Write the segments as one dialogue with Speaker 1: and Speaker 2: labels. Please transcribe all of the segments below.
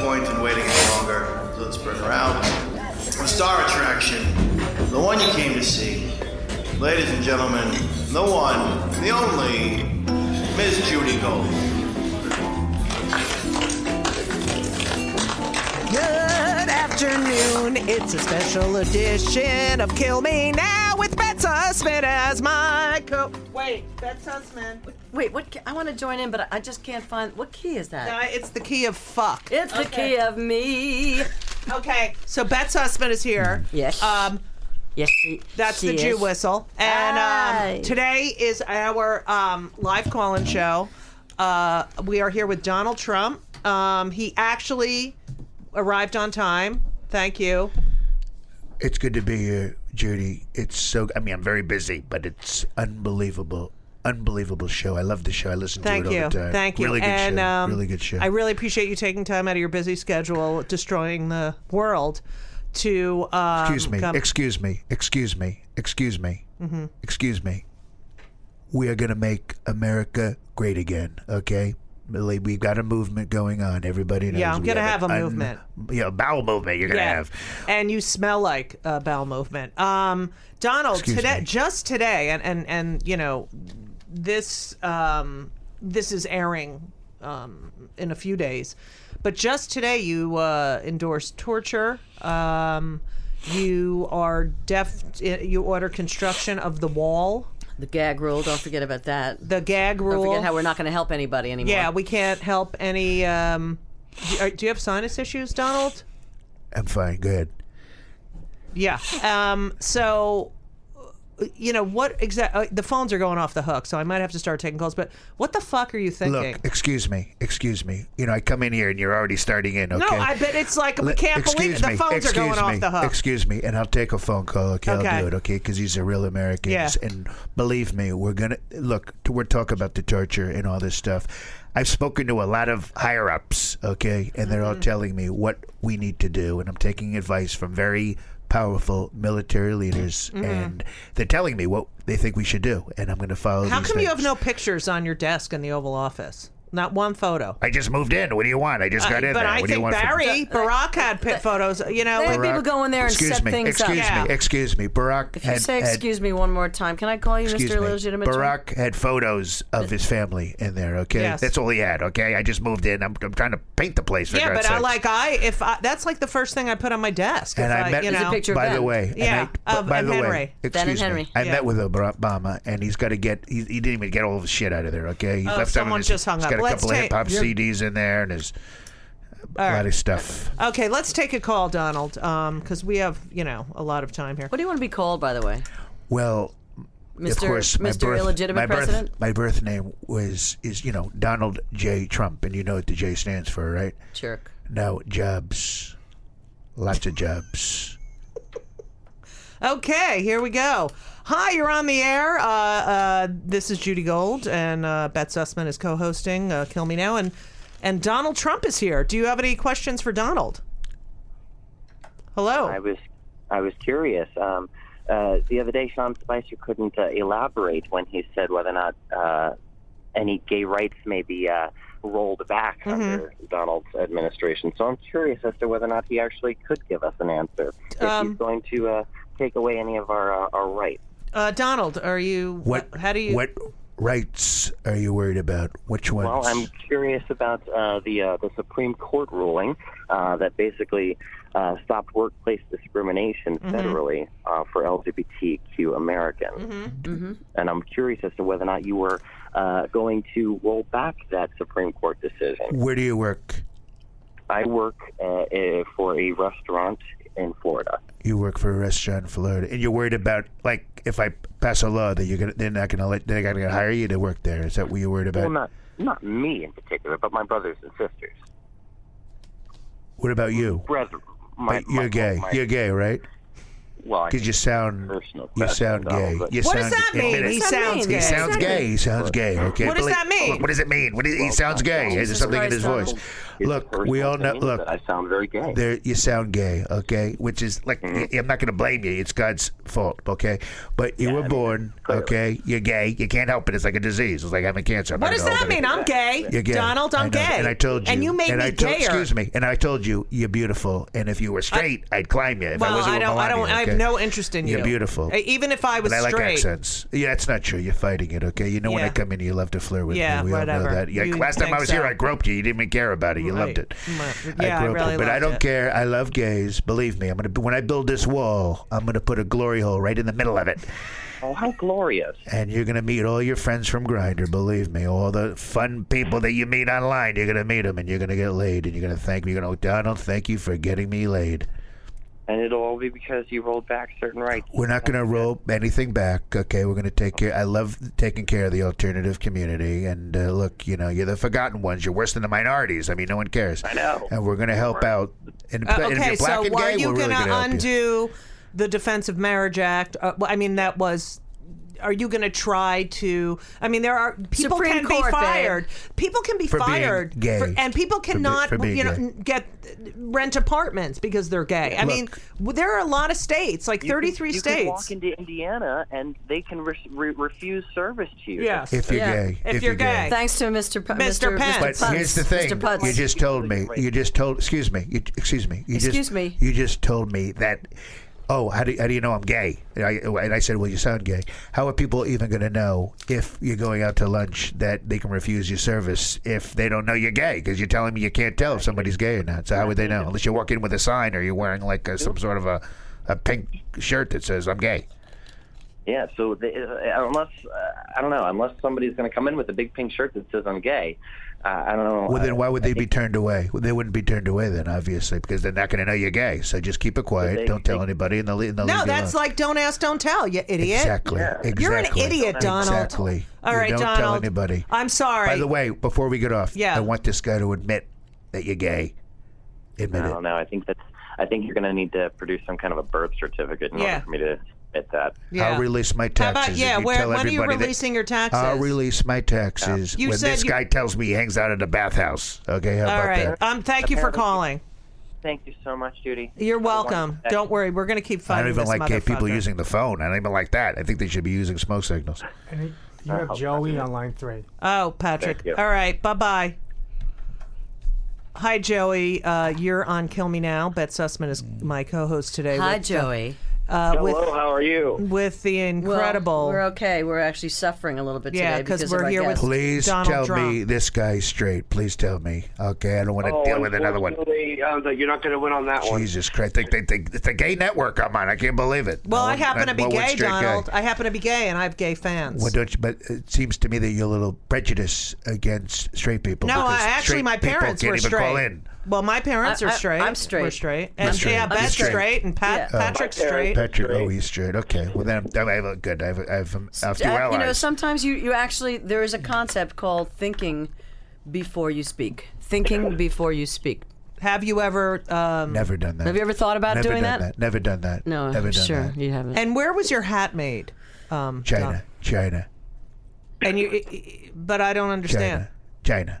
Speaker 1: point in waiting any longer, so let's bring her out. The star attraction, the one you came to see. Ladies and gentlemen, the one, the only, Miss Judy Gold.
Speaker 2: Good afternoon. It's a special edition of Kill Me Now with Bet Sussman as my co. Wait, Bet Sussman.
Speaker 3: Wait, what? Key, I want to join in, but I- I just can't find. What key is that?
Speaker 2: Uh, it's the key of fuck.
Speaker 3: It's the key of me.
Speaker 2: Okay, so Bet Sussman is here.
Speaker 3: Yes.
Speaker 2: Um,
Speaker 3: Yes, she,
Speaker 2: that's
Speaker 3: she
Speaker 2: the Jew
Speaker 3: is.
Speaker 2: whistle, and
Speaker 3: Hi.
Speaker 2: um, today is our um, live call-in show. Uh, we are here with Donald Trump. Um, he actually arrived on time. Thank you.
Speaker 4: It's good to be here, Judy. It's so. I mean, I'm very busy, but it's unbelievable, unbelievable show. I love the show. I listen
Speaker 2: Thank
Speaker 4: to it
Speaker 2: you.
Speaker 4: all the time.
Speaker 2: Thank you.
Speaker 4: Really good
Speaker 2: and,
Speaker 4: show.
Speaker 2: Um,
Speaker 4: really good show.
Speaker 2: I really appreciate you taking time out of your busy schedule, destroying the world, to um, Mm-hmm.
Speaker 4: excuse me.
Speaker 2: come-
Speaker 4: excuse me. Excuse me. Excuse me. Excuse me. We are going to make America great again. Okay. Really, We've got a movement going on. Everybody knows.
Speaker 2: Yeah, I'm
Speaker 4: we
Speaker 2: gonna have
Speaker 4: an
Speaker 2: a movement.
Speaker 4: Yeah, bowel movement. You're gonna
Speaker 2: Yeah.
Speaker 4: have.
Speaker 2: And you smell like a bowel movement. Um, Donald,
Speaker 4: Excuse
Speaker 2: today,
Speaker 4: me.
Speaker 2: just today, and and and you know, this um, this is airing um, in a few days, but just today you uh, endorsed torture. Um, you are deaf. You order construction of the wall,
Speaker 3: The gag rule. Don't forget about that.
Speaker 2: the gag rule.
Speaker 3: Don't forget how we're not going to help anybody anymore.
Speaker 2: Yeah, we can't help any. Um, do, are- do you have sinus issues, Donald?
Speaker 4: I'm fine. Good.
Speaker 2: Yeah. Um, so, uh, you know what exactly? Uh, the phones are going off the hook, so I might have to start taking calls. But what the fuck are you thinking?
Speaker 4: Look, excuse me, excuse me. You know, I come in here and you're already starting in. Okay.
Speaker 2: no, I bet it's like we
Speaker 4: Let-
Speaker 2: can't believe
Speaker 4: excuse
Speaker 2: it. the
Speaker 4: me,
Speaker 2: phones are going
Speaker 4: excuse
Speaker 2: off
Speaker 4: me,
Speaker 2: the hook.
Speaker 4: Excuse me, and I'll take a phone call. Okay,
Speaker 2: Okay.
Speaker 4: I'll do it. Okay, because these are real Americans,
Speaker 2: Yeah.
Speaker 4: and believe me, we're gonna look. t- We're talking about the torture and all this stuff. I've spoken to a lot of higher ups. Okay, and they're all
Speaker 2: Mm-hmm.
Speaker 4: telling me what we need to do, and I'm taking advice from very powerful military leaders,
Speaker 2: Mm-hmm.
Speaker 4: and they're telling me what they think we should do, and I'm gonna follow.
Speaker 2: How
Speaker 4: these
Speaker 2: come you have
Speaker 4: things.
Speaker 2: no pictures on your desk in the Oval Office? Not one photo.
Speaker 4: I just moved in. What do you want? I just got in
Speaker 2: but
Speaker 4: there.
Speaker 2: I
Speaker 4: what do you
Speaker 2: think
Speaker 4: want from-
Speaker 2: Barry Barack had pit photos. You know,
Speaker 3: They-
Speaker 2: like-
Speaker 3: People
Speaker 4: Barack-
Speaker 3: go in there and
Speaker 4: excuse
Speaker 3: set
Speaker 4: me,
Speaker 3: things up.
Speaker 4: excuse
Speaker 2: Yeah.
Speaker 4: me, excuse me. Barack
Speaker 3: If you
Speaker 4: had,
Speaker 3: say
Speaker 4: had-
Speaker 3: excuse me one more time, can I call you
Speaker 4: excuse
Speaker 3: Mr.
Speaker 4: me,
Speaker 3: Legitimate?
Speaker 4: Barack had photos of his family in there. Okay,
Speaker 2: Yes.
Speaker 4: that's all he had. Okay, I just moved in. I'm, I'm trying to paint the place. For
Speaker 2: yeah,
Speaker 4: God's
Speaker 2: but I
Speaker 4: sakes.
Speaker 2: like I if I, that's like the first thing I put on my desk.
Speaker 4: And
Speaker 2: if
Speaker 4: I met
Speaker 2: you
Speaker 3: Is it
Speaker 2: know,
Speaker 3: picture of
Speaker 4: By
Speaker 3: Ben?
Speaker 4: the way, and
Speaker 2: Yeah,
Speaker 4: I, b-
Speaker 2: of-
Speaker 4: by
Speaker 2: and
Speaker 4: the
Speaker 2: Henry.
Speaker 4: way,
Speaker 2: Ben
Speaker 3: and
Speaker 4: excuse
Speaker 3: Henry.
Speaker 4: Me, I
Speaker 2: Yeah.
Speaker 4: met with Obama, and he's got to get. He, he didn't even get all the shit out of there. Okay, he
Speaker 2: Oh,
Speaker 4: left some
Speaker 2: someone
Speaker 4: of his,
Speaker 2: just hung
Speaker 4: he's
Speaker 2: up.
Speaker 4: got a
Speaker 2: Let's
Speaker 4: couple
Speaker 2: take-
Speaker 4: hip hop
Speaker 2: you're-
Speaker 4: CDs in there, and his a lot of stuff.
Speaker 2: Okay, let's take a call, Donald, because we have you know a lot of time here.
Speaker 3: What do you want to be called, by the way?
Speaker 4: Well,
Speaker 3: Mr.
Speaker 4: Of course, my
Speaker 3: Mr.
Speaker 4: birth-
Speaker 3: Illegitimate
Speaker 4: my birth-
Speaker 3: President?
Speaker 4: my birth name was is you know Donald J. Trump, and you know what the J stands for, right?
Speaker 3: Jerk.
Speaker 4: No jobs, lots of jobs.
Speaker 2: Okay, here we go. Hi, you're on the air. Uh, uh, this is Judy Gold, and uh, Bet Sussman is co-hosting uh, Kill Me Now, and and Donald Trump is here. Do you have any questions for Donald?
Speaker 5: I
Speaker 2: Hello.
Speaker 5: was I was curious. Um, uh, the other day, Sean Spicer couldn't uh, elaborate when he said whether or not uh, any gay rights may be uh, rolled back under Donald's administration. So I'm curious as to whether or not he actually could give us an answer if
Speaker 2: Um,
Speaker 5: he's going to uh, take away any of our uh, our rights.
Speaker 2: Uh, Donald, are you? uh,
Speaker 4: What?
Speaker 2: How do you?
Speaker 4: What rights are you worried about? Which ones?
Speaker 5: Well, I'm curious about uh, the uh, the Supreme Court ruling uh, that basically uh, stopped workplace discrimination
Speaker 4: Mm-hmm.
Speaker 5: federally uh, for LGBTQ Americans,
Speaker 4: Mm-hmm.
Speaker 5: and I'm curious as to whether or not you were uh, going to roll back that Supreme Court decision.
Speaker 4: Where do you work?
Speaker 5: I work uh, uh, for a restaurant in Florida.
Speaker 4: You work for a restaurant in Florida, and you're worried about like if I pass a law that you're gonna they're not gonna let they're not gonna hire you to work there. Is that what you're worried about?
Speaker 5: Well, not not me in particular, but my brothers and sisters.
Speaker 4: what about you?
Speaker 5: Brethren, my,
Speaker 4: But you're
Speaker 5: my-
Speaker 4: gay.
Speaker 5: my-
Speaker 4: You're gay, right?
Speaker 5: Well, I
Speaker 4: Because you sound,
Speaker 5: Personal
Speaker 4: you sound
Speaker 5: question,
Speaker 4: gay.
Speaker 5: though, but-
Speaker 4: You
Speaker 2: What
Speaker 4: sound,
Speaker 2: does that mean?
Speaker 4: admit it.
Speaker 2: He
Speaker 3: What does that
Speaker 2: sounds
Speaker 3: mean?
Speaker 2: gay.
Speaker 4: He sounds gay. He sounds gay. Okay.
Speaker 2: What does
Speaker 4: Billy,
Speaker 2: that mean?
Speaker 4: Look, what does it mean? What is, he sounds gay. Is there
Speaker 3: Jesus
Speaker 4: something in
Speaker 3: Christ,
Speaker 4: his voice?
Speaker 3: Donald.
Speaker 5: It's
Speaker 4: Look,
Speaker 5: personal
Speaker 4: we all know.
Speaker 5: opinion,
Speaker 4: Look,
Speaker 5: but I sound very gay.
Speaker 4: there you sound gay okay which is like y- i'm not going to blame you it's god's fault okay but you were born okay you're gay you can't help it it's like a disease it's like having cancer I'm
Speaker 2: What
Speaker 4: not
Speaker 2: does
Speaker 4: gonna
Speaker 2: that
Speaker 4: help it.
Speaker 2: mean? I'm gay.
Speaker 4: you're gay.
Speaker 2: Donald,
Speaker 4: I
Speaker 2: I'm
Speaker 4: know.
Speaker 2: gay.
Speaker 4: And I told you.
Speaker 2: And you made
Speaker 4: and
Speaker 2: me
Speaker 4: I told,
Speaker 2: gayer.
Speaker 4: Excuse me. And I told you, you're beautiful. And if you were straight, I, would climb you. If I
Speaker 2: Well,
Speaker 4: wasn't
Speaker 2: I
Speaker 4: with
Speaker 2: don't. I
Speaker 4: Melania,
Speaker 2: don't. I have
Speaker 4: okay?
Speaker 2: no interest in you.
Speaker 4: You're beautiful.
Speaker 2: Uh, Even if I was
Speaker 4: But I like
Speaker 2: straight.
Speaker 4: accents. Yeah, that's not true. You're fighting it, okay? You know when
Speaker 2: Yeah.
Speaker 4: I come in, you love to flirt with
Speaker 2: Yeah,
Speaker 4: me. We all
Speaker 2: whatever.
Speaker 4: know that. Yeah,
Speaker 2: You
Speaker 4: last time I
Speaker 2: think
Speaker 4: was here,
Speaker 2: so.
Speaker 4: I groped you. You didn't even care about it. You loved
Speaker 2: Right.
Speaker 4: it.
Speaker 2: Mm, yeah, I
Speaker 4: groped
Speaker 2: really
Speaker 4: it, but I
Speaker 2: loved
Speaker 4: don't
Speaker 2: it.
Speaker 4: care. I love gays. Believe me, I'm gonna when I build this wall, I'm gonna put a glory hole right in the middle of it,
Speaker 5: Oh, how glorious!
Speaker 4: and you're gonna meet all your friends from Grinder. Believe me, all the fun people that you meet online, you're gonna meet them, and you're gonna get laid, and you're gonna thank me. You're gonna, oh, Donald, thank you for getting me laid.
Speaker 5: And it'll all be because you rolled back certain rights.
Speaker 4: We're not going to roll anything back, okay? We're going to take care. I love taking care of the alternative community. And uh, look, you know, you're the forgotten ones. You're worse than the minorities. I mean, no one cares. I
Speaker 5: know.
Speaker 4: And we're going to help out. And,
Speaker 2: Uh,
Speaker 4: and if
Speaker 2: okay,
Speaker 4: you're black
Speaker 2: so
Speaker 4: and
Speaker 2: are
Speaker 4: gay,
Speaker 2: you
Speaker 4: we're really
Speaker 2: gonna
Speaker 4: going to help you.
Speaker 2: undo the Defense of Marriage Act? Uh, well, I mean, that was. Are you going to try to? I mean, there are people
Speaker 3: Supreme
Speaker 2: can
Speaker 3: Court,
Speaker 2: be
Speaker 3: babe.
Speaker 2: fired. People can be
Speaker 4: For being
Speaker 2: fired,
Speaker 4: gay.
Speaker 2: and people
Speaker 4: be-
Speaker 2: cannot,
Speaker 4: for being
Speaker 2: you know,
Speaker 4: gay.
Speaker 2: n- get uh, rent apartments because they're gay. I mean, w- there are a lot of states, like
Speaker 5: You could-
Speaker 2: 33
Speaker 5: you
Speaker 2: states.
Speaker 5: could walk into Indiana and they can re- re- refuse service to you.
Speaker 2: yes.
Speaker 4: If you're
Speaker 3: Yeah.
Speaker 4: gay.
Speaker 2: If you're gay.
Speaker 3: Thanks to Mr. P-
Speaker 2: Mr. Pence.
Speaker 4: But
Speaker 2: Putz,
Speaker 4: here's the thing.
Speaker 3: Mr. Putz.
Speaker 4: You just told me. You just told. Excuse me. You, excuse me. You
Speaker 3: Excuse
Speaker 4: just,
Speaker 3: me.
Speaker 4: You just told me that. Oh, how do, how do you know I'm gay? And I, and I said, well, you sound gay. How are people even going to know if you're going out to lunch that they can refuse your service if they don't know you're gay? Because you're telling me you can't tell if somebody's gay or not. So how would they know? Unless you walk in with a sign or you're wearing like a, some sort of a, a pink shirt that says I'm gay.
Speaker 5: Yeah, so they, uh, unless uh, I don't know, unless somebody's going to come in with a big pink shirt that says I'm gay, uh, I don't know.
Speaker 4: Well,
Speaker 5: uh,
Speaker 4: then why would they be turned away? Well, they wouldn't be turned away then, obviously, because they're not going to know you're gay. So just keep it quiet.
Speaker 5: they-
Speaker 4: don't tell anybody, and they'll, and they'll leave
Speaker 2: No,
Speaker 4: you
Speaker 2: that's
Speaker 4: alone.
Speaker 2: like don't ask, don't tell, you idiot.
Speaker 4: exactly, exactly.
Speaker 2: You're an idiot, Donald.
Speaker 4: Exactly.
Speaker 2: All
Speaker 4: You
Speaker 2: right,
Speaker 4: don't
Speaker 2: Donald.
Speaker 4: tell anybody.
Speaker 2: I'm sorry.
Speaker 4: By the way, before we get off,
Speaker 2: Yeah.
Speaker 4: I want this guy to admit that you're gay. Admit
Speaker 5: I
Speaker 4: it.
Speaker 5: don't know. I think that's. I think you're going to need to produce some kind of a birth certificate in
Speaker 2: Yeah.
Speaker 5: order for me to admit that.
Speaker 2: yeah.
Speaker 4: I'll release my
Speaker 2: How
Speaker 4: taxes.
Speaker 2: about
Speaker 4: if
Speaker 2: yeah?
Speaker 4: you
Speaker 2: Where
Speaker 4: tell
Speaker 2: when are you
Speaker 4: everybody that-
Speaker 2: releasing your taxes?
Speaker 4: I'll release my taxes
Speaker 2: You
Speaker 4: when
Speaker 2: said
Speaker 4: this
Speaker 2: you-
Speaker 4: guy tells me he hangs out at the bathhouse. Okay, how
Speaker 2: All
Speaker 4: about
Speaker 2: right.
Speaker 4: that?
Speaker 2: Um. Thank you for calling.
Speaker 5: Thank you so much, Judy.
Speaker 2: You're welcome. Don't worry. We're gonna keep
Speaker 4: I
Speaker 2: fighting
Speaker 4: don't even
Speaker 2: this
Speaker 4: like gay people
Speaker 2: motherfucker.
Speaker 4: using the phone. I don't even like that. I think they should be using smoke signals.
Speaker 6: And it- you have Joey on line three.
Speaker 2: Oh, Patrick.
Speaker 5: Thank you.
Speaker 2: All right. Bye bye. Hi, Joey. Uh, you're on Kill Me Now. Bet Sussman is my co-host today.
Speaker 3: Hi,
Speaker 2: with,
Speaker 3: Joey.
Speaker 2: Uh, with,
Speaker 5: how are you?
Speaker 2: with the
Speaker 3: Well,
Speaker 2: incredible.
Speaker 3: we're okay. We're actually suffering a little bit
Speaker 2: Yeah,
Speaker 3: today
Speaker 2: 'cause
Speaker 3: because
Speaker 2: we're
Speaker 3: of our
Speaker 2: here with-
Speaker 3: guest.
Speaker 4: Please
Speaker 2: Donald
Speaker 4: tell
Speaker 2: Trump.
Speaker 4: me this guy's straight. Please tell me. Okay, Oh, I don't want
Speaker 7: Oh,
Speaker 4: to deal with another one.
Speaker 7: you're not going to win on uh, that one.
Speaker 4: Jesus Christ! They, they, they, it's a gay network I'm on. I can't believe it.
Speaker 2: well,
Speaker 4: No
Speaker 2: I
Speaker 4: one-
Speaker 2: happen to
Speaker 4: not-
Speaker 2: be
Speaker 4: well, one
Speaker 2: gay,
Speaker 4: straight guy.
Speaker 2: Donald. I happen to be gay, and I have gay fans.
Speaker 4: Well, don't you, but it seems to me that you're a little prejudiced against straight people.
Speaker 2: No, I,
Speaker 4: because
Speaker 2: actually,
Speaker 4: straight
Speaker 2: my
Speaker 4: people
Speaker 2: parents
Speaker 4: can't
Speaker 2: were
Speaker 4: even
Speaker 2: straight.
Speaker 4: Call in.
Speaker 2: Well, my parents
Speaker 3: I-
Speaker 2: are
Speaker 3: I-
Speaker 2: straight.
Speaker 3: I'm straight.
Speaker 2: We're straight. And
Speaker 4: straight.
Speaker 2: yeah,
Speaker 4: I'm
Speaker 2: Beth's
Speaker 4: straight. Uh,
Speaker 2: straight. and Pat,
Speaker 3: Yeah.
Speaker 2: Patrick's straight.
Speaker 4: Patrick, oh, he's straight. Okay, well then I'm, I have a good. I have, a, I have, a, a few
Speaker 3: Uh,
Speaker 4: allies.
Speaker 3: you know, sometimes you, you actually there is a concept called thinking before you speak. Thinking before you speak.
Speaker 2: Have you ever? Um,
Speaker 4: Never done that.
Speaker 3: Have you ever thought about
Speaker 4: Never
Speaker 3: doing
Speaker 4: done
Speaker 3: that?
Speaker 4: that? Never done that.
Speaker 3: No,
Speaker 4: Never
Speaker 3: I'm
Speaker 4: done
Speaker 3: sure
Speaker 4: that.
Speaker 3: you haven't.
Speaker 2: and where was your hat made? Um,
Speaker 4: China, China,
Speaker 2: Don? And you, but I don't understand.
Speaker 4: China, China.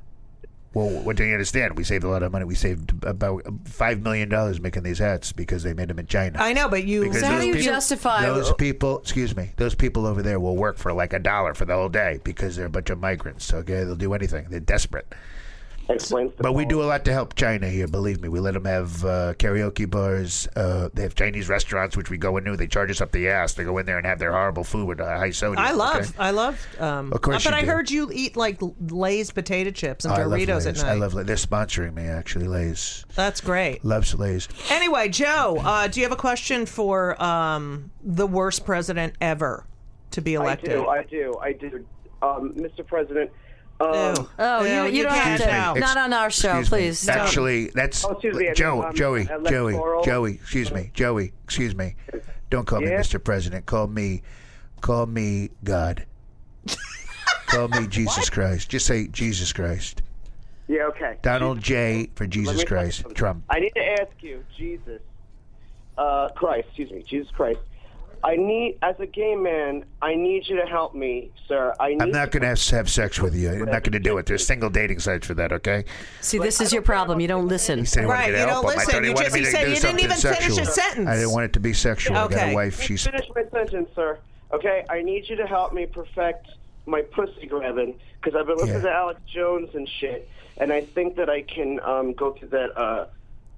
Speaker 4: Well, what do you understand? We saved a lot of money. We saved about five million dollars making these hats because they made them in China.
Speaker 2: I know, but you.
Speaker 4: Because
Speaker 3: so how
Speaker 4: those
Speaker 3: do you
Speaker 4: people-
Speaker 3: justify?
Speaker 4: Those people, excuse me, those people over there will work for like a dollar for the whole day because they're a bunch of migrants. Okay, they'll do anything. They're desperate.
Speaker 7: Explains the
Speaker 4: But we do a lot to help China here. Believe me, we let them have uh, karaoke bars. Uh, they have Chinese restaurants, which we go into. They charge us up the ass. They go in there and have their horrible food with uh, high sodium.
Speaker 2: I love,
Speaker 4: okay?
Speaker 2: I love. Um,
Speaker 4: Of course
Speaker 2: but
Speaker 4: you
Speaker 2: I
Speaker 4: do.
Speaker 2: heard you eat like Lay's potato chips and
Speaker 4: Oh, I love
Speaker 2: Doritos at
Speaker 4: Lay's.
Speaker 2: night.
Speaker 4: I love. Lay- They're sponsoring me actually. Lay's
Speaker 2: That's great.
Speaker 4: loves Lay's.
Speaker 2: Anyway, Joe, uh, do you have a question for um, the worst president ever to be
Speaker 7: I
Speaker 2: elected?
Speaker 7: do, I do, I do. Um, Mr. President,
Speaker 2: Ew.
Speaker 7: um,
Speaker 3: Oh,
Speaker 2: Ew,
Speaker 3: you, you, don't have
Speaker 2: can't
Speaker 3: to.
Speaker 4: Excuse me.
Speaker 3: Not on our show,
Speaker 4: Excuse me.
Speaker 3: please. don't.
Speaker 4: Actually, that's
Speaker 7: Oh, excuse me, I
Speaker 4: Joe,
Speaker 7: mean, um,
Speaker 4: Joey,
Speaker 7: uh, Lex
Speaker 4: Joey,
Speaker 7: Laurel.
Speaker 4: Joey. Excuse me, Joey. Excuse me. Don't call me
Speaker 7: Yeah?
Speaker 4: Mr. President. Call me, call me God. call me Jesus Christ. Just say Jesus Christ.
Speaker 7: yeah, okay. um,
Speaker 4: Donald J for
Speaker 7: Let
Speaker 4: Jesus
Speaker 7: me-
Speaker 4: Christ. Trump.
Speaker 7: I need to ask you, Jesus. uh, Christ, excuse me, Jesus Christ. I need, as a gay man, I need you to help me, sir. I need
Speaker 4: I'm not going to have sex with you. I'm not going to do it. There's single dating sites for that, okay?
Speaker 3: See, this is your problem. You don't listen.
Speaker 4: Said he wanted
Speaker 2: Right,
Speaker 4: me to
Speaker 2: you
Speaker 4: help
Speaker 2: don't
Speaker 4: Oh, him. I
Speaker 2: listen.
Speaker 4: thought he
Speaker 2: You
Speaker 4: wanted
Speaker 2: just-
Speaker 4: me
Speaker 2: you
Speaker 4: to
Speaker 2: said
Speaker 4: do
Speaker 2: you didn't even
Speaker 4: something
Speaker 2: finish a
Speaker 4: sexual.
Speaker 2: sentence.
Speaker 4: I didn't want it to be sexual. I got
Speaker 2: Okay.
Speaker 4: a wife. She's
Speaker 7: finish my sentence, sir. Okay, I need you to help me perfect my pussy grabbing because I've been listening
Speaker 4: Yeah.
Speaker 7: to Alex Jones and shit, and I think that I can um, go through that. Uh,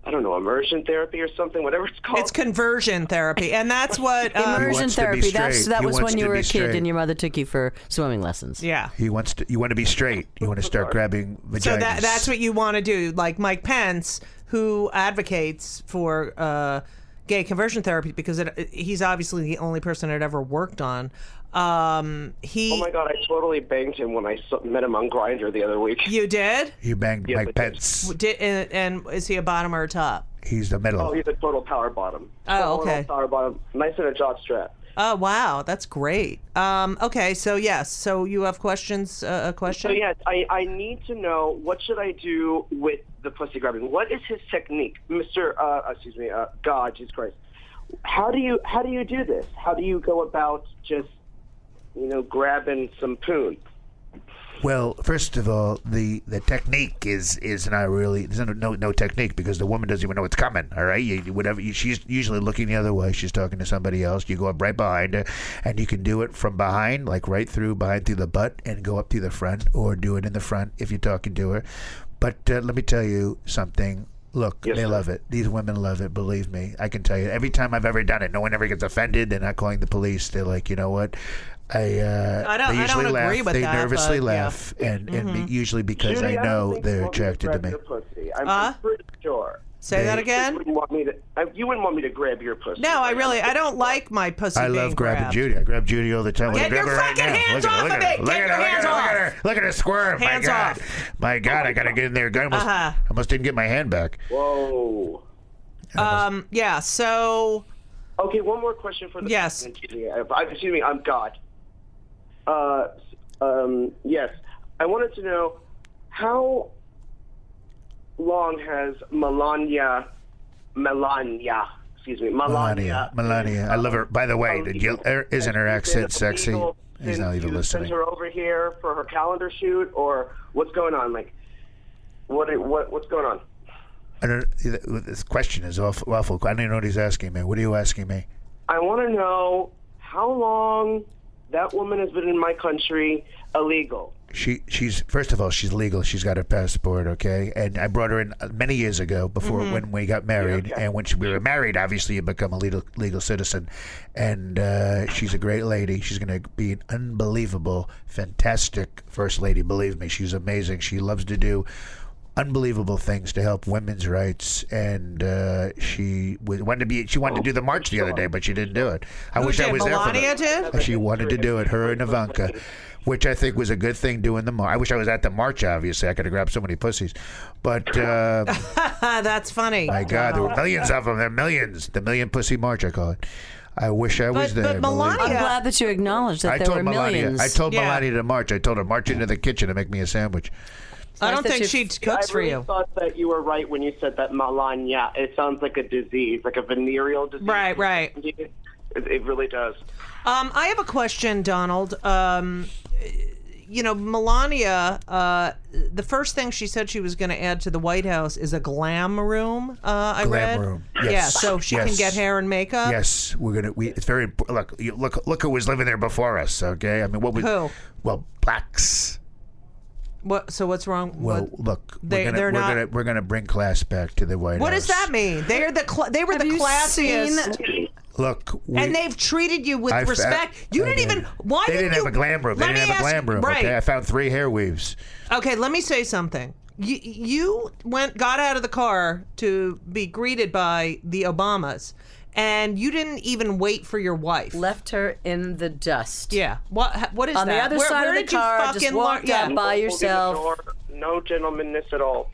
Speaker 7: I don't know, immersion therapy or something, whatever it's called.
Speaker 2: It's conversion therapy, and that's what. Um,
Speaker 4: He
Speaker 3: Immersion
Speaker 4: wants to be
Speaker 3: therapy. That's
Speaker 4: straight.
Speaker 3: that
Speaker 4: He
Speaker 3: was
Speaker 4: wants
Speaker 3: when you
Speaker 4: to
Speaker 3: were a
Speaker 4: be
Speaker 3: kid
Speaker 4: straight.
Speaker 3: and your mother took you for swimming lessons.
Speaker 2: yeah.
Speaker 4: He wants to. You want to be straight. You want to start grabbing vaginas.
Speaker 2: So that that's what you want to do, like Mike Pence, who advocates for uh, gay conversion therapy because it, he's obviously the only person it ever worked on. Um, he,
Speaker 7: oh my god, I totally banged him when I s- met him on Grinder the other week.
Speaker 2: you did,
Speaker 4: you banged Mike
Speaker 7: but-
Speaker 4: Pence.
Speaker 2: did, and, and is he a bottom or a top?
Speaker 4: He's the middle.
Speaker 7: Oh, he's a total power bottom.
Speaker 2: Oh,
Speaker 7: Total
Speaker 2: okay.
Speaker 7: Power bottom, nice in a job strap.
Speaker 2: Oh wow, that's great. Um, okay, so yes, so you have questions? Uh, a question?
Speaker 7: So yes, I, I need to know what should I do with the pussy grabbing. What is his technique, Mister? Uh, excuse me, uh, God, Jesus Christ. How do you how do you do this? How do you go about just you know grabbing some poon?
Speaker 4: Well, first of all, the, the technique is is not really there's no, no no technique because the woman doesn't even know it's coming. All right, you, you- whatever you, she's usually looking the other way. She's talking to somebody else. You go up right behind her, and you can do it from behind, like right through behind through the butt, and go up through the front, or do it in the front if you're talking to her. But uh, let me tell you something. Look, they love it. These women love it. Believe me, I can tell you. Every time I've ever done it, no one ever gets offended. They're not calling the police. They're like, you know what? I uh,
Speaker 2: I don't-
Speaker 4: they
Speaker 2: I
Speaker 4: usually
Speaker 2: don't
Speaker 4: laugh.
Speaker 2: agree with
Speaker 4: they
Speaker 2: that,
Speaker 4: nervously
Speaker 2: but, yeah. Mm-hmm.
Speaker 4: laugh, and and be- usually because
Speaker 7: Judy,
Speaker 4: I
Speaker 7: don't
Speaker 4: know
Speaker 7: think you
Speaker 4: they're
Speaker 7: want me to
Speaker 4: attracted to
Speaker 7: grab
Speaker 4: me.
Speaker 7: Your pussy. I'm
Speaker 2: Huh?
Speaker 7: pretty sure.
Speaker 2: Say that
Speaker 7: You
Speaker 2: again.
Speaker 7: wouldn't want me to. I, you wouldn't want me to grab your pussy.
Speaker 2: No, I
Speaker 7: right?
Speaker 2: really, I don't like my pussy.
Speaker 4: I
Speaker 2: being
Speaker 4: love grabbing
Speaker 2: grabbed.
Speaker 4: Judy. I grab Judy all the time.
Speaker 2: Get
Speaker 4: I grab
Speaker 2: your
Speaker 4: her right
Speaker 2: fucking
Speaker 4: now.
Speaker 2: hands
Speaker 4: look at,
Speaker 2: off
Speaker 4: look
Speaker 2: of
Speaker 4: at
Speaker 2: me.
Speaker 4: Her. Look
Speaker 2: Get
Speaker 4: at
Speaker 2: your
Speaker 4: her.
Speaker 2: hands
Speaker 4: look at her. Look
Speaker 2: off.
Speaker 4: at her. Look at her squirm.
Speaker 2: Hands
Speaker 4: my God.
Speaker 2: off.
Speaker 4: My God. I gotta get in there. I almost,
Speaker 2: Uh-huh.
Speaker 4: almost didn't get my hand back.
Speaker 7: Whoa.
Speaker 2: Um, yeah. So
Speaker 7: Okay, one more question for the
Speaker 2: Yes.
Speaker 7: Excuse me, I- I- excuse me, I'm God. Uh, um, yes, I wanted to know how long has Melania, Melania, excuse me,
Speaker 4: Melania.
Speaker 7: Melania,
Speaker 4: Melania. I love her. By the way, did you, er, isn't her
Speaker 7: Has she been
Speaker 4: accent sexy?
Speaker 7: illegal
Speaker 4: He's not
Speaker 7: since
Speaker 4: even
Speaker 7: you
Speaker 4: listening.
Speaker 7: Sent her over here for her calendar shoot, or what's going on? Like, what, what, what's going on?
Speaker 4: I don't, this question is awful, awful. I don't even know what he's asking me. What are you asking me?
Speaker 7: I want to know how long that woman has been in my country illegal.
Speaker 4: she she's first of all she's legal she's got her passport okay and i brought her in uh, many years ago before
Speaker 2: Mm-hmm.
Speaker 4: when we got married and when she, we were married obviously you become a legal legal citizen and uh, she's a great lady she's going to be an unbelievable fantastic first lady believe me she's amazing she loves to do unbelievable things to help women's rights and uh, she was, wanted to be she wanted to do the march the other day but she didn't do it i wish i
Speaker 2: did?
Speaker 4: was
Speaker 2: Melania
Speaker 4: there for that.
Speaker 2: did?
Speaker 4: She wanted to do it, her and Ivanka, which I think was a good thing doing the march. I wish I was at the march, obviously. I could have grabbed so many pussies. But uh,
Speaker 2: uh, that's funny.
Speaker 4: my God, there were millions of them. There are millions. The Million Pussy March, I call it. I wish I was
Speaker 2: But-
Speaker 4: there.
Speaker 2: but
Speaker 4: believe
Speaker 2: Melania-
Speaker 4: me.
Speaker 2: Yeah.
Speaker 3: I'm glad that you acknowledged that
Speaker 4: I
Speaker 3: there
Speaker 4: told
Speaker 3: were
Speaker 4: Melania.
Speaker 3: millions.
Speaker 4: I told
Speaker 2: Yeah.
Speaker 4: Melania to march. I told her march into the kitchen and make me a sandwich.
Speaker 2: I don't
Speaker 3: Nice that
Speaker 2: think she
Speaker 3: you-
Speaker 2: cooks
Speaker 7: I
Speaker 2: for
Speaker 7: really
Speaker 2: you.
Speaker 7: thought that you were right when you said that Melania. It sounds like a disease, like a venereal disease.
Speaker 2: Right, right.
Speaker 7: It, it really does.
Speaker 2: Um, I have a question, Donald. Um, you know, Melania, uh, the first thing she said she was going to add to the White House is a glam room. Uh, I
Speaker 4: Glam
Speaker 2: read.
Speaker 4: room.
Speaker 2: Yeah,
Speaker 4: Yes.
Speaker 2: so she can
Speaker 4: Yes.
Speaker 2: get hair and makeup.
Speaker 4: Yes, we're gonna. We, it's very imp- look. You, look, look who was living there before us. Okay, I mean, what was
Speaker 2: Who?
Speaker 4: Well, blacks.
Speaker 2: What? So what's wrong?
Speaker 4: Well,
Speaker 2: what,
Speaker 4: look,
Speaker 2: They-
Speaker 4: we're gonna
Speaker 2: they're
Speaker 4: we're
Speaker 2: not-
Speaker 4: gonna we're gonna bring class back to the White
Speaker 2: what
Speaker 4: House.
Speaker 2: does that mean? They're the cl- they were
Speaker 3: Have
Speaker 2: the
Speaker 3: you
Speaker 2: classiest,
Speaker 3: seen-
Speaker 4: Look, we,
Speaker 2: and they've treated you with
Speaker 4: I fa-
Speaker 2: respect. you
Speaker 4: I
Speaker 2: didn't even. Why
Speaker 4: uh, They didn't
Speaker 2: you,
Speaker 4: have a glam room. They
Speaker 2: Let
Speaker 4: didn't
Speaker 2: me
Speaker 4: have a
Speaker 2: ask-
Speaker 4: glam room.
Speaker 2: Right.
Speaker 4: Okay, I found three hair weaves.
Speaker 2: Okay, let me say something. You, you went got out of the car to be greeted by the Obamas, and you didn't even wait for your wife.
Speaker 3: Left her in the dust.
Speaker 2: Yeah. What? What is
Speaker 3: On the
Speaker 2: that?
Speaker 3: other
Speaker 2: where,
Speaker 3: side
Speaker 2: where
Speaker 3: of the
Speaker 2: did
Speaker 3: car,
Speaker 2: you
Speaker 3: just
Speaker 2: fucking
Speaker 3: walked
Speaker 2: learn-
Speaker 3: up
Speaker 2: yeah.
Speaker 3: by
Speaker 7: Holding the
Speaker 3: yourself.
Speaker 7: door, No gentlemanness at all.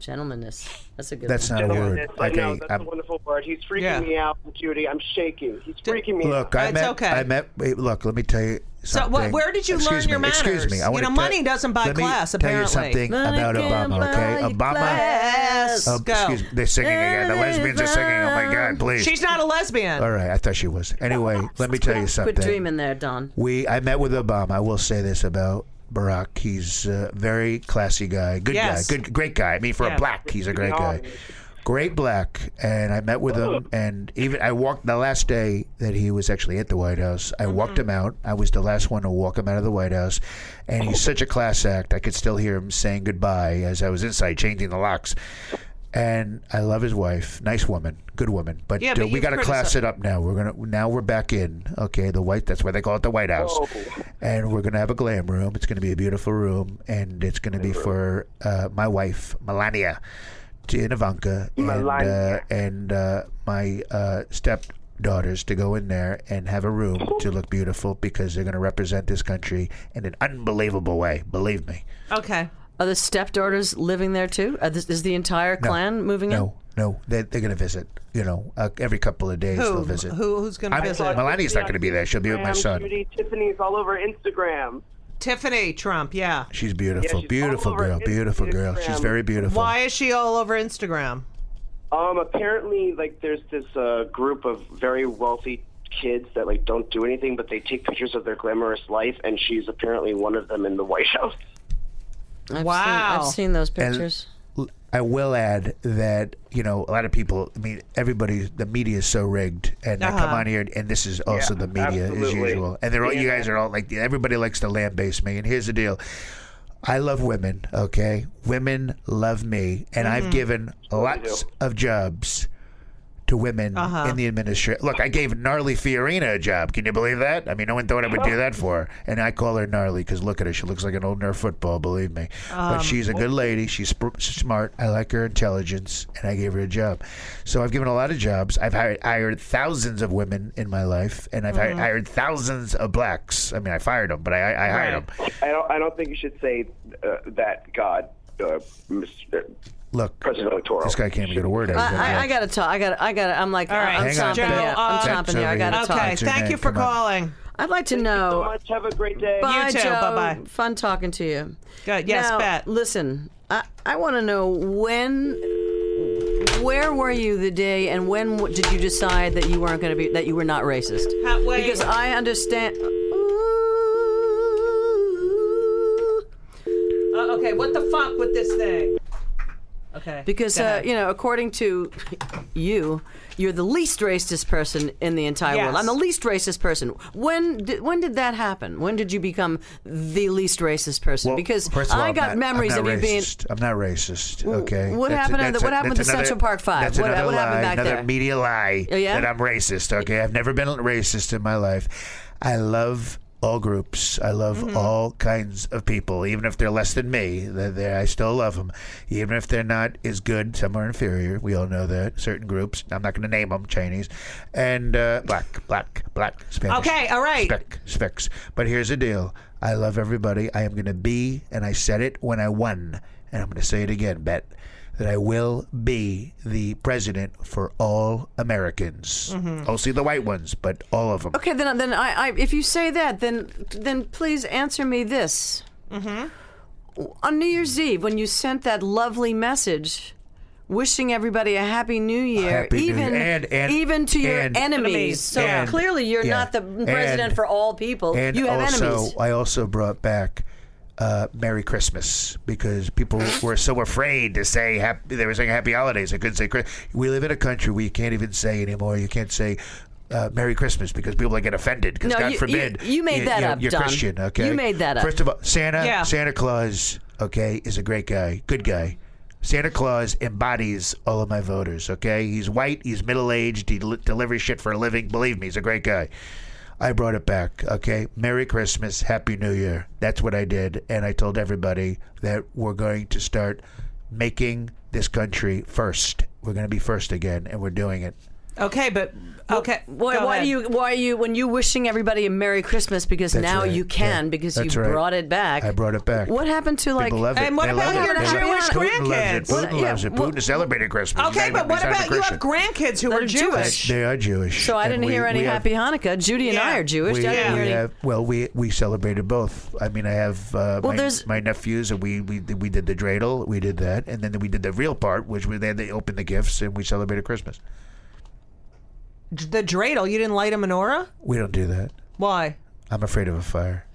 Speaker 3: Gentlemanness. That's a good.
Speaker 4: That's
Speaker 3: one.
Speaker 4: not a word.
Speaker 7: Yes, I
Speaker 4: Like
Speaker 7: know
Speaker 4: a,
Speaker 7: that's
Speaker 4: I'm-
Speaker 7: a wonderful word. He's freaking
Speaker 2: Yeah.
Speaker 7: me out, Judy. I'm shaking. He's freaking me out.
Speaker 4: look, I
Speaker 2: It's
Speaker 4: met.
Speaker 2: okay.
Speaker 4: I met. wait, Look, let me tell you
Speaker 2: So,
Speaker 4: something.
Speaker 2: what- where did you learn
Speaker 4: Excuse
Speaker 2: your
Speaker 4: me, Excuse
Speaker 2: manners?
Speaker 4: me. I
Speaker 2: You
Speaker 4: wanna
Speaker 2: know,
Speaker 4: tell-
Speaker 2: money doesn't buy
Speaker 4: let me
Speaker 2: class,
Speaker 4: Tell you
Speaker 2: apparently.
Speaker 4: something about
Speaker 3: Money can
Speaker 4: Obama. Okay,
Speaker 3: buy you
Speaker 4: Obama.
Speaker 3: class.
Speaker 4: Oh,
Speaker 2: Go.
Speaker 4: excuse me. They're singing again. The lesbians are singing. Oh my God! Please.
Speaker 2: She's not a lesbian.
Speaker 4: All right, I thought she was. Anyway, let me tell you something.
Speaker 3: Quit dreaming there, Don.
Speaker 4: We I met with Obama. I will say this about Barack. He's a very classy guy. Good
Speaker 2: Yes.
Speaker 4: guy. Good great guy. I mean for
Speaker 2: Yeah.
Speaker 4: a black, he's a great guy. Great black. And I met with
Speaker 2: Oh.
Speaker 4: him and even I walked the last day that he was actually at the White House.
Speaker 2: Mm-hmm.
Speaker 4: I walked him out. I was the last one to walk him out of the White House. And he's such a class act. I could still hear him saying goodbye as I was inside changing the locks. And I love his wife. Nice woman. Good woman. But,
Speaker 2: Yeah,
Speaker 4: uh,
Speaker 2: but
Speaker 4: we
Speaker 2: you've
Speaker 4: got to class
Speaker 2: criticized-
Speaker 4: it up now. We're gonna now we're back in. Okay, the white. That's why they call it the White House. And we're gonna have a glam room. It's gonna be a beautiful room, and it's gonna be for uh, my wife Melania, to- and Ivanka, and
Speaker 7: Melania.
Speaker 4: Uh, and uh, my uh, stepdaughters to go in there and have a room to look beautiful because they're going to represent this country in an unbelievable way. Believe me.
Speaker 2: Okay.
Speaker 3: Are the stepdaughters living there too? Are this, is the entire clan moving in?
Speaker 4: No, no, they they're going to visit. You know, uh, every couple of days
Speaker 2: Who?
Speaker 4: they'll visit.
Speaker 2: who who's going to
Speaker 4: I'm,
Speaker 2: visit?
Speaker 4: Melania's not going to be there. She'll be with my
Speaker 7: Instagram,
Speaker 4: son.
Speaker 7: Judy, Tiffany's all over Instagram.
Speaker 2: Tiffany Trump. Yeah.
Speaker 4: She's beautiful,
Speaker 7: she's
Speaker 4: beautiful
Speaker 7: all over
Speaker 4: girl, beautiful girl. She's
Speaker 7: Instagram.
Speaker 4: very beautiful.
Speaker 2: Why is she all over Instagram?
Speaker 7: Um, apparently, like there's this uh, group of very wealthy kids that like don't do anything, but they take pictures of their glamorous life, and she's apparently one of them in the White House.
Speaker 3: I've
Speaker 2: Wow.
Speaker 3: Seen, I've seen those
Speaker 4: And
Speaker 3: pictures.
Speaker 4: l- I will add that you know a lot of people. I mean, everybody. The media is so rigged, and I come
Speaker 2: Uh-huh.
Speaker 4: on here, and this is also the media as
Speaker 7: absolutely.
Speaker 4: usual. And they're all you guys are all like everybody likes to lambaste me. And here's the deal. I love women, okay? Women love me, and
Speaker 7: Mm-hmm.
Speaker 4: I've given lots of jobs to women
Speaker 3: Uh-huh.
Speaker 4: in the administration. Look, I gave Gnarly Fiorina a job. Can you believe that? I mean, no one thought I would do that for her. And I call her Gnarly because look at her. She looks like an old Nerf football, believe me.
Speaker 3: Um,
Speaker 4: but she's a good lady. She's sp- smart. I like her intelligence, and I gave her a job. So I've given a lot of jobs. I've hired, hired thousands of women in my life, and I've
Speaker 3: Mm-hmm.
Speaker 4: hired, hired thousands of blacks. I mean, I fired them, but I, I hired
Speaker 2: Right.
Speaker 4: them.
Speaker 7: I don't. I don't think you should say uh, that. God, uh, Mr.
Speaker 4: Look,
Speaker 7: President Toro.
Speaker 4: this guy can't even get a word out.
Speaker 3: I,
Speaker 4: He's got
Speaker 3: Uh, I,
Speaker 4: a
Speaker 3: I
Speaker 4: job.
Speaker 3: gotta talk. I gotta. I gotta. I'm like.
Speaker 2: right,
Speaker 3: I'm
Speaker 4: hang on,
Speaker 3: chomping
Speaker 4: Joe,
Speaker 3: here. I'm
Speaker 2: uh,
Speaker 3: chomping here. I gotta
Speaker 4: That's
Speaker 3: talk.
Speaker 2: Okay.
Speaker 4: It's your
Speaker 2: Thank
Speaker 4: name.
Speaker 2: you for
Speaker 4: Come on.
Speaker 2: calling.
Speaker 3: I'd like to
Speaker 7: So
Speaker 3: know.
Speaker 7: much. Have a great day.
Speaker 3: Bye,
Speaker 2: You too.
Speaker 3: Joe.
Speaker 2: Bye-bye.
Speaker 3: Fun talking to you.
Speaker 2: Good. Yes,
Speaker 3: now,
Speaker 2: Bet.
Speaker 3: Listen, I I want to know when. Where were you the day, and when w- did you decide that you weren't going to be that you were not racist?
Speaker 2: How- wait.
Speaker 3: Because I understand.
Speaker 2: Uh, okay. What the fuck with this thing? Okay.
Speaker 3: Because
Speaker 2: go
Speaker 3: uh,
Speaker 2: ahead.
Speaker 3: you know, according to you, you're the least racist person in the entire world.
Speaker 2: Yes.
Speaker 3: I'm the least racist person. When did when did that happen? When did you become the least racist person?
Speaker 4: Well,
Speaker 3: because
Speaker 4: first of all,
Speaker 3: I
Speaker 4: I'm
Speaker 3: got
Speaker 4: not-
Speaker 3: memories
Speaker 4: I'm
Speaker 3: of
Speaker 4: not
Speaker 3: you being
Speaker 4: racist. I'm not racist. Okay.
Speaker 3: what happened at the- what happened
Speaker 4: that's
Speaker 3: to
Speaker 4: another-
Speaker 3: Central Park Five?
Speaker 4: That's
Speaker 3: What-
Speaker 4: another
Speaker 3: what happened
Speaker 4: lie,
Speaker 3: back
Speaker 4: another
Speaker 3: there?
Speaker 4: media lie
Speaker 3: Oh, yeah?
Speaker 4: that I'm racist. Okay, I've never been racist in my life. I love all groups. I love
Speaker 3: Mm-hmm.
Speaker 4: all kinds of people, even if they're less than me. They're, they're- I still love them, even if they're not as good. Some are inferior. We all know that. Certain groups. I'm not going to name them. Chinese and uh, black, black, black, Spanish.
Speaker 2: Okay, all right.
Speaker 4: Spec, specs. But here's the deal. I love everybody. I am going to be, and I said it when I won, and I'm going to say it again, Bet, that I will be the president for all Americans. Mostly the white ones, but all of them.
Speaker 3: Okay, then then I, I if you say that, then then please answer me this. Mm-hmm. On New Year's Eve, when you sent that lovely message. Wishing everybody a happy New Year,
Speaker 4: Happy New Year.
Speaker 3: even
Speaker 4: And- and-
Speaker 3: even to your
Speaker 4: and-
Speaker 3: enemies.
Speaker 2: Enemies,
Speaker 3: So
Speaker 4: yeah.
Speaker 3: clearly, you're
Speaker 4: Yeah.
Speaker 3: not the president
Speaker 4: And-
Speaker 3: for all people.
Speaker 4: And
Speaker 3: you have
Speaker 4: also, uh,
Speaker 3: enemies.
Speaker 4: I also brought back uh, "Merry Christmas" because people were so afraid to say happy. They were saying "Happy Holidays." They couldn't say. Chris- We live in a country where you can't even say anymore. You can't say. Uh, Merry Christmas, because people get offended. Because
Speaker 3: No,
Speaker 4: God
Speaker 3: you- you-
Speaker 4: forbid,
Speaker 3: you made that up,
Speaker 4: You're
Speaker 3: Don.
Speaker 4: Christian, okay?
Speaker 3: You made that up.
Speaker 4: First of all, Santa,
Speaker 2: Yeah.
Speaker 4: Santa Claus, okay, is a great guy, good guy. Santa Claus embodies all of my voters, okay? He's white, he's middle aged, he li- delivers shit for a living. Believe me, he's a great guy. I brought it back. Okay. Merry Christmas. Happy New Year. That's what I did. And I told everybody that we're going to start making this country first. We're going to be first again, and we're doing it.
Speaker 2: Okay, but okay.
Speaker 3: Why,
Speaker 2: go
Speaker 3: why
Speaker 2: ahead.
Speaker 3: do you? Why are you? When you wishing everybody a Merry Christmas because
Speaker 4: That's
Speaker 3: now
Speaker 4: right.
Speaker 3: you can
Speaker 4: Yeah.
Speaker 3: because
Speaker 4: That's
Speaker 3: you
Speaker 4: right.
Speaker 3: brought it back.
Speaker 4: I brought it back.
Speaker 3: What happened to like?
Speaker 4: People love it.
Speaker 2: And what
Speaker 4: They
Speaker 2: about
Speaker 4: love
Speaker 2: your
Speaker 4: it. They-
Speaker 2: Jewish
Speaker 4: Putin loves it.
Speaker 2: grandkids?
Speaker 4: Putin
Speaker 3: What- yeah,
Speaker 4: loves it.
Speaker 3: what-
Speaker 4: He's celebrating Christmas. He's
Speaker 2: Okay,
Speaker 4: not-
Speaker 2: but what
Speaker 4: he's not a
Speaker 2: about you
Speaker 4: Christian.
Speaker 2: have grandkids who
Speaker 3: That
Speaker 2: are
Speaker 3: are
Speaker 2: Jewish?
Speaker 3: Jewish.
Speaker 4: They are Jewish.
Speaker 3: so I
Speaker 4: and
Speaker 3: didn't
Speaker 4: we-
Speaker 3: hear any
Speaker 4: we have-
Speaker 3: Happy Hanukkah. Judy and I
Speaker 2: Yeah.
Speaker 3: are Jewish.
Speaker 4: We,
Speaker 3: I didn't
Speaker 4: we
Speaker 3: hear any.
Speaker 4: have, well, we we celebrated both. I mean, I have uh,
Speaker 3: Well,
Speaker 4: my,
Speaker 3: there's-
Speaker 4: my nephews, and we, we we did the dreidel, we did that, and then we did the real part, which was then they opened the gifts and we celebrated Christmas.
Speaker 2: The dreidel. You didn't light a menorah?
Speaker 4: We don't do that.
Speaker 2: Why?
Speaker 4: I'm afraid of a fire.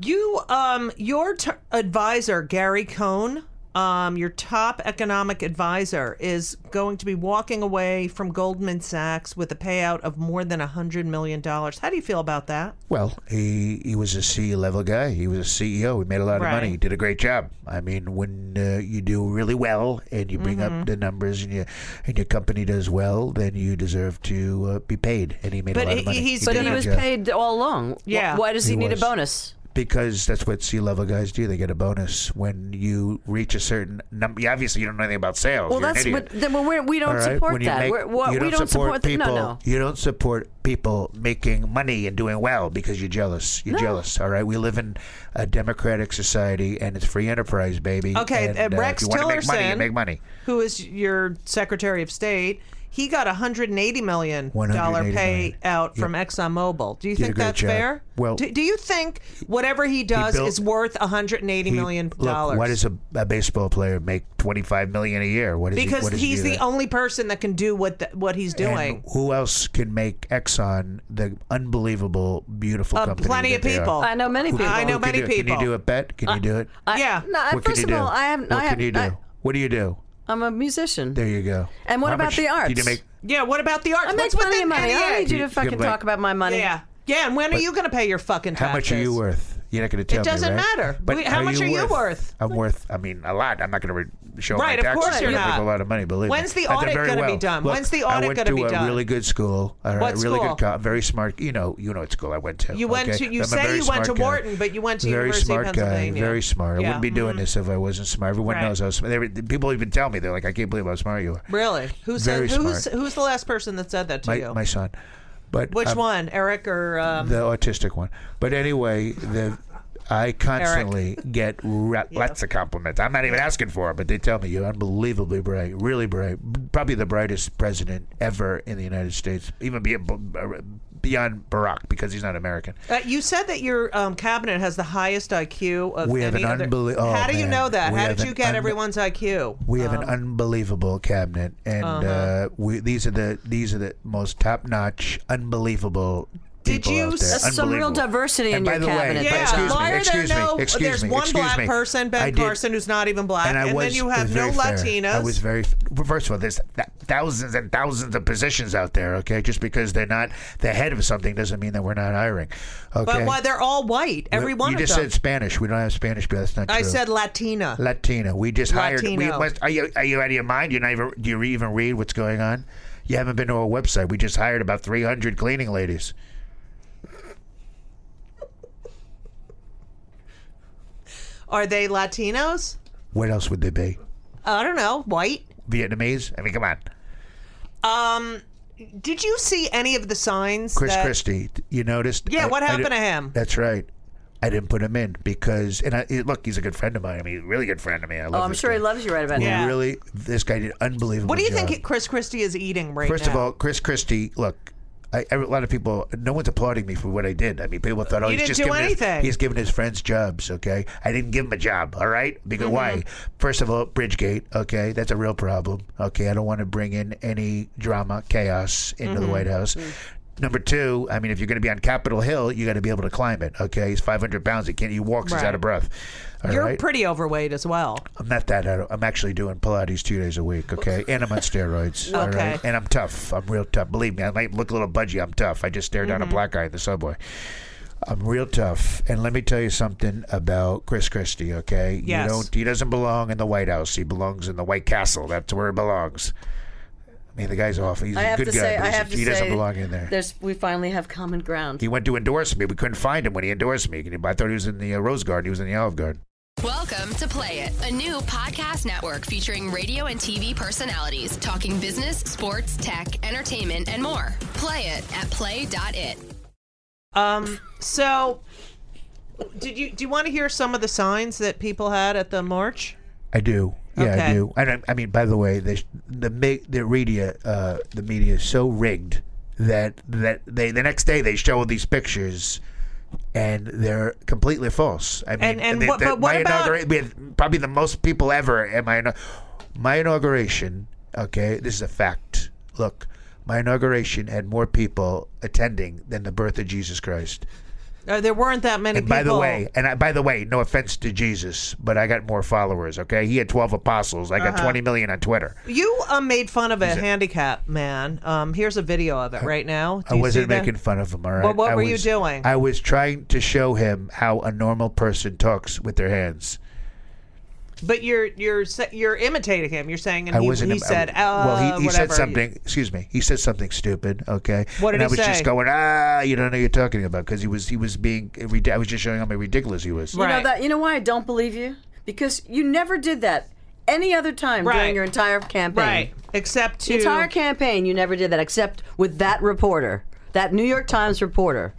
Speaker 2: You, um, your t- advisor Gary Cohn, um, your top economic advisor, is going to be walking away from Goldman Sachs with a payout of more than hundred million dollars. How do you feel about that?
Speaker 4: Well, he he was a C level guy. He was a CEO. He made a lot
Speaker 2: Right.
Speaker 4: of money. He did a great job. I mean, when uh, you do really well and you bring up the numbers and you and your company does well, then you deserve to uh, be paid. And he made
Speaker 2: But
Speaker 4: a lot
Speaker 2: he-
Speaker 4: of money.
Speaker 2: he's
Speaker 4: did
Speaker 3: But
Speaker 4: a
Speaker 3: he
Speaker 4: good
Speaker 3: was
Speaker 4: job.
Speaker 3: paid all along. Wh-
Speaker 2: Yeah.
Speaker 3: Why does he,
Speaker 4: He
Speaker 3: need
Speaker 4: was.
Speaker 3: a bonus?
Speaker 4: because that's what sea level guys do. They get a bonus when you reach a certain number. Obviously, you don't know anything about sales.
Speaker 3: Well,
Speaker 4: You're an
Speaker 3: that's
Speaker 4: idiot.
Speaker 3: what. Then when we're, we don't
Speaker 4: All right?
Speaker 3: support
Speaker 4: When you
Speaker 3: that.
Speaker 4: make-
Speaker 3: we're, what,
Speaker 4: you
Speaker 3: we
Speaker 4: don't support
Speaker 3: that.
Speaker 4: people.
Speaker 3: No, no.
Speaker 4: You don't support people making money and doing well because you're jealous. You're jealous. All right, we live in a democratic society and it's free enterprise, baby.
Speaker 2: Okay,
Speaker 4: and,
Speaker 2: uh, Rex
Speaker 4: if you want to make money, you
Speaker 2: Tillerson-
Speaker 4: make money.
Speaker 2: Who is your Secretary of State? He got a hundred and eighty million dollar
Speaker 4: $180 million.
Speaker 2: payout from ExxonMobil. Do you
Speaker 4: Did a
Speaker 2: think
Speaker 4: great
Speaker 2: that's
Speaker 4: job.
Speaker 2: fair?
Speaker 4: Well-
Speaker 2: do, do you think whatever he does
Speaker 4: built-
Speaker 2: is worth a hundred and eighty
Speaker 4: He-
Speaker 2: million
Speaker 4: look,
Speaker 2: dollars?
Speaker 4: Why does a, a baseball player make twenty five million a year? What is he,
Speaker 2: because
Speaker 4: what does he
Speaker 2: he's
Speaker 4: do
Speaker 2: the
Speaker 4: that?
Speaker 2: only person that can do what the, what he's doing.
Speaker 4: And who else can make Exxon the unbelievable, beautiful
Speaker 2: Uh,
Speaker 4: company?
Speaker 2: plenty
Speaker 4: that
Speaker 2: of
Speaker 4: they are?
Speaker 2: people.
Speaker 3: I know many people.
Speaker 2: I know
Speaker 4: Who can
Speaker 2: many
Speaker 4: do it? Can
Speaker 2: people.
Speaker 4: you do a bet? Can you do it?
Speaker 3: I-
Speaker 2: Yeah.
Speaker 3: No, I-
Speaker 4: what
Speaker 3: first
Speaker 4: can you
Speaker 3: of
Speaker 4: do?
Speaker 3: all, I haven't.
Speaker 4: What
Speaker 3: I
Speaker 4: can you
Speaker 3: haven't.
Speaker 4: do?
Speaker 3: I,
Speaker 4: what do you do?
Speaker 3: I'm a musician.
Speaker 4: There you go.
Speaker 3: And what
Speaker 4: How
Speaker 3: about
Speaker 4: much
Speaker 3: the
Speaker 4: Did you
Speaker 3: arts?
Speaker 4: make?
Speaker 2: yeah, what about the arts?
Speaker 3: I
Speaker 2: What's
Speaker 3: make
Speaker 2: with
Speaker 3: plenty
Speaker 2: the
Speaker 3: of money. I don't
Speaker 2: NEA?
Speaker 3: need you
Speaker 4: You-
Speaker 3: to fucking
Speaker 4: you-
Speaker 3: talk about my money.
Speaker 2: Yeah, yeah. And when are you going to pay your fucking taxes?
Speaker 4: How much are you worth? You're not going to tell me.
Speaker 2: doesn't
Speaker 4: right?
Speaker 2: matter. We- how much are you worth?
Speaker 4: I'm worth. I mean, a lot. I'm not going to re- show
Speaker 2: Right, of
Speaker 4: my taxes.
Speaker 2: course you're
Speaker 4: I make
Speaker 2: not.
Speaker 4: a lot of money. Believe
Speaker 2: When's
Speaker 4: me.
Speaker 2: the
Speaker 4: I did
Speaker 2: audit
Speaker 4: very
Speaker 2: gonna be
Speaker 4: well.
Speaker 2: done?
Speaker 4: Look,
Speaker 2: When's the
Speaker 4: I
Speaker 2: audit
Speaker 4: went
Speaker 2: gonna
Speaker 4: to
Speaker 2: be
Speaker 4: a
Speaker 2: done?
Speaker 4: really good school. All right,
Speaker 2: What
Speaker 4: really
Speaker 2: school?
Speaker 4: good. Co- very smart. You know, you know what school I went to.
Speaker 2: You went
Speaker 4: okay?
Speaker 2: to- you
Speaker 4: I'm a
Speaker 2: say
Speaker 4: very
Speaker 2: you went
Speaker 4: smart
Speaker 2: to
Speaker 4: guy.
Speaker 2: Wharton, but you went to
Speaker 4: very
Speaker 2: University of
Speaker 4: smart
Speaker 2: Pennsylvania.
Speaker 4: Guy, very smart.
Speaker 2: Yeah. Mm-hmm.
Speaker 4: I wouldn't be doing this if I wasn't smart. Everyone
Speaker 2: Right.
Speaker 4: knows I was smart. They were- People even tell me they're like, I can't believe how smart you are.
Speaker 2: Really? Who said?
Speaker 4: Very
Speaker 2: Who's
Speaker 4: smart.
Speaker 2: who's the last person that said that to
Speaker 4: My,
Speaker 2: you?
Speaker 4: my son, but
Speaker 2: Which
Speaker 4: um,
Speaker 2: one, Eric or? Um,
Speaker 4: the autistic one. But anyway, the I constantly get ra- lots of compliments. I'm not even asking for it, but they tell me you're unbelievably bright, really bright, probably the brightest president ever in the United States, even be- beyond Barack because he's not American.
Speaker 2: uh, you said that your um, cabinet has the highest IQ of
Speaker 4: We have
Speaker 2: any
Speaker 4: an
Speaker 2: other.
Speaker 4: unbelie- oh,
Speaker 2: How do you
Speaker 4: man.
Speaker 2: know that?
Speaker 4: We
Speaker 2: How
Speaker 4: have
Speaker 2: did you
Speaker 4: an
Speaker 2: get
Speaker 4: unbe-
Speaker 2: everyone's IQ?
Speaker 4: We have an unbelievable cabinet, and
Speaker 2: Uh-huh.
Speaker 4: uh we, these are the these are the most top notch, unbelievable.
Speaker 2: Did
Speaker 4: people
Speaker 2: you
Speaker 4: out there.
Speaker 2: s-
Speaker 3: That's some real
Speaker 4: Unbelievable.
Speaker 3: diversity
Speaker 4: and
Speaker 3: in
Speaker 4: by
Speaker 3: your
Speaker 4: the
Speaker 3: cabinet, by
Speaker 4: Way, but
Speaker 3: the
Speaker 2: Yeah,
Speaker 4: excuse
Speaker 2: why
Speaker 4: me,
Speaker 2: are there
Speaker 4: excuse me,
Speaker 2: no?
Speaker 4: excuse
Speaker 2: there's
Speaker 4: me,
Speaker 2: one
Speaker 4: excuse
Speaker 2: black
Speaker 4: me.
Speaker 2: person,
Speaker 4: I
Speaker 2: Ben
Speaker 4: did-
Speaker 2: Carson, who's not even black,
Speaker 4: and I was
Speaker 2: then you
Speaker 4: was
Speaker 2: have no
Speaker 4: very fair.
Speaker 2: Latinos.
Speaker 4: I was very well, first of all, there's th- thousands and thousands of positions out there. Okay, just because they're not the head of something doesn't mean that we're not hiring. Okay,
Speaker 2: But why they're all white? Every one
Speaker 4: you
Speaker 2: of
Speaker 4: just
Speaker 2: them.
Speaker 4: said Spanish. We don't have Spanish, but that's not
Speaker 2: I
Speaker 4: true.
Speaker 2: said Latina.
Speaker 4: Latina. We just hired. We
Speaker 2: Latino.
Speaker 4: must, are you are you out of your mind? You're not even, do you even read what's going on? You haven't been to our website. We just hired about 300 cleaning ladies.
Speaker 2: Are they Latinos?
Speaker 4: What else would they be?
Speaker 2: I don't know. White.
Speaker 4: Vietnamese? I mean, come on.
Speaker 2: Did you see any of the signs?
Speaker 4: Chris
Speaker 2: that-
Speaker 4: Christie, you noticed?
Speaker 2: Yeah, what happened
Speaker 4: di-
Speaker 2: to him?
Speaker 4: That's right. I didn't put him in because, and I, it- look, he's a good friend of mine. I mean, really good friend of mine. I love
Speaker 3: Oh, I'm
Speaker 4: this
Speaker 3: sure
Speaker 4: guy.
Speaker 3: he loves you right about
Speaker 4: Who
Speaker 3: now.
Speaker 2: Yeah.
Speaker 4: Really, this guy did unbelievable.
Speaker 2: What do you
Speaker 4: job.
Speaker 2: think Chris Christie is eating right
Speaker 4: uh, First
Speaker 2: now?
Speaker 4: of all, Chris Christie, look, I, I- a lot of people, no one's applauding me for what I did. I mean, people thought, oh,
Speaker 2: You
Speaker 4: he's
Speaker 2: didn't
Speaker 4: just
Speaker 2: do
Speaker 4: giving
Speaker 2: anything.
Speaker 4: His, he's giving his friends jobs, okay? I didn't give him a job, all right? Because
Speaker 2: Mm-hmm.
Speaker 4: why? First of all, Bridgegate, okay? That's a real problem, okay? I don't want to bring in any drama, chaos into
Speaker 2: Mm-hmm.
Speaker 4: the White House.
Speaker 2: Mm.
Speaker 4: Number two, I mean, if you're going to be on Capitol Hill, you got to be able to climb it. Okay, he's 500 pounds. He can't. He walks. He's
Speaker 2: Right.
Speaker 4: out of breath. All
Speaker 2: you're
Speaker 4: right?
Speaker 2: pretty overweight as well.
Speaker 4: I'm not that. out of- I'm actually doing Pilates two days a week, okay? And I'm on steroids, all
Speaker 2: Okay.
Speaker 4: right? And I'm tough. I'm real tough. Believe me, I might look a little budgy. I'm tough. I just stared
Speaker 3: Mm-hmm.
Speaker 4: down a black guy in the subway. I'm real tough. And let me tell you something about Chris Christie, okay?
Speaker 2: Yes.
Speaker 4: You don't, he doesn't belong in the White House. He belongs in the White Castle. That's where he belongs. I mean, the guy's off. He's
Speaker 3: I
Speaker 4: a
Speaker 3: have
Speaker 4: good
Speaker 3: to
Speaker 4: guy,
Speaker 3: say,
Speaker 4: but
Speaker 3: I
Speaker 4: he's-
Speaker 3: have to
Speaker 4: he
Speaker 3: say,
Speaker 4: doesn't belong in there.
Speaker 3: There's, we finally have common ground.
Speaker 4: He went to endorse me. We couldn't find him when he endorsed me. I thought he was in the uh, Rose Garden. He was in the Olive Garden.
Speaker 8: Welcome to Play It, a new podcast network featuring radio and TV personalities talking business, sports, tech, entertainment, and more. Play it at play.it.
Speaker 2: Um, so did you do you want to hear some of the signs that people had at the march?
Speaker 4: I do. Yeah,
Speaker 2: Okay.
Speaker 4: I do. And I, I mean, by the way, the the mi- the media uh, the media is so rigged that that they the next day they show these pictures. And they're completely false. I mean,
Speaker 2: And- and
Speaker 4: the-
Speaker 2: what-
Speaker 4: the-
Speaker 2: but what
Speaker 4: my
Speaker 2: about-
Speaker 4: inaugura- we had probably the most people ever at my ina- my inauguration. Okay, this is a fact. Look, my inauguration had more people attending than the birth of Jesus Christ.
Speaker 2: Uh, there weren't that many
Speaker 4: And
Speaker 2: people.
Speaker 4: by the way, and I, by the way, no offense to Jesus, but I got more followers. Okay, he had twelve apostles. I got
Speaker 2: Uh-huh.
Speaker 4: twenty million on Twitter.
Speaker 2: you um, made fun of a handicap man. Um, here's a video of it right now. Do
Speaker 4: I
Speaker 2: you
Speaker 4: wasn't
Speaker 2: see that?
Speaker 4: making fun of him. All right.
Speaker 2: Well, what
Speaker 4: I
Speaker 2: were you
Speaker 4: was-
Speaker 2: doing?
Speaker 4: I was trying to show him how a normal person talks with their hands.
Speaker 2: But you're you're sa- you're imitating him. You're saying, and
Speaker 4: I
Speaker 2: he,
Speaker 4: wasn't.
Speaker 2: he
Speaker 4: I-
Speaker 2: said, uh,
Speaker 4: well, he, he said
Speaker 2: whatever.
Speaker 4: something. Excuse me. He said something stupid. Okay.
Speaker 2: What did
Speaker 4: and I
Speaker 2: he
Speaker 4: was
Speaker 2: say?
Speaker 4: just going, ah, you don't know what you're talking about because he was he was being. rid- I was just showing him how ridiculous he was.
Speaker 2: Right.
Speaker 3: You know that. You know why I don't believe you? Because you never did that any other time
Speaker 2: Right.
Speaker 3: during your entire campaign.
Speaker 2: right? Except to
Speaker 3: The entire campaign, you never did that except with that reporter, that New York Times reporter.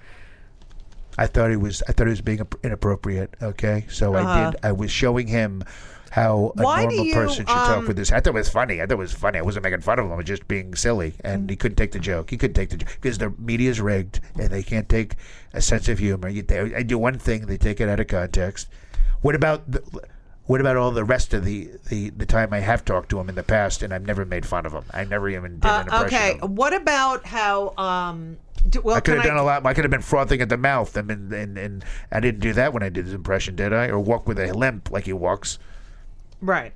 Speaker 4: I thought he was. I thought he was being ap- inappropriate. Okay, so I did. I was showing him how a
Speaker 2: Uh-huh. Why do
Speaker 4: normal
Speaker 2: you,
Speaker 4: person should
Speaker 2: um,
Speaker 4: talk with his. I thought it was funny. I thought it was funny. I wasn't making fun of him. I was just being silly, and he couldn't take the joke. He couldn't take the joke because the media's rigged, and they can't take a sense of humor. You, they, I do one thing, they take it out of context. What about the? What about all the rest of the, the, the time I have talked to him in the past and I've never made fun of him? I never even did an impression.
Speaker 2: Uh, okay.
Speaker 4: of him.
Speaker 2: What about how? Um, d- well,
Speaker 4: I could
Speaker 2: can
Speaker 4: have done
Speaker 2: I,
Speaker 4: a lot. I could have been frothing at the mouth, and and, and and I didn't do that when I did this impression, did I? Or walk with a limp like he walks.
Speaker 2: Right.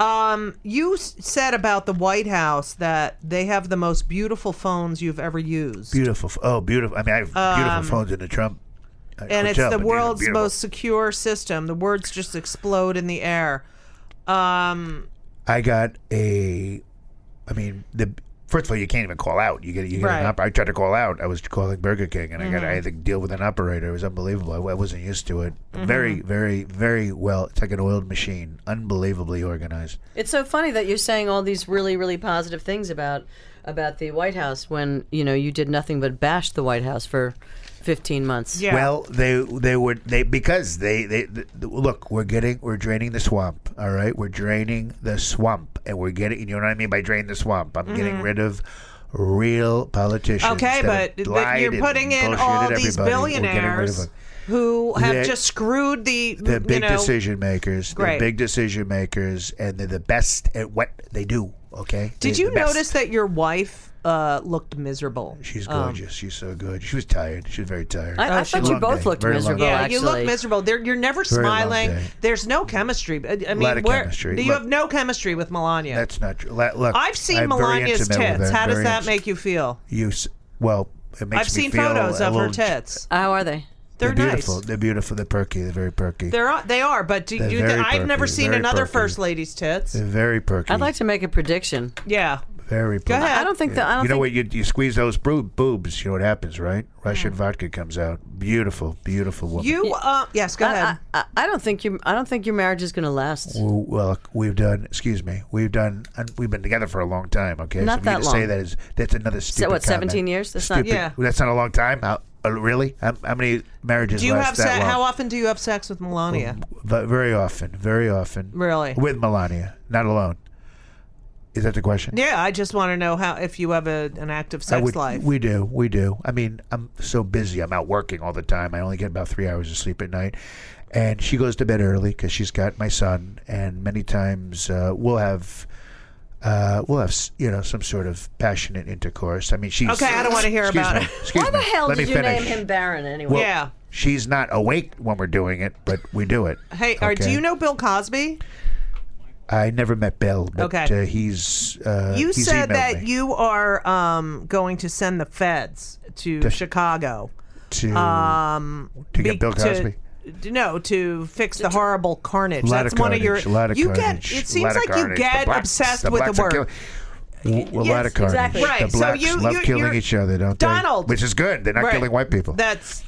Speaker 2: Um, you s- said about the White House that they have the most beautiful phones you've ever used.
Speaker 4: Beautiful. f- Oh, beautiful. I mean, I have beautiful phones in the Trump. uh,
Speaker 2: and it's
Speaker 4: hotel,
Speaker 2: the
Speaker 4: but these are
Speaker 2: world's
Speaker 4: beautiful.
Speaker 2: most secure system. The words just explode in the air. Um,
Speaker 4: I got a. I mean, the first of all, you can't even call out. You get you get
Speaker 2: Right.
Speaker 4: an op- I tried to call out. I was calling Burger King, and I got I had to deal with an operator. It was unbelievable. I, I wasn't used to it. Very, very, very well. It's like an oiled machine. Unbelievably organized.
Speaker 3: It's so funny that you're saying all these really, really positive things about about the White House when you know you did nothing but bash the White House for 15 months.
Speaker 2: yeah.
Speaker 4: Well, they they would they because they they th th- look. We're getting we're draining the swamp. All right, we're draining the swamp, and we're getting. You know what I mean by drain the swamp? I'm getting rid of real politicians.
Speaker 2: Mm-hmm. okay,
Speaker 4: that have
Speaker 2: but, but
Speaker 4: lied
Speaker 2: you're
Speaker 4: and
Speaker 2: putting in
Speaker 4: bullshitted
Speaker 2: all these
Speaker 4: everybody. We're getting rid of
Speaker 2: billionaires
Speaker 4: them.
Speaker 2: who have
Speaker 4: They're-
Speaker 2: just screwed the,
Speaker 4: They're
Speaker 2: you
Speaker 4: big
Speaker 2: know,
Speaker 4: decision makers.
Speaker 2: Great.
Speaker 4: They're big decision makers, and they're the best at what they do. Okay.
Speaker 2: Did
Speaker 4: They're
Speaker 2: you
Speaker 4: the best.
Speaker 2: notice that Oh. your wife uh, looked miserable?
Speaker 4: She's gorgeous. She's so good. She was tired. She was very tired.
Speaker 3: I, I thought you
Speaker 4: long
Speaker 3: both
Speaker 4: day.
Speaker 3: looked
Speaker 4: Very long
Speaker 3: miserable.
Speaker 4: day.
Speaker 2: Yeah,
Speaker 3: actually.
Speaker 2: you look miserable. There, you're never
Speaker 4: Very long
Speaker 2: smiling.
Speaker 4: day.
Speaker 2: There's no chemistry. I, I mean,
Speaker 4: Lot of
Speaker 2: where,
Speaker 4: chemistry.
Speaker 2: you
Speaker 4: Look-
Speaker 2: have no chemistry with Melania.
Speaker 4: That's not true. La- Look,
Speaker 2: I've seen
Speaker 4: I'm very
Speaker 2: Melania's
Speaker 4: intimate with
Speaker 2: tits.
Speaker 4: her.
Speaker 2: How does
Speaker 4: Very
Speaker 2: that
Speaker 4: inti-
Speaker 2: make you feel?
Speaker 4: you s- well it makes
Speaker 2: I've
Speaker 4: me
Speaker 2: seen
Speaker 4: feel
Speaker 2: photos
Speaker 4: a
Speaker 2: of her
Speaker 4: little-
Speaker 2: tits.
Speaker 3: How are they?
Speaker 2: They're,
Speaker 4: beautiful
Speaker 2: nice.
Speaker 4: they're beautiful they're perky they're very perky they're,
Speaker 2: They're are, they are, but do,
Speaker 4: They're
Speaker 2: you th-
Speaker 4: very
Speaker 2: I've never
Speaker 4: perky,
Speaker 2: seen
Speaker 4: very
Speaker 2: another
Speaker 4: perky.
Speaker 2: first lady's tits.
Speaker 4: very perky
Speaker 3: I'd like to make a prediction.
Speaker 2: Yeah.
Speaker 4: very perky
Speaker 2: ahead.
Speaker 3: I don't think that. I don't
Speaker 4: you know
Speaker 3: think
Speaker 4: what you, you squeeze those boo- boobs you know what happens right russian vodka comes out beautiful beautiful woman
Speaker 2: Hmm. You uh yes, go ahead.
Speaker 3: I, I, I don't think your I don't think your marriage is going to last.
Speaker 4: Well, well, we've done. Excuse me, we've done. and We've been together for a long time. Okay,
Speaker 3: Not
Speaker 4: so for
Speaker 3: that
Speaker 4: you to say
Speaker 3: long.
Speaker 4: that is that's another stupid.
Speaker 3: what, 17
Speaker 4: comment.
Speaker 3: years? That's not-
Speaker 4: stupid.
Speaker 2: Yeah.
Speaker 4: that's not a long time. How, uh, really? How, how many marriages
Speaker 2: do you
Speaker 4: last
Speaker 2: have
Speaker 4: that
Speaker 2: sex?
Speaker 4: long?
Speaker 2: How often do you have sex with Melania?
Speaker 4: But very often, very often.
Speaker 2: Really?
Speaker 4: With Melania, not alone. Is that the question?
Speaker 2: yeah, I just want to know how if you have a, an active
Speaker 4: I
Speaker 2: sex
Speaker 4: would-
Speaker 2: life.
Speaker 4: We do, we do. I mean, I'm so busy. I'm out working all the time. I only get about three hours of sleep at night. And she goes to bed early because she's got my son. And many times uh, we'll have. Uh, we'll have s- you know some sort of passionate intercourse. I mean, she's
Speaker 2: Okay, I don't wanna hear
Speaker 4: Excuse
Speaker 2: about
Speaker 4: me,
Speaker 2: it.
Speaker 4: Excuse
Speaker 3: Why the
Speaker 4: me.
Speaker 3: hell
Speaker 4: Let
Speaker 3: did
Speaker 4: me
Speaker 3: you
Speaker 4: finish.
Speaker 3: name him Baron anyway?
Speaker 4: Well,
Speaker 2: yeah.
Speaker 4: She's not awake when we're doing it, but we do it.
Speaker 2: Hey, are, do
Speaker 4: okay? Uh,
Speaker 2: you know Bill Cosby?
Speaker 4: I never met Bill, but
Speaker 2: Okay.
Speaker 4: uh, he's. Uh,
Speaker 2: You
Speaker 4: he's
Speaker 2: said
Speaker 4: emailed
Speaker 2: that
Speaker 4: me
Speaker 2: you are um, going to send the feds to Chicago
Speaker 4: to
Speaker 2: um,
Speaker 4: to get
Speaker 2: be-
Speaker 4: Bill Cosby.
Speaker 2: To, no, to fix the horrible carnage.
Speaker 4: lot
Speaker 2: That's
Speaker 4: of
Speaker 2: one of your.
Speaker 4: carnage, a lot of
Speaker 2: you
Speaker 4: carnage,
Speaker 2: get. It
Speaker 4: lot
Speaker 2: seems
Speaker 4: of
Speaker 2: like you
Speaker 4: carnage. The
Speaker 2: get
Speaker 4: blacks-
Speaker 2: obsessed
Speaker 4: the
Speaker 2: with the
Speaker 4: blacks are
Speaker 2: word.
Speaker 4: killing- W- a lot of carnage.
Speaker 9: exactly.
Speaker 2: Right,
Speaker 4: The
Speaker 2: so
Speaker 4: blacks
Speaker 2: you-
Speaker 4: love
Speaker 2: you're-
Speaker 4: killing
Speaker 2: you're-
Speaker 4: each other, don't
Speaker 2: Donald!
Speaker 4: they? Which is good. They're not
Speaker 2: Right.
Speaker 4: killing white people.
Speaker 2: That's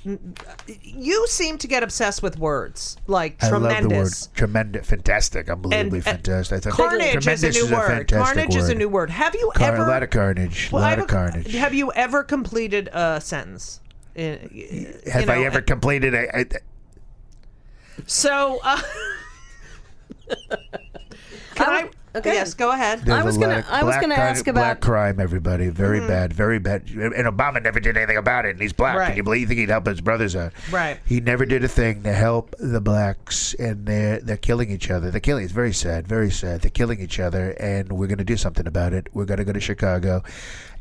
Speaker 2: you seem to get obsessed with words like
Speaker 4: I
Speaker 2: tremendous.
Speaker 4: love the word tremendous, fantastic, unbelievably
Speaker 2: And- and
Speaker 4: fantastic. I thought
Speaker 2: Carnage is
Speaker 4: tremendous
Speaker 2: a new word.
Speaker 4: fantastic
Speaker 2: Carnage is a
Speaker 4: word.
Speaker 2: new word. Have you
Speaker 4: Car-
Speaker 2: ever
Speaker 4: a lot of carnage.
Speaker 2: Well,
Speaker 4: a
Speaker 2: I
Speaker 4: lot
Speaker 2: have
Speaker 4: of carnage.
Speaker 2: Have you ever completed a sentence? Uh, you
Speaker 4: Have I
Speaker 2: know,
Speaker 4: ever completed a, a
Speaker 2: So, uh, can I?
Speaker 9: okay.
Speaker 2: Yes, go ahead.
Speaker 4: There's
Speaker 3: I was
Speaker 4: a
Speaker 3: gonna-
Speaker 4: lot of
Speaker 3: I was
Speaker 4: black
Speaker 3: gonna
Speaker 4: crime-
Speaker 3: ask
Speaker 4: black
Speaker 3: about- Mm-hmm.
Speaker 4: crime. Everybody, very bad, very bad. And Obama never did anything about it. And he's black.
Speaker 2: Right.
Speaker 4: Can you believe you think he'd help his brothers out?
Speaker 2: Right.
Speaker 4: He never did a thing to help the blacks, and they're they're killing each other. They're killing. It's very sad. Very sad. They're killing each other, and we're gonna do something about it. We're gonna go to Chicago,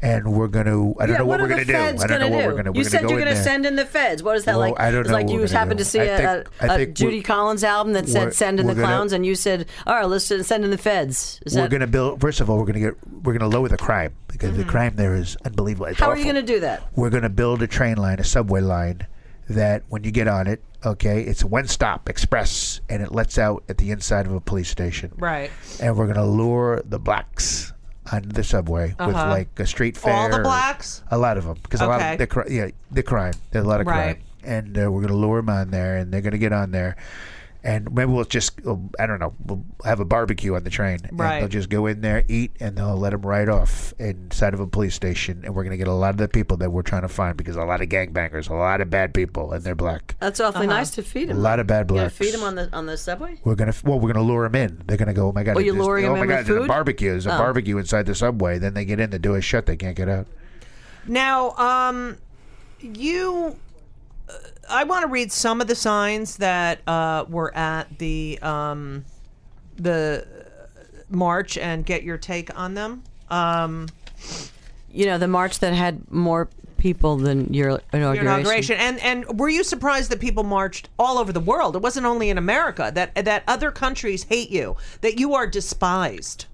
Speaker 4: and we're gonna. I don't
Speaker 3: yeah,
Speaker 4: know
Speaker 3: what,
Speaker 4: what, we're
Speaker 3: are
Speaker 4: gonna
Speaker 3: the
Speaker 4: do.
Speaker 3: feds
Speaker 4: I don't know what
Speaker 3: do?
Speaker 4: we're gonna.
Speaker 3: you
Speaker 4: we're
Speaker 3: said
Speaker 4: gonna
Speaker 3: you're
Speaker 4: go in
Speaker 3: gonna
Speaker 4: there.
Speaker 3: send in the feds. What is that
Speaker 4: Well,
Speaker 3: like?
Speaker 4: I don't
Speaker 3: it's
Speaker 4: know
Speaker 3: like
Speaker 4: what
Speaker 3: you
Speaker 4: we're gonna
Speaker 3: happened
Speaker 4: do.
Speaker 3: to see
Speaker 4: I
Speaker 3: a,
Speaker 4: think-
Speaker 3: a-
Speaker 4: I
Speaker 3: a
Speaker 4: think
Speaker 3: Judy
Speaker 4: we're-
Speaker 3: Collins album that
Speaker 4: we're-
Speaker 3: said "Send in the
Speaker 4: we're gonna-
Speaker 3: Clowns," and you said, "All right, let's just send in the feds." Is
Speaker 4: We're
Speaker 3: that
Speaker 4: gonna build. First of all, we're gonna get. We're gonna lower the crime because the crime there is unbelievable. It's
Speaker 3: Mm-hmm. how are
Speaker 4: awful.
Speaker 3: you gonna do that?
Speaker 4: we're going to build a train line, a subway line, that when you get on it, okay, it's a one stop express and it lets out at the inside of a police station.
Speaker 2: Right.
Speaker 4: And we're going to lure the blacks on the subway with like a street fair.
Speaker 2: Uh-huh. All the
Speaker 4: or-
Speaker 2: blacks?
Speaker 4: A lot of them. Because a lot
Speaker 2: Okay.
Speaker 4: of, they're, cri- yeah, they're crime. There's a lot of
Speaker 2: Right.
Speaker 4: crime. And uh, we're going to lure them on there and they're going to get on there. And maybe we'll just, we'll- I don't know, we'll have a barbecue on the train.
Speaker 2: Right.
Speaker 4: And they'll just go in there, eat, and they'll let them ride off inside of a police station. And we're going to get a lot of the people that we're trying to find because a lot of gangbangers, a lot of bad people, and they're black.
Speaker 3: That's awfully nice to feed
Speaker 4: A
Speaker 3: them.
Speaker 4: lot of bad
Speaker 3: You gonna
Speaker 4: blacks.
Speaker 3: feed them on the on the subway?
Speaker 4: We're gonna well, we're gonna lure them in. They're gonna go. Oh my god!
Speaker 3: Oh, you're
Speaker 4: there's-
Speaker 3: luring 'em
Speaker 4: oh my
Speaker 3: in
Speaker 4: god!
Speaker 3: with
Speaker 4: there's a
Speaker 3: food? Oh.
Speaker 4: barbecue. There's a barbecue inside the subway. Then they get in. The door is shut. They can't get out.
Speaker 2: Now, um, you, uh, I want to read some of the signs that uh, were at the um, the uh, march and get your take on them. Um,
Speaker 3: You know, the march that had more people than your inauguration.
Speaker 2: your inauguration. And and were you surprised that people marched all over the world? It wasn't only in America that that other countries hate you, that you are despised.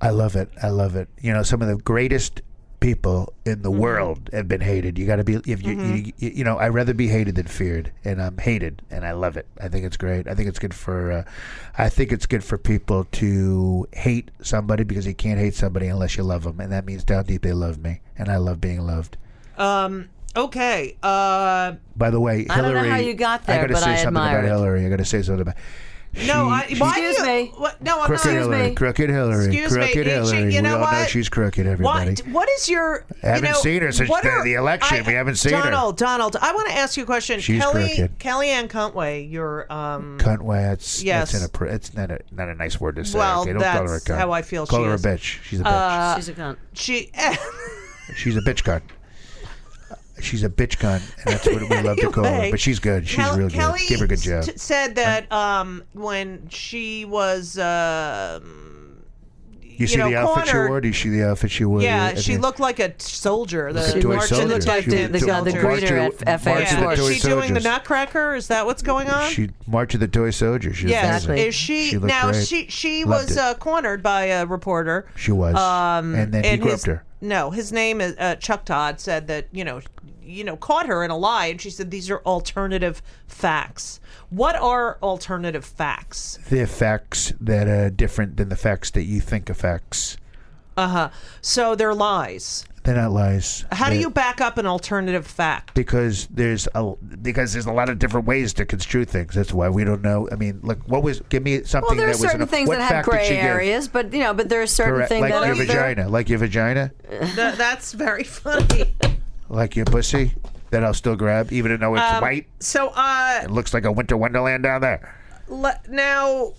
Speaker 4: I love it. I love it. You know, some of the greatest people in
Speaker 3: Mm-hmm.
Speaker 4: the world have been hated. You got to be if you, you, you you know, I'd rather be hated than feared, and I'm hated, and I love it. I think it's great. I think it's good for, uh, I think it's good for people to hate somebody because you can't hate somebody unless you love them, and that means down deep they love me, and I love being loved.
Speaker 2: Okay. Uh,
Speaker 4: By the way,
Speaker 3: I don't
Speaker 4: Hillary,
Speaker 3: know how you got
Speaker 4: I
Speaker 3: there,
Speaker 4: gotta
Speaker 3: but
Speaker 4: say
Speaker 3: I
Speaker 4: something
Speaker 3: admire
Speaker 4: about
Speaker 3: it.
Speaker 4: Hillary. I got to say something about. She-
Speaker 2: no, I,
Speaker 4: she-
Speaker 2: why do
Speaker 3: Excuse
Speaker 2: you,
Speaker 3: me.
Speaker 2: What, no, I'm
Speaker 4: Crooked
Speaker 2: not.
Speaker 4: Hillary,
Speaker 3: me.
Speaker 4: crooked Hillary,
Speaker 2: Excuse me,
Speaker 4: crooked
Speaker 2: she-
Speaker 4: Hillary.
Speaker 2: you
Speaker 4: we
Speaker 2: know
Speaker 4: all know
Speaker 2: what?
Speaker 4: she's crooked.
Speaker 2: Why-
Speaker 4: Everybody.
Speaker 2: what is your?
Speaker 4: I haven't
Speaker 2: you know,
Speaker 4: seen her since
Speaker 2: what
Speaker 4: the-
Speaker 2: are-
Speaker 4: the election.
Speaker 2: I-
Speaker 4: We haven't seen her.
Speaker 2: Donald, Donald, I want to ask you a question.
Speaker 4: She's
Speaker 2: Kelly,
Speaker 4: crooked.
Speaker 2: Kellyanne Conway, your um,
Speaker 4: Cuntway. That's
Speaker 2: Yes.
Speaker 4: That's in a, pr- it's not a not a nice word to say.
Speaker 2: Well,
Speaker 4: okay? don't call her a
Speaker 2: that's
Speaker 4: cunt.
Speaker 2: how I feel
Speaker 4: Call
Speaker 2: she
Speaker 4: her
Speaker 2: is. Uh,
Speaker 4: a bitch. She's a bitch.
Speaker 3: She's a cunt.
Speaker 2: she.
Speaker 4: she's a bitch cunt. She's a bitch cunt, and that's what we love to call her.
Speaker 2: Anyway,
Speaker 4: But she's good. She's
Speaker 2: Kel-
Speaker 4: real
Speaker 2: Kelly
Speaker 4: good. Give her a good job.
Speaker 2: s- said that um, when she was. Uh,
Speaker 4: you see
Speaker 2: know,
Speaker 4: the outfit she
Speaker 2: cornered-
Speaker 4: wore? Do you see the outfit she wore?
Speaker 2: yeah,
Speaker 4: at the-
Speaker 2: she looked like a t- soldier. The
Speaker 4: a toy
Speaker 2: march
Speaker 4: soldier.
Speaker 2: looked like
Speaker 4: She was
Speaker 2: the,
Speaker 4: a
Speaker 3: the
Speaker 4: toy-
Speaker 3: guy- the
Speaker 4: March
Speaker 3: greater
Speaker 4: of-
Speaker 3: at F- FA
Speaker 4: March of the
Speaker 2: Yeah.
Speaker 3: March.
Speaker 2: Is
Speaker 4: Toy
Speaker 2: she doing the
Speaker 4: Soldiers.
Speaker 2: Nutcracker? Is that what's going on?
Speaker 4: She March of the Toy Soldier. She was
Speaker 2: yes.
Speaker 4: amazing.
Speaker 2: Is she,
Speaker 4: looked
Speaker 2: now?
Speaker 4: great.
Speaker 2: She she
Speaker 4: Loved
Speaker 2: was
Speaker 4: it.
Speaker 2: uh, cornered by a reporter.
Speaker 4: She was.
Speaker 2: Um,
Speaker 4: and then he
Speaker 2: and
Speaker 4: groped
Speaker 2: his-
Speaker 4: her.
Speaker 2: No, his name is uh, Chuck Todd. Said that you know, you know, caught her in a lie, and she said these are alternative facts. What are alternative facts?
Speaker 4: The facts that are different than the facts that you think are facts.
Speaker 2: So they're lies.
Speaker 4: They're not lies.
Speaker 2: How do
Speaker 4: They're-
Speaker 2: you back up an alternative fact?
Speaker 4: because there's a because there's a lot of different ways to construe things. That's why we don't know. I mean, look, what was give me something
Speaker 3: Well, there are
Speaker 4: that was
Speaker 3: certain
Speaker 4: enough-
Speaker 3: things
Speaker 4: what
Speaker 3: that have
Speaker 4: fact did
Speaker 3: gray
Speaker 4: she give?
Speaker 3: areas, but you know, but there are certain
Speaker 4: Correct,
Speaker 3: things
Speaker 4: like
Speaker 3: that
Speaker 4: your
Speaker 3: are
Speaker 4: vagina, like your vagina,
Speaker 2: Th- that's very funny.
Speaker 4: like your pussy that I'll still grab even though it's
Speaker 3: Um,
Speaker 4: white.
Speaker 2: So uh,
Speaker 4: It looks like a winter wonderland down there.
Speaker 2: le- now.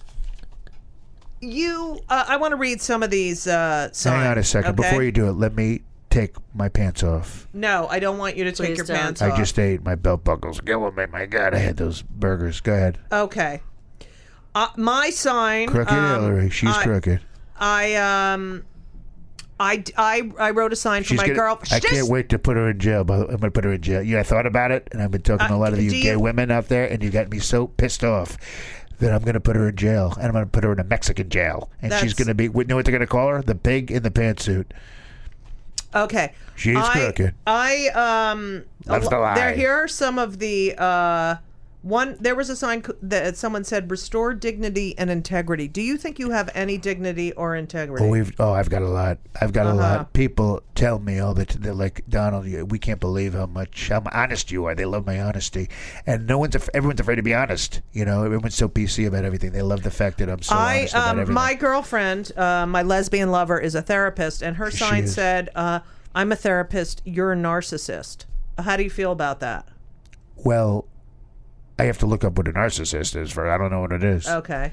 Speaker 2: You, uh, I want to read some of these uh, signs.
Speaker 4: Hang on a second
Speaker 2: okay?
Speaker 4: before you do it. Let me take my pants off.
Speaker 2: No, I don't want you to take
Speaker 3: Please
Speaker 2: your
Speaker 3: don't.
Speaker 2: pants
Speaker 4: I
Speaker 2: off.
Speaker 4: just ate my belt buckles. Killing me. My God, I had those burgers. Go ahead.
Speaker 2: Um, Okay. Uh, my sign.
Speaker 4: Crooked
Speaker 2: um,
Speaker 4: Hillary. She's
Speaker 2: I,
Speaker 4: crooked.
Speaker 2: I um, I I I wrote a sign for
Speaker 4: She's
Speaker 2: my
Speaker 4: gonna-
Speaker 2: girl.
Speaker 4: I
Speaker 2: Just-
Speaker 4: can't wait to put her in jail. by the- I'm gonna put her in jail. Yeah, I thought about it, and I've been talking to a lot of
Speaker 2: Uh, do
Speaker 4: you gay
Speaker 2: you-
Speaker 4: women out there, and you got me so pissed off that I'm gonna put her in jail, and I'm gonna put her in a Mexican jail, and she's
Speaker 2: That's-
Speaker 4: gonna be. You know what they're gonna call her? The pig in the pantsuit.
Speaker 2: Okay.
Speaker 4: She's
Speaker 2: I,
Speaker 4: crooked.
Speaker 2: I um.
Speaker 4: Loves to lie.
Speaker 2: There. Here are some of the uh One, there was a sign c- that someone said, "Restore dignity and integrity." Do you think you have any dignity or integrity?
Speaker 4: Oh, we've oh, I've got a lot. I've got a
Speaker 2: Uh-huh.
Speaker 4: lot. People tell me all the t- they're like Donald. you- We can't believe how much how honest you are. They love my honesty, and no one's af- everyone's afraid to be honest. You know, everyone's so PC about everything. They love the fact that I'm so
Speaker 2: I,
Speaker 4: honest about
Speaker 2: um,
Speaker 4: everything.
Speaker 2: my girlfriend, uh, my lesbian lover, is a therapist, and her sign
Speaker 4: is.
Speaker 2: said, uh, "I'm a therapist. You're a narcissist." How do you feel about that?
Speaker 4: well, I have to look up what a narcissist is for. I don't know what it is.
Speaker 2: Okay.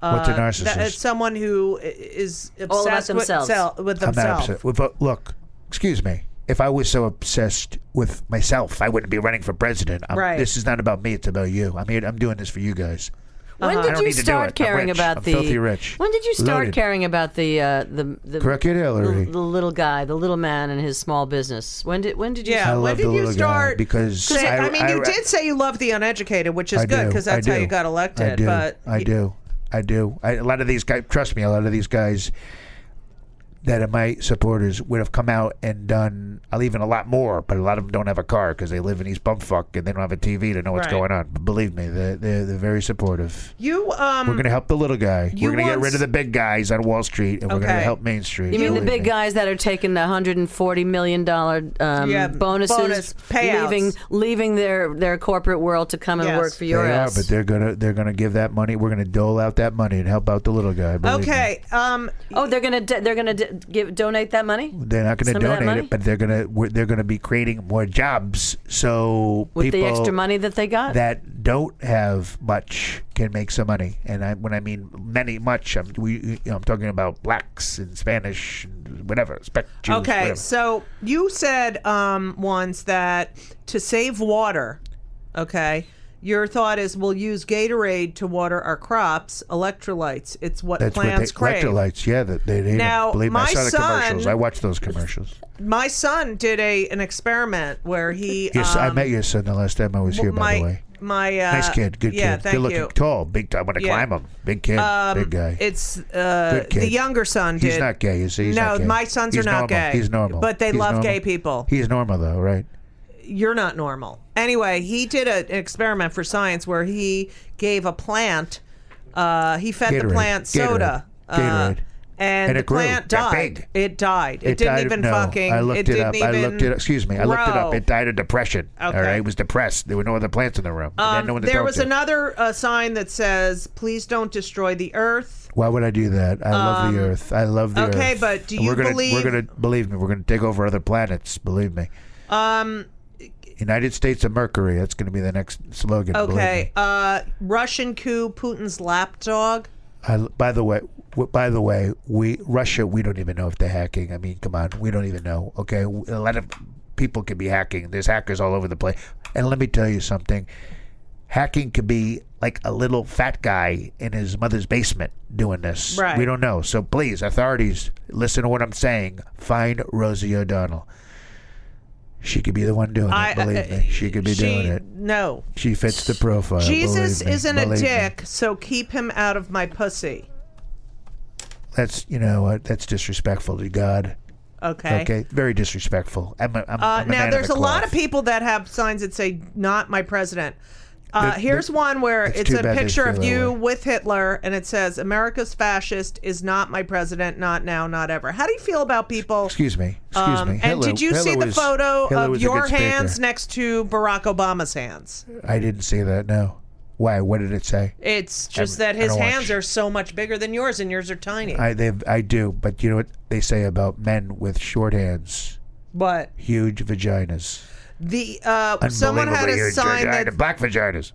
Speaker 4: What's a narcissist?
Speaker 2: Uh, That, it's someone who i- is
Speaker 3: about
Speaker 2: obsessed with
Speaker 3: themselves.
Speaker 2: sel- with
Speaker 4: I'm not
Speaker 2: themselves.
Speaker 4: upset. Well, But look, excuse me. If I was so obsessed with myself, I wouldn't be running for president. I'm,
Speaker 2: Right.
Speaker 4: This is not about me. It's about you. I'm here. I'm doing this for you guys.
Speaker 3: When
Speaker 4: I
Speaker 3: did
Speaker 4: don't
Speaker 3: you
Speaker 4: need to do
Speaker 3: start
Speaker 4: it. I'm
Speaker 3: caring
Speaker 4: rich.
Speaker 3: about
Speaker 4: I'm
Speaker 3: the
Speaker 4: filthy rich.
Speaker 3: When did you start
Speaker 4: Loaded.
Speaker 3: caring about the uh, the the
Speaker 4: Crooked Hillary.
Speaker 2: Mm-hmm.
Speaker 3: the, the little guy, the little man and his small business? When did when did you?
Speaker 2: Yeah.
Speaker 4: I
Speaker 2: When
Speaker 4: love
Speaker 2: did
Speaker 4: the
Speaker 2: you
Speaker 4: little guy
Speaker 2: start-
Speaker 4: because
Speaker 2: Say- I,
Speaker 4: I,
Speaker 2: mean, you did say you love the uneducated, which is
Speaker 4: I
Speaker 2: good
Speaker 4: do,
Speaker 2: because
Speaker 4: I
Speaker 2: that's how
Speaker 4: do,
Speaker 2: you got elected.
Speaker 4: I do.
Speaker 2: But
Speaker 4: I do. I do. I, a lot of these guys. Trust me. A lot of these guys that are my supporters would have come out and done I'll even a lot more, but a lot of them don't have a car because they live in East Bumfuck and they don't have a TV to know what's
Speaker 2: Right.
Speaker 4: going on. But believe me, they're they're, they're very supportive.
Speaker 2: you um
Speaker 4: We're going to help the little guy.
Speaker 2: you
Speaker 4: We're going to get
Speaker 2: once-
Speaker 4: rid of the big guys on Wall Street, and we're going to
Speaker 2: Okay.
Speaker 4: help Main Street.
Speaker 3: You mean the
Speaker 4: believe
Speaker 3: big
Speaker 4: me.
Speaker 3: guys that are taking the 140 million dollar um,
Speaker 2: Yeah,
Speaker 3: bonuses,
Speaker 2: bonus payouts.
Speaker 3: leaving leaving their their corporate world to come and
Speaker 2: Yes.
Speaker 3: work for
Speaker 4: They
Speaker 3: your
Speaker 4: are,
Speaker 3: ass?
Speaker 4: but they're gonna they're gonna give that money. We're gonna dole out that money and help out the little guy. believe me.
Speaker 2: okay um
Speaker 3: oh, they're gonna d- they're gonna d- give donate that money.
Speaker 4: They're not going to
Speaker 3: Some of that
Speaker 4: donate
Speaker 3: money?
Speaker 4: it, but they're going to we're, they're going to be creating more jobs. So
Speaker 3: With
Speaker 4: people
Speaker 3: the extra money that they got,
Speaker 4: that don't have much can make some money. And I, when I mean many, much, I'm we, you know, I'm talking about blacks and Spanish, and whatever, spec Jews,
Speaker 2: okay
Speaker 4: whatever.
Speaker 2: so you said um once that to save water okay your thought is we'll use Gatorade to water our crops electrolytes it's what
Speaker 4: That's what they,
Speaker 2: plants crave
Speaker 4: electrolytes. Yeah, that they, they
Speaker 2: Now,
Speaker 4: believe me, I
Speaker 2: my
Speaker 4: saw the commercials.
Speaker 2: son-
Speaker 4: I watched those commercials.
Speaker 2: my son did a an experiment where he
Speaker 4: Yes, I
Speaker 2: um,
Speaker 4: met your son the last time I was here. By
Speaker 2: my
Speaker 4: the way,
Speaker 2: my uh,
Speaker 4: nice kid, good
Speaker 2: yeah
Speaker 4: kid,
Speaker 2: thank
Speaker 4: good looking,
Speaker 2: you
Speaker 4: tall, big. I want to
Speaker 2: Yeah. Um,
Speaker 4: climb him. Big kid, big guy.
Speaker 2: It's uh,
Speaker 4: Good kid.
Speaker 2: the younger son did.
Speaker 4: He's not gay, is he? He's
Speaker 2: no,
Speaker 4: not gay.
Speaker 2: my sons
Speaker 4: He's
Speaker 2: are not
Speaker 4: normal.
Speaker 2: gay.
Speaker 4: He's normal.
Speaker 2: But they
Speaker 4: He's
Speaker 2: love
Speaker 4: normal.
Speaker 2: gay people.
Speaker 4: He's normal, though, right?
Speaker 2: You're not normal. Anyway, he did a, an experiment for science where he gave a plant. Uh, he fed the
Speaker 4: Gatorade.
Speaker 2: plant soda.
Speaker 4: Gatorade.
Speaker 2: Uh,
Speaker 4: Gatorade.
Speaker 2: and,
Speaker 4: And
Speaker 2: the
Speaker 4: it grew.
Speaker 2: plant
Speaker 4: Got
Speaker 2: died.
Speaker 4: big.
Speaker 2: It died. It,
Speaker 4: It
Speaker 2: didn't
Speaker 4: died-
Speaker 2: even
Speaker 4: no,
Speaker 2: fucking.
Speaker 4: I looked it,
Speaker 2: didn't
Speaker 4: up.
Speaker 2: Even
Speaker 4: I looked it. Excuse me. I looked it up.
Speaker 2: grow.
Speaker 4: It died of depression. All
Speaker 2: Okay. Um,
Speaker 4: right, it was depressed. There were no other plants in the room. And then no one to
Speaker 2: there
Speaker 4: talk
Speaker 2: was
Speaker 4: to.
Speaker 2: another uh, sign that says, "Please don't destroy the earth."
Speaker 4: Why would I do that? I love the Earth. I love the Earth.
Speaker 2: Um, okay, but do
Speaker 4: And we're
Speaker 2: you
Speaker 4: gonna,
Speaker 2: believe-
Speaker 4: We're gonna believe me. We're gonna take over other planets. Believe me. Um. United States of Mercury. That's gonna be the next slogan. believe
Speaker 2: Okay.
Speaker 4: me.
Speaker 2: Uh, Russian coup, Putin's lapdog.
Speaker 4: I, by the way, w- by the way, we Russia. We don't even know if they're hacking. I mean, come on, we don't even know. Okay, W- a lot of people could be hacking. There's hackers all over the place. And let me tell you something. Hacking could be like a little fat guy in his mother's basement doing this.
Speaker 2: Right.
Speaker 4: We don't know. So please, authorities, listen to what I'm saying. Find Rosie O'Donnell. She could be the one doing it. Believe me, she could be
Speaker 2: uh, she-
Speaker 4: doing it.
Speaker 2: No.
Speaker 4: She fits the profile.
Speaker 2: Jesus
Speaker 4: believe me,
Speaker 2: isn't a
Speaker 4: believe me.
Speaker 2: dick, so keep him out of my pussy.
Speaker 4: That's you know what? That's disrespectful to God.
Speaker 2: Okay.
Speaker 4: Okay, very disrespectful. I'm a, I'm,
Speaker 2: Eh? Uh,
Speaker 4: I'm a man
Speaker 2: now,
Speaker 4: of
Speaker 2: there's a
Speaker 4: the
Speaker 2: lot
Speaker 4: cloth.
Speaker 2: of people that have signs that say, not my president. Uh,
Speaker 4: That-
Speaker 2: here's
Speaker 4: that-
Speaker 2: one where
Speaker 4: that's
Speaker 2: it's
Speaker 4: too
Speaker 2: a
Speaker 4: bad they
Speaker 2: picture
Speaker 4: feel
Speaker 2: of
Speaker 4: that
Speaker 2: you
Speaker 4: way.
Speaker 2: with Hitler, and it says, America's fascist is not my president, not now, not ever. How do you feel about people?
Speaker 4: Excuse me. Excuse
Speaker 2: um,
Speaker 4: me. Hitler,
Speaker 2: and did you see
Speaker 4: Hitler
Speaker 2: the
Speaker 4: was-
Speaker 2: photo
Speaker 4: Hitler
Speaker 2: of
Speaker 4: was a
Speaker 2: your
Speaker 4: good speaker.
Speaker 2: hands next to Barack Obama's hands?
Speaker 4: I didn't see that. No. Why? What did it say?
Speaker 2: It's just
Speaker 4: I
Speaker 2: that his
Speaker 4: don't watch.
Speaker 2: hands are so much bigger than yours, and yours are tiny.
Speaker 4: I they I do, but you know what they say about men with short hands,
Speaker 2: but
Speaker 4: huge vaginas.
Speaker 2: the uh, someone had
Speaker 4: Unbelievably
Speaker 2: a
Speaker 4: huge
Speaker 2: sign
Speaker 4: vagina,
Speaker 2: that
Speaker 4: black vaginas.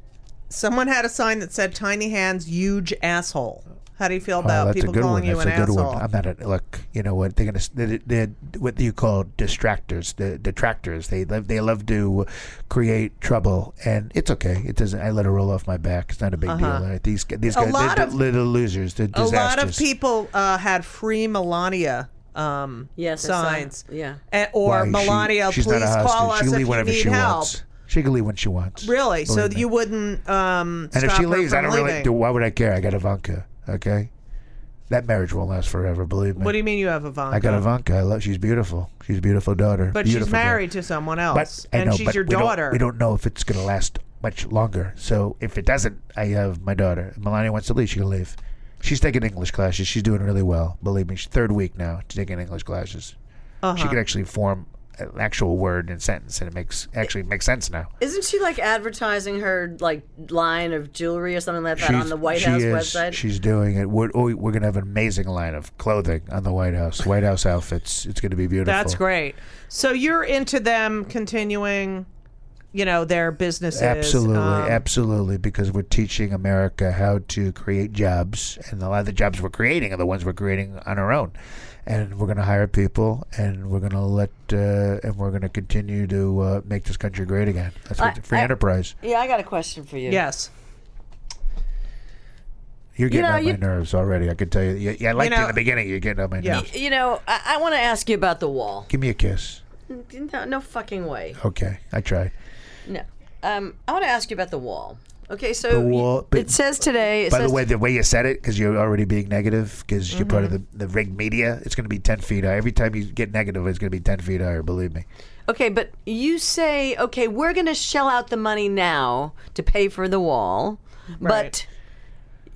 Speaker 2: someone had a sign that said "tiny hands, huge asshole." How do you feel
Speaker 4: Oh,
Speaker 2: about
Speaker 4: that's a
Speaker 2: people
Speaker 4: good
Speaker 2: calling
Speaker 4: one.
Speaker 2: you
Speaker 4: That's
Speaker 2: an
Speaker 4: a good
Speaker 2: asshole?
Speaker 4: one. I'm not a look. You know what? They're gonna s- they're, they're what you call distractors. The detractors. They love they love to create trouble, and it's okay. It doesn't. I let it roll off my back. It's not a big deal. Right? These g- these
Speaker 2: Uh-huh. A
Speaker 4: guys.
Speaker 2: lot
Speaker 4: they're,
Speaker 2: of-
Speaker 4: they're the losers. They're
Speaker 2: a
Speaker 4: disasters.
Speaker 2: lot of people uh, had "free Melania." Um,
Speaker 3: Yes, I saw-
Speaker 2: signs.
Speaker 3: yeah.
Speaker 2: A- or
Speaker 4: Why, she-
Speaker 2: Melania,
Speaker 4: she's not
Speaker 2: please
Speaker 4: a
Speaker 2: call
Speaker 4: hostage.
Speaker 2: us
Speaker 4: She can
Speaker 2: if
Speaker 4: leave
Speaker 2: you
Speaker 4: whenever
Speaker 2: need
Speaker 4: she
Speaker 2: help.
Speaker 4: wants. She can leave when she wants.
Speaker 2: Really? so
Speaker 4: Believe me.
Speaker 2: you wouldn't um,
Speaker 4: And if
Speaker 2: stop
Speaker 4: she
Speaker 2: her
Speaker 4: leaves, I
Speaker 2: from
Speaker 4: don't really.
Speaker 2: leaving.
Speaker 4: do- Why would I care? I got Ivanka. Okay. That marriage won't last forever. Believe me.
Speaker 2: What do you mean you have Ivanka?
Speaker 4: I got Ivanka. I love. She's beautiful. She's a beautiful daughter.
Speaker 2: But
Speaker 4: beautiful
Speaker 2: she's
Speaker 4: girl.
Speaker 2: married to someone else,
Speaker 4: But I
Speaker 2: and
Speaker 4: know,
Speaker 2: she's
Speaker 4: but
Speaker 2: your
Speaker 4: we don't-
Speaker 2: daughter.
Speaker 4: we don't know if it's going to last much longer. So if it doesn't, I have my daughter. Melania wants to leave. She can leave. She's taking English classes. She's doing really well. Believe me, she's third week now taking English classes. She can actually form an actual word and sentence, and it makes actually makes sense now.
Speaker 3: Isn't she like advertising her like line of jewelry or something like that on the White
Speaker 4: she
Speaker 3: House
Speaker 4: is,
Speaker 3: website?
Speaker 4: She's doing it. We're, oh, we're gonna have an amazing line of clothing on the White House. White House outfits. It's gonna be beautiful.
Speaker 2: That's great. So you're into them continuing, you know, their businesses.
Speaker 4: Absolutely,
Speaker 2: um,
Speaker 4: absolutely, because we're teaching America how to create jobs, and a lot of the jobs we're creating are the ones we're creating on our own. And we're going to hire people, and we're going to let, uh, and we're going to continue to uh, make this country great again. That's what, free
Speaker 3: I-
Speaker 4: enterprise.
Speaker 3: yeah, I got a question for you.
Speaker 2: Yes.
Speaker 4: You're getting
Speaker 3: know,
Speaker 4: on
Speaker 3: you-
Speaker 4: my nerves already. I could tell you. Yeah, yeah, I liked you
Speaker 2: know-
Speaker 4: in the beginning. You're getting on my
Speaker 2: Yeah.
Speaker 4: nerves.
Speaker 3: You know, I, I want to ask you about the wall.
Speaker 4: Give me a kiss.
Speaker 3: No, no fucking way.
Speaker 4: Okay, I tried.
Speaker 3: No. Um, I want to ask you about the wall. Okay, so
Speaker 4: The
Speaker 3: you-
Speaker 4: wall- but-
Speaker 3: it says today. It
Speaker 4: By the
Speaker 3: says
Speaker 4: way, the way you said it, because you're already being negative, because you're part of the,
Speaker 3: Mm-hmm.
Speaker 4: the rigged media, it's going to be 10 feet high. Every time you get negative, it's going to be 10 feet higher, believe me.
Speaker 3: Okay, but you say, okay, we're going to shell out the money now to pay for the wall,
Speaker 2: Right.
Speaker 3: but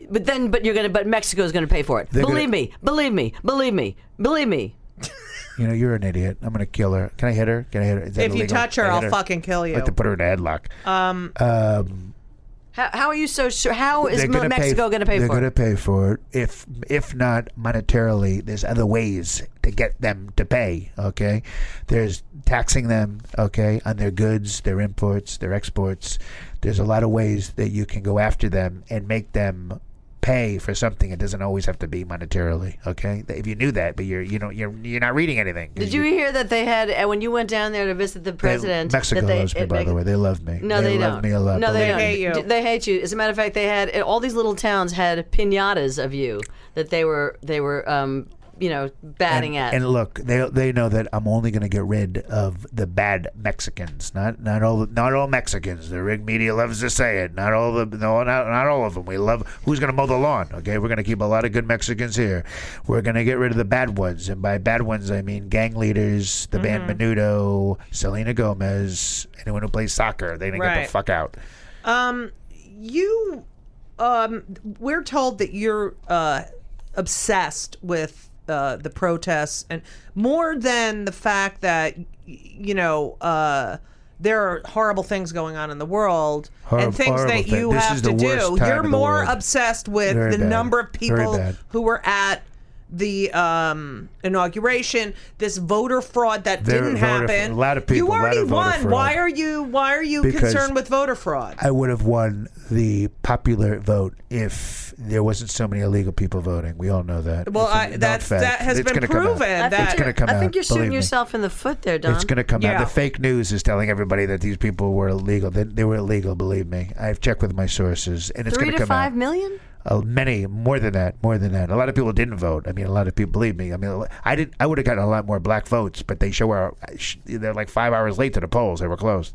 Speaker 3: but then but you're going to but Mexico's going to pay for it.
Speaker 4: They're
Speaker 3: believe
Speaker 4: gonna-
Speaker 3: me, believe me, believe me, believe me.
Speaker 4: You know, you're an idiot. I'm going to kill her. Can I hit her? Can I hit her? Is that
Speaker 2: If you
Speaker 4: illegal?
Speaker 2: touch her,
Speaker 4: Can I hit
Speaker 2: I'll fucking kill
Speaker 4: I'd
Speaker 2: you.
Speaker 4: like to put her in a headlock.
Speaker 3: How, how are you so sure? How is
Speaker 4: They're
Speaker 3: Mo-
Speaker 4: gonna pay-
Speaker 3: Mexico going to pay
Speaker 4: They're
Speaker 3: for
Speaker 4: going to
Speaker 3: it?
Speaker 4: pay for it. If if not monetarily, there's other ways to get them to pay. Okay, there's taxing them. Okay, on their goods, their imports, their exports. There's a lot of ways that you can go after them and make them pay for something. It doesn't always have to be monetarily. Okay, if you knew that, but you're you know you're you're not reading anything. 'cause
Speaker 3: Did you hear that they had uh, when you went down there to visit the
Speaker 4: they-
Speaker 3: president?
Speaker 4: Mexico
Speaker 3: that they,
Speaker 4: loves me,
Speaker 3: it-
Speaker 4: by the way. They love me.
Speaker 3: No, they,
Speaker 4: love
Speaker 3: don't.
Speaker 4: me a lot.
Speaker 3: No, they,
Speaker 4: believe
Speaker 3: don't.
Speaker 4: me.
Speaker 2: hate you.
Speaker 3: D- They hate you. As a matter of fact, they had all these little towns had pinatas of you that they were they were um, you know batting
Speaker 4: and,
Speaker 3: at.
Speaker 4: and look, they they know that I'm only going to get rid of the bad Mexicans. Not not all not all Mexicans. The rig media loves to say it. Not all the no not, not all of them. We love who's going to mow the lawn. Okay, we're going to keep a lot of good Mexicans here. We're going to get rid of the bad ones, and by bad ones I mean gang leaders, the
Speaker 3: Mm-hmm.
Speaker 4: band Menudo, Selena Gomez, anyone who plays soccer. They didn't get
Speaker 2: Right.
Speaker 4: the fuck out.
Speaker 2: You, um, we're told that you're uh, obsessed with uh, the protests, and more than the fact that y- you know uh, there are horrible things going on in the world
Speaker 4: Horrib-
Speaker 2: and things
Speaker 4: horrible
Speaker 2: that
Speaker 4: thing.
Speaker 2: you
Speaker 4: This
Speaker 2: have
Speaker 4: is
Speaker 2: to
Speaker 4: the
Speaker 2: do.
Speaker 4: worst time
Speaker 2: You're
Speaker 4: in the
Speaker 2: more
Speaker 4: world.
Speaker 2: obsessed with
Speaker 4: Very
Speaker 2: the
Speaker 4: bad.
Speaker 2: number of
Speaker 4: Very
Speaker 2: people
Speaker 4: bad.
Speaker 2: who were at. The um, inauguration, this voter fraud that
Speaker 4: There-
Speaker 2: didn't
Speaker 4: voter fr-
Speaker 2: happen.
Speaker 4: a lot of people,
Speaker 2: You
Speaker 4: a lot
Speaker 2: already
Speaker 4: of voter
Speaker 2: won.
Speaker 4: fraud.
Speaker 2: Why are you? Why are you
Speaker 4: Because-
Speaker 2: concerned with voter fraud?
Speaker 4: I would have won the popular vote if there wasn't so many illegal people voting. We all know that.
Speaker 2: Well,
Speaker 4: It's a
Speaker 2: I,
Speaker 4: known
Speaker 2: that's
Speaker 4: fact.
Speaker 2: that has
Speaker 4: It's
Speaker 2: been
Speaker 4: gonna come out.
Speaker 2: proven.
Speaker 3: I
Speaker 2: that
Speaker 3: think
Speaker 4: gonna
Speaker 3: you're-
Speaker 4: come
Speaker 3: I
Speaker 4: out,
Speaker 3: think you're shooting
Speaker 4: believe me.
Speaker 3: yourself in the foot there, Don.
Speaker 4: It's going to come
Speaker 2: Yeah.
Speaker 4: out. The fake news is telling everybody that these people were illegal. They, they were illegal. Believe me, I've checked with my sources, and it's
Speaker 3: Three
Speaker 4: going
Speaker 3: to
Speaker 4: come
Speaker 3: five
Speaker 4: out.
Speaker 3: million?
Speaker 4: Uh, many more than that, more than that. A lot of people didn't vote. I mean, a lot of people believe me. I mean, I did. I would have gotten a lot more black votes, but they show our. They're like five hours late to the polls. They were closed.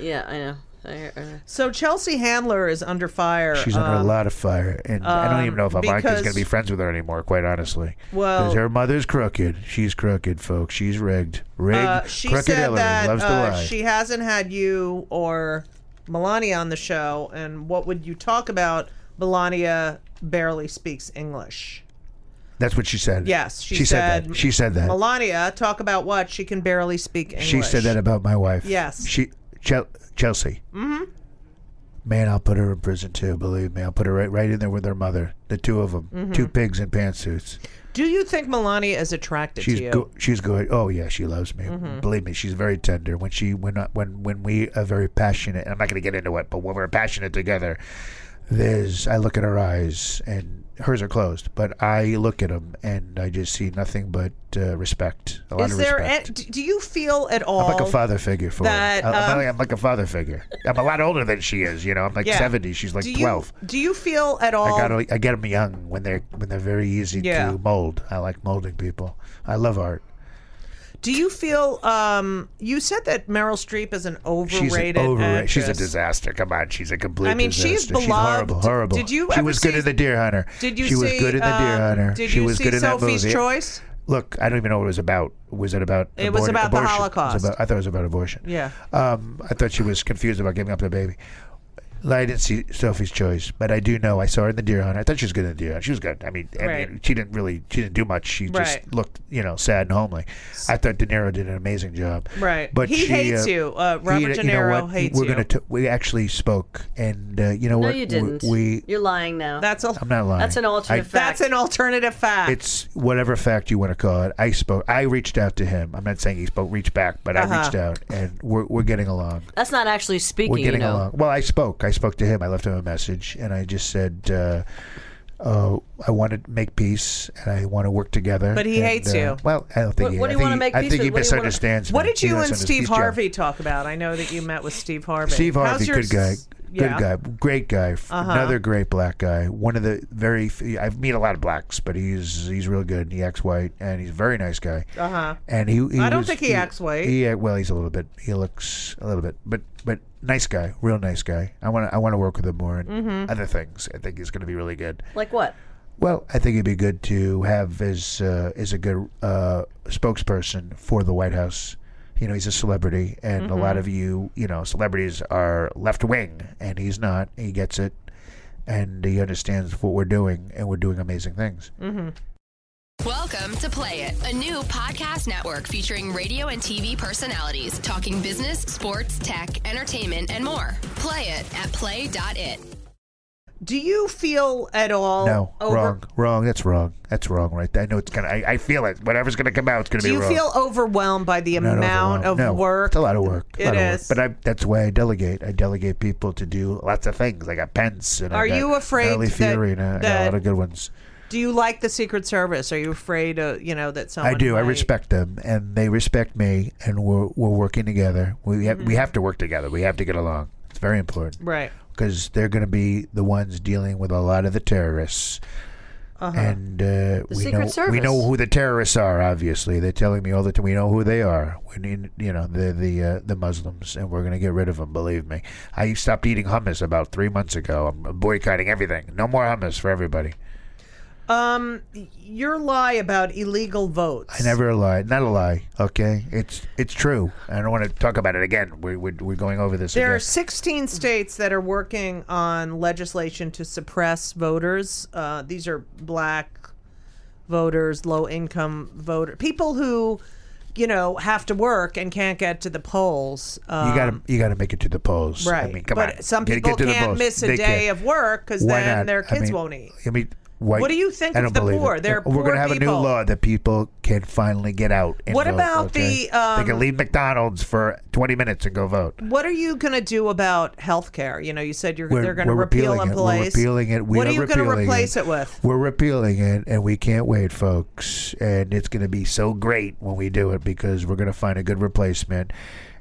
Speaker 3: Yeah, I know. I- I know.
Speaker 2: so Chelsea Handler is under fire. uh,
Speaker 4: She's under a lot of fire, and I don't even know if Ivanka's
Speaker 2: Um, because-
Speaker 4: going to be friends with her anymore. Quite honestly,
Speaker 2: Well-
Speaker 4: because her mother's crooked. She's crooked, folks. She's rigged, rigged.
Speaker 2: Uh, she
Speaker 4: crooked
Speaker 2: said
Speaker 4: Hillary
Speaker 2: that
Speaker 4: loves to
Speaker 2: uh,
Speaker 4: lie.
Speaker 2: she hasn't had you or Melania on the show, and what would you talk about? Melania barely speaks English.
Speaker 4: That's what she said.
Speaker 2: Yes, she
Speaker 4: said,
Speaker 2: said
Speaker 4: that. She said that.
Speaker 2: Melania, talk about what she can barely speak English.
Speaker 4: She said that about my wife.
Speaker 2: Yes.
Speaker 4: She Chel- Chelsea. Mm-hmm. Man, I'll put her in prison too. Believe me, I'll put her right, right in there with her mother. The two of them,
Speaker 2: Mm-hmm.
Speaker 4: two pigs in pantsuits.
Speaker 2: Do you think Melania is attracted
Speaker 4: She's
Speaker 2: to you? Mm-hmm.
Speaker 4: go- she's good. Oh yeah, she loves me. Believe me, she's very tender. When she when I- when when we are very passionate, and I'm not going to get into it, but when we're passionate together, there's I look at her eyes and hers are closed, but I look at them and I just see nothing but uh, respect. A lot
Speaker 2: is
Speaker 4: of
Speaker 2: there?
Speaker 4: respect.
Speaker 2: a- d- do you feel at all?
Speaker 4: I'm like a father figure for
Speaker 2: that,
Speaker 4: her. I- I'm,
Speaker 2: um,
Speaker 4: like, I'm like a father figure. I'm a lot older than she is. You know, I'm like
Speaker 2: Yeah.
Speaker 4: 70. She's like
Speaker 2: do
Speaker 4: 12.
Speaker 2: You, do you feel at all?
Speaker 4: I got I get them young when they're when they're very easy
Speaker 2: Yeah.
Speaker 4: to mold. I like molding people. I love art.
Speaker 2: Do you feel? Um, you said that Meryl Streep is an overrated.
Speaker 4: She's an overrated.
Speaker 2: actress.
Speaker 4: She's a disaster. Come on, she's a complete.
Speaker 2: I mean,
Speaker 4: disaster.
Speaker 2: she's
Speaker 4: horrible.
Speaker 2: beloved.
Speaker 4: Horrible.
Speaker 2: Did you
Speaker 4: She
Speaker 2: ever
Speaker 4: was good
Speaker 2: see-
Speaker 4: in the Deer Hunter.
Speaker 2: Did you
Speaker 4: She was
Speaker 2: see,
Speaker 4: good in the Deer
Speaker 2: um,
Speaker 4: Hunter.
Speaker 2: Did
Speaker 4: she
Speaker 2: you
Speaker 4: was
Speaker 2: see
Speaker 4: good in that
Speaker 2: Sophie's
Speaker 4: movie.
Speaker 2: Choice?
Speaker 4: Look, I don't even know what it was about. Was it about?
Speaker 2: It was
Speaker 4: abor-
Speaker 2: about the
Speaker 4: abortion? It was
Speaker 2: Holocaust.
Speaker 4: about- I thought it was about abortion.
Speaker 2: Yeah.
Speaker 4: Um, I thought she was confused about giving up the baby. Like, I didn't see Sophie's Choice, but I do know I saw her in the Deer Hunter. I thought she was good in the Deer Hunter. She was good. I mean, I mean,
Speaker 2: Right.
Speaker 4: she didn't really she didn't do much. She
Speaker 2: Right.
Speaker 4: just looked you know sad and homely. I thought De Niro did an amazing job.
Speaker 2: Right.
Speaker 4: But
Speaker 2: He
Speaker 4: she,
Speaker 2: hates
Speaker 4: uh,
Speaker 2: you. Uh,
Speaker 4: he-
Speaker 2: Robert
Speaker 4: you
Speaker 2: De
Speaker 4: know
Speaker 2: Niro
Speaker 4: what?
Speaker 2: hates
Speaker 4: We're
Speaker 2: you.
Speaker 4: gonna t- we actually spoke, and uh, you know
Speaker 3: No,
Speaker 4: what?
Speaker 3: you didn't.
Speaker 4: We, we
Speaker 3: You're lying now.
Speaker 2: That's a
Speaker 4: I'm not lying.
Speaker 3: That's an alternate
Speaker 4: I-
Speaker 3: fact.
Speaker 2: that's an alternative fact.
Speaker 4: it's whatever fact you want to call it. I spoke. I reached out to him. I'm not saying he spoke. Reached back, but
Speaker 3: Uh-huh.
Speaker 4: I reached out, and we're we're getting along.
Speaker 3: That's not actually speaking.
Speaker 4: We're getting
Speaker 3: you know.
Speaker 4: along. Well, I spoke. I spoke to him. I left him a message, and I just said, uh, "Oh, I want to make peace, and I want to work together."
Speaker 2: But he
Speaker 4: and,
Speaker 2: hates
Speaker 4: uh,
Speaker 2: you.
Speaker 4: Well, I don't think.
Speaker 3: What-
Speaker 4: he,
Speaker 3: what do
Speaker 4: I
Speaker 3: you
Speaker 4: think
Speaker 3: wanna
Speaker 4: he-
Speaker 3: make
Speaker 4: I
Speaker 3: peace
Speaker 4: think
Speaker 3: with?
Speaker 4: he
Speaker 3: What do you wanna-
Speaker 4: misunderstands. me.
Speaker 2: what did
Speaker 4: He
Speaker 2: you and
Speaker 4: misunderstands-
Speaker 2: Steve
Speaker 4: he's jealous.
Speaker 2: Harvey talk about? I know that you met with Steve Harvey.
Speaker 4: Steve
Speaker 2: How's
Speaker 4: Harvey,
Speaker 2: your
Speaker 4: good guy,
Speaker 2: s-
Speaker 4: good
Speaker 2: yeah. Uh-huh.
Speaker 4: guy, great guy, f- another great black guy. One of the very f- I meet a lot of blacks, but he's he's real good. He acts white, and he's a very nice guy. Uh huh. And he, he
Speaker 2: Uh-huh. I don't
Speaker 4: was-
Speaker 2: think he acts white.
Speaker 4: Yeah, well, he's a little bit. He looks a little bit, but but nice guy, real nice guy. I want to I want to work with him more and
Speaker 2: Mm-hmm.
Speaker 4: other things. I think he's going to be really good.
Speaker 3: Like what?
Speaker 4: Well, I think it'd be good to have as uh, as a good uh, spokesperson for the White House. You know, he's a celebrity, and a
Speaker 2: Mm-hmm.
Speaker 4: lot of you, you know, celebrities are left wing, and he's not. He gets it, and he understands what we're doing, and we're doing amazing things.
Speaker 8: Welcome to Play It, a new podcast network featuring radio and TV personalities talking business, sports, tech, entertainment, and more. Play it at play.it.
Speaker 2: Do you feel at all?
Speaker 4: No,
Speaker 2: over-
Speaker 4: wrong, wrong. That's wrong. That's wrong. Right. there. I know it's gonna. I, I feel it. Whatever's gonna come out, it's gonna
Speaker 2: Do
Speaker 4: be
Speaker 2: you
Speaker 4: wrong.
Speaker 2: feel overwhelmed by the
Speaker 4: Not
Speaker 2: amount of
Speaker 4: overwhelmed. No,
Speaker 2: work?
Speaker 4: It's a lot of work. a
Speaker 2: It
Speaker 4: lot of work.
Speaker 2: is.
Speaker 4: But I, that's why I delegate. I delegate people to do lots of things. I got Pence and
Speaker 2: Are
Speaker 4: I got
Speaker 2: you afraid
Speaker 4: Natalie
Speaker 2: that-
Speaker 4: Fury and uh, I, I got
Speaker 2: that-
Speaker 4: a lot of good ones.
Speaker 2: Do you like the Secret Service? Are you afraid, of, you know, that someone?
Speaker 4: I do. I
Speaker 2: might-
Speaker 4: respect them, and they respect me, and we're we're working together. We
Speaker 2: Mm-hmm.
Speaker 4: have, we have to work together. We have to get along. It's very important.
Speaker 2: Right.
Speaker 4: because they're going to be the ones dealing with a lot of the terrorists.
Speaker 2: Uh-huh.
Speaker 4: And uh, we
Speaker 3: Secret
Speaker 4: know we
Speaker 3: Service.
Speaker 4: know who the terrorists are. Obviously, they're telling me all the time. We know who they are. We need, you know, they're the uh, the Muslims, and we're going to get rid of them. Believe me. I stopped eating hummus about three months ago. I'm boycotting everything. No more hummus for everybody.
Speaker 2: Your lie about illegal votes.
Speaker 4: I never lied. Not a lie. Okay, it's it's true. I don't want to talk about it again. We we we're going over this.
Speaker 2: There are
Speaker 4: again.
Speaker 2: 16 states that are working on legislation to suppress voters. Uh, these are black voters, low income voter people who, you know, have to work and can't get to the polls. Um,
Speaker 4: you gotta you gotta make it to the polls.
Speaker 2: right.
Speaker 4: I mean, come
Speaker 2: but
Speaker 4: on.
Speaker 2: some
Speaker 4: Get-
Speaker 2: people
Speaker 4: get to the
Speaker 2: can't
Speaker 4: polls.
Speaker 2: miss a
Speaker 4: They can't.
Speaker 2: day of work because
Speaker 4: Why
Speaker 2: then
Speaker 4: not?
Speaker 2: their
Speaker 4: I
Speaker 2: kids
Speaker 4: mean-
Speaker 2: won't eat.
Speaker 4: I mean, why-
Speaker 2: What do you think
Speaker 4: I
Speaker 2: of
Speaker 4: don't
Speaker 2: the
Speaker 4: believe
Speaker 2: poor?
Speaker 4: It.
Speaker 2: They're
Speaker 4: We're
Speaker 2: poor
Speaker 4: gonna have a new
Speaker 2: people.
Speaker 4: law that people can finally get out. And
Speaker 2: What
Speaker 4: vote,
Speaker 2: about
Speaker 4: okay?
Speaker 2: the, um,
Speaker 4: they can leave McDonald's for twenty minutes and go vote.
Speaker 2: What are you going to do about health care? You know, you said you're,
Speaker 4: We're,
Speaker 2: they're going to
Speaker 4: we're
Speaker 2: repeal
Speaker 4: repealing
Speaker 2: and
Speaker 4: it.
Speaker 2: place.
Speaker 4: We're repealing it. We
Speaker 2: what are you gonna
Speaker 4: repealing
Speaker 2: replace it with?
Speaker 4: We're repealing it, and we can't wait, folks. And it's going to be so great when we do it because we're going to find a good replacement.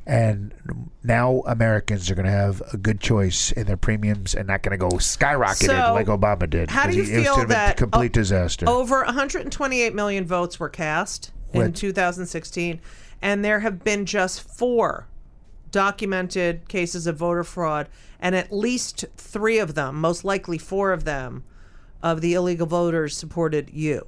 Speaker 4: And now Americans are going to have a good choice in their premiums and not going to go skyrocketed
Speaker 2: So,
Speaker 4: like Obama did.
Speaker 2: how do
Speaker 4: 'cause
Speaker 2: you
Speaker 4: it was
Speaker 2: feel
Speaker 4: sort of
Speaker 2: that-
Speaker 4: a complete
Speaker 2: oh,
Speaker 4: disaster?
Speaker 2: Over 128 million votes were cast in
Speaker 4: What?
Speaker 2: 2016, and there have been just four documented cases of voter fraud, and at least three of them, most likely four of them, of the illegal voters supported you.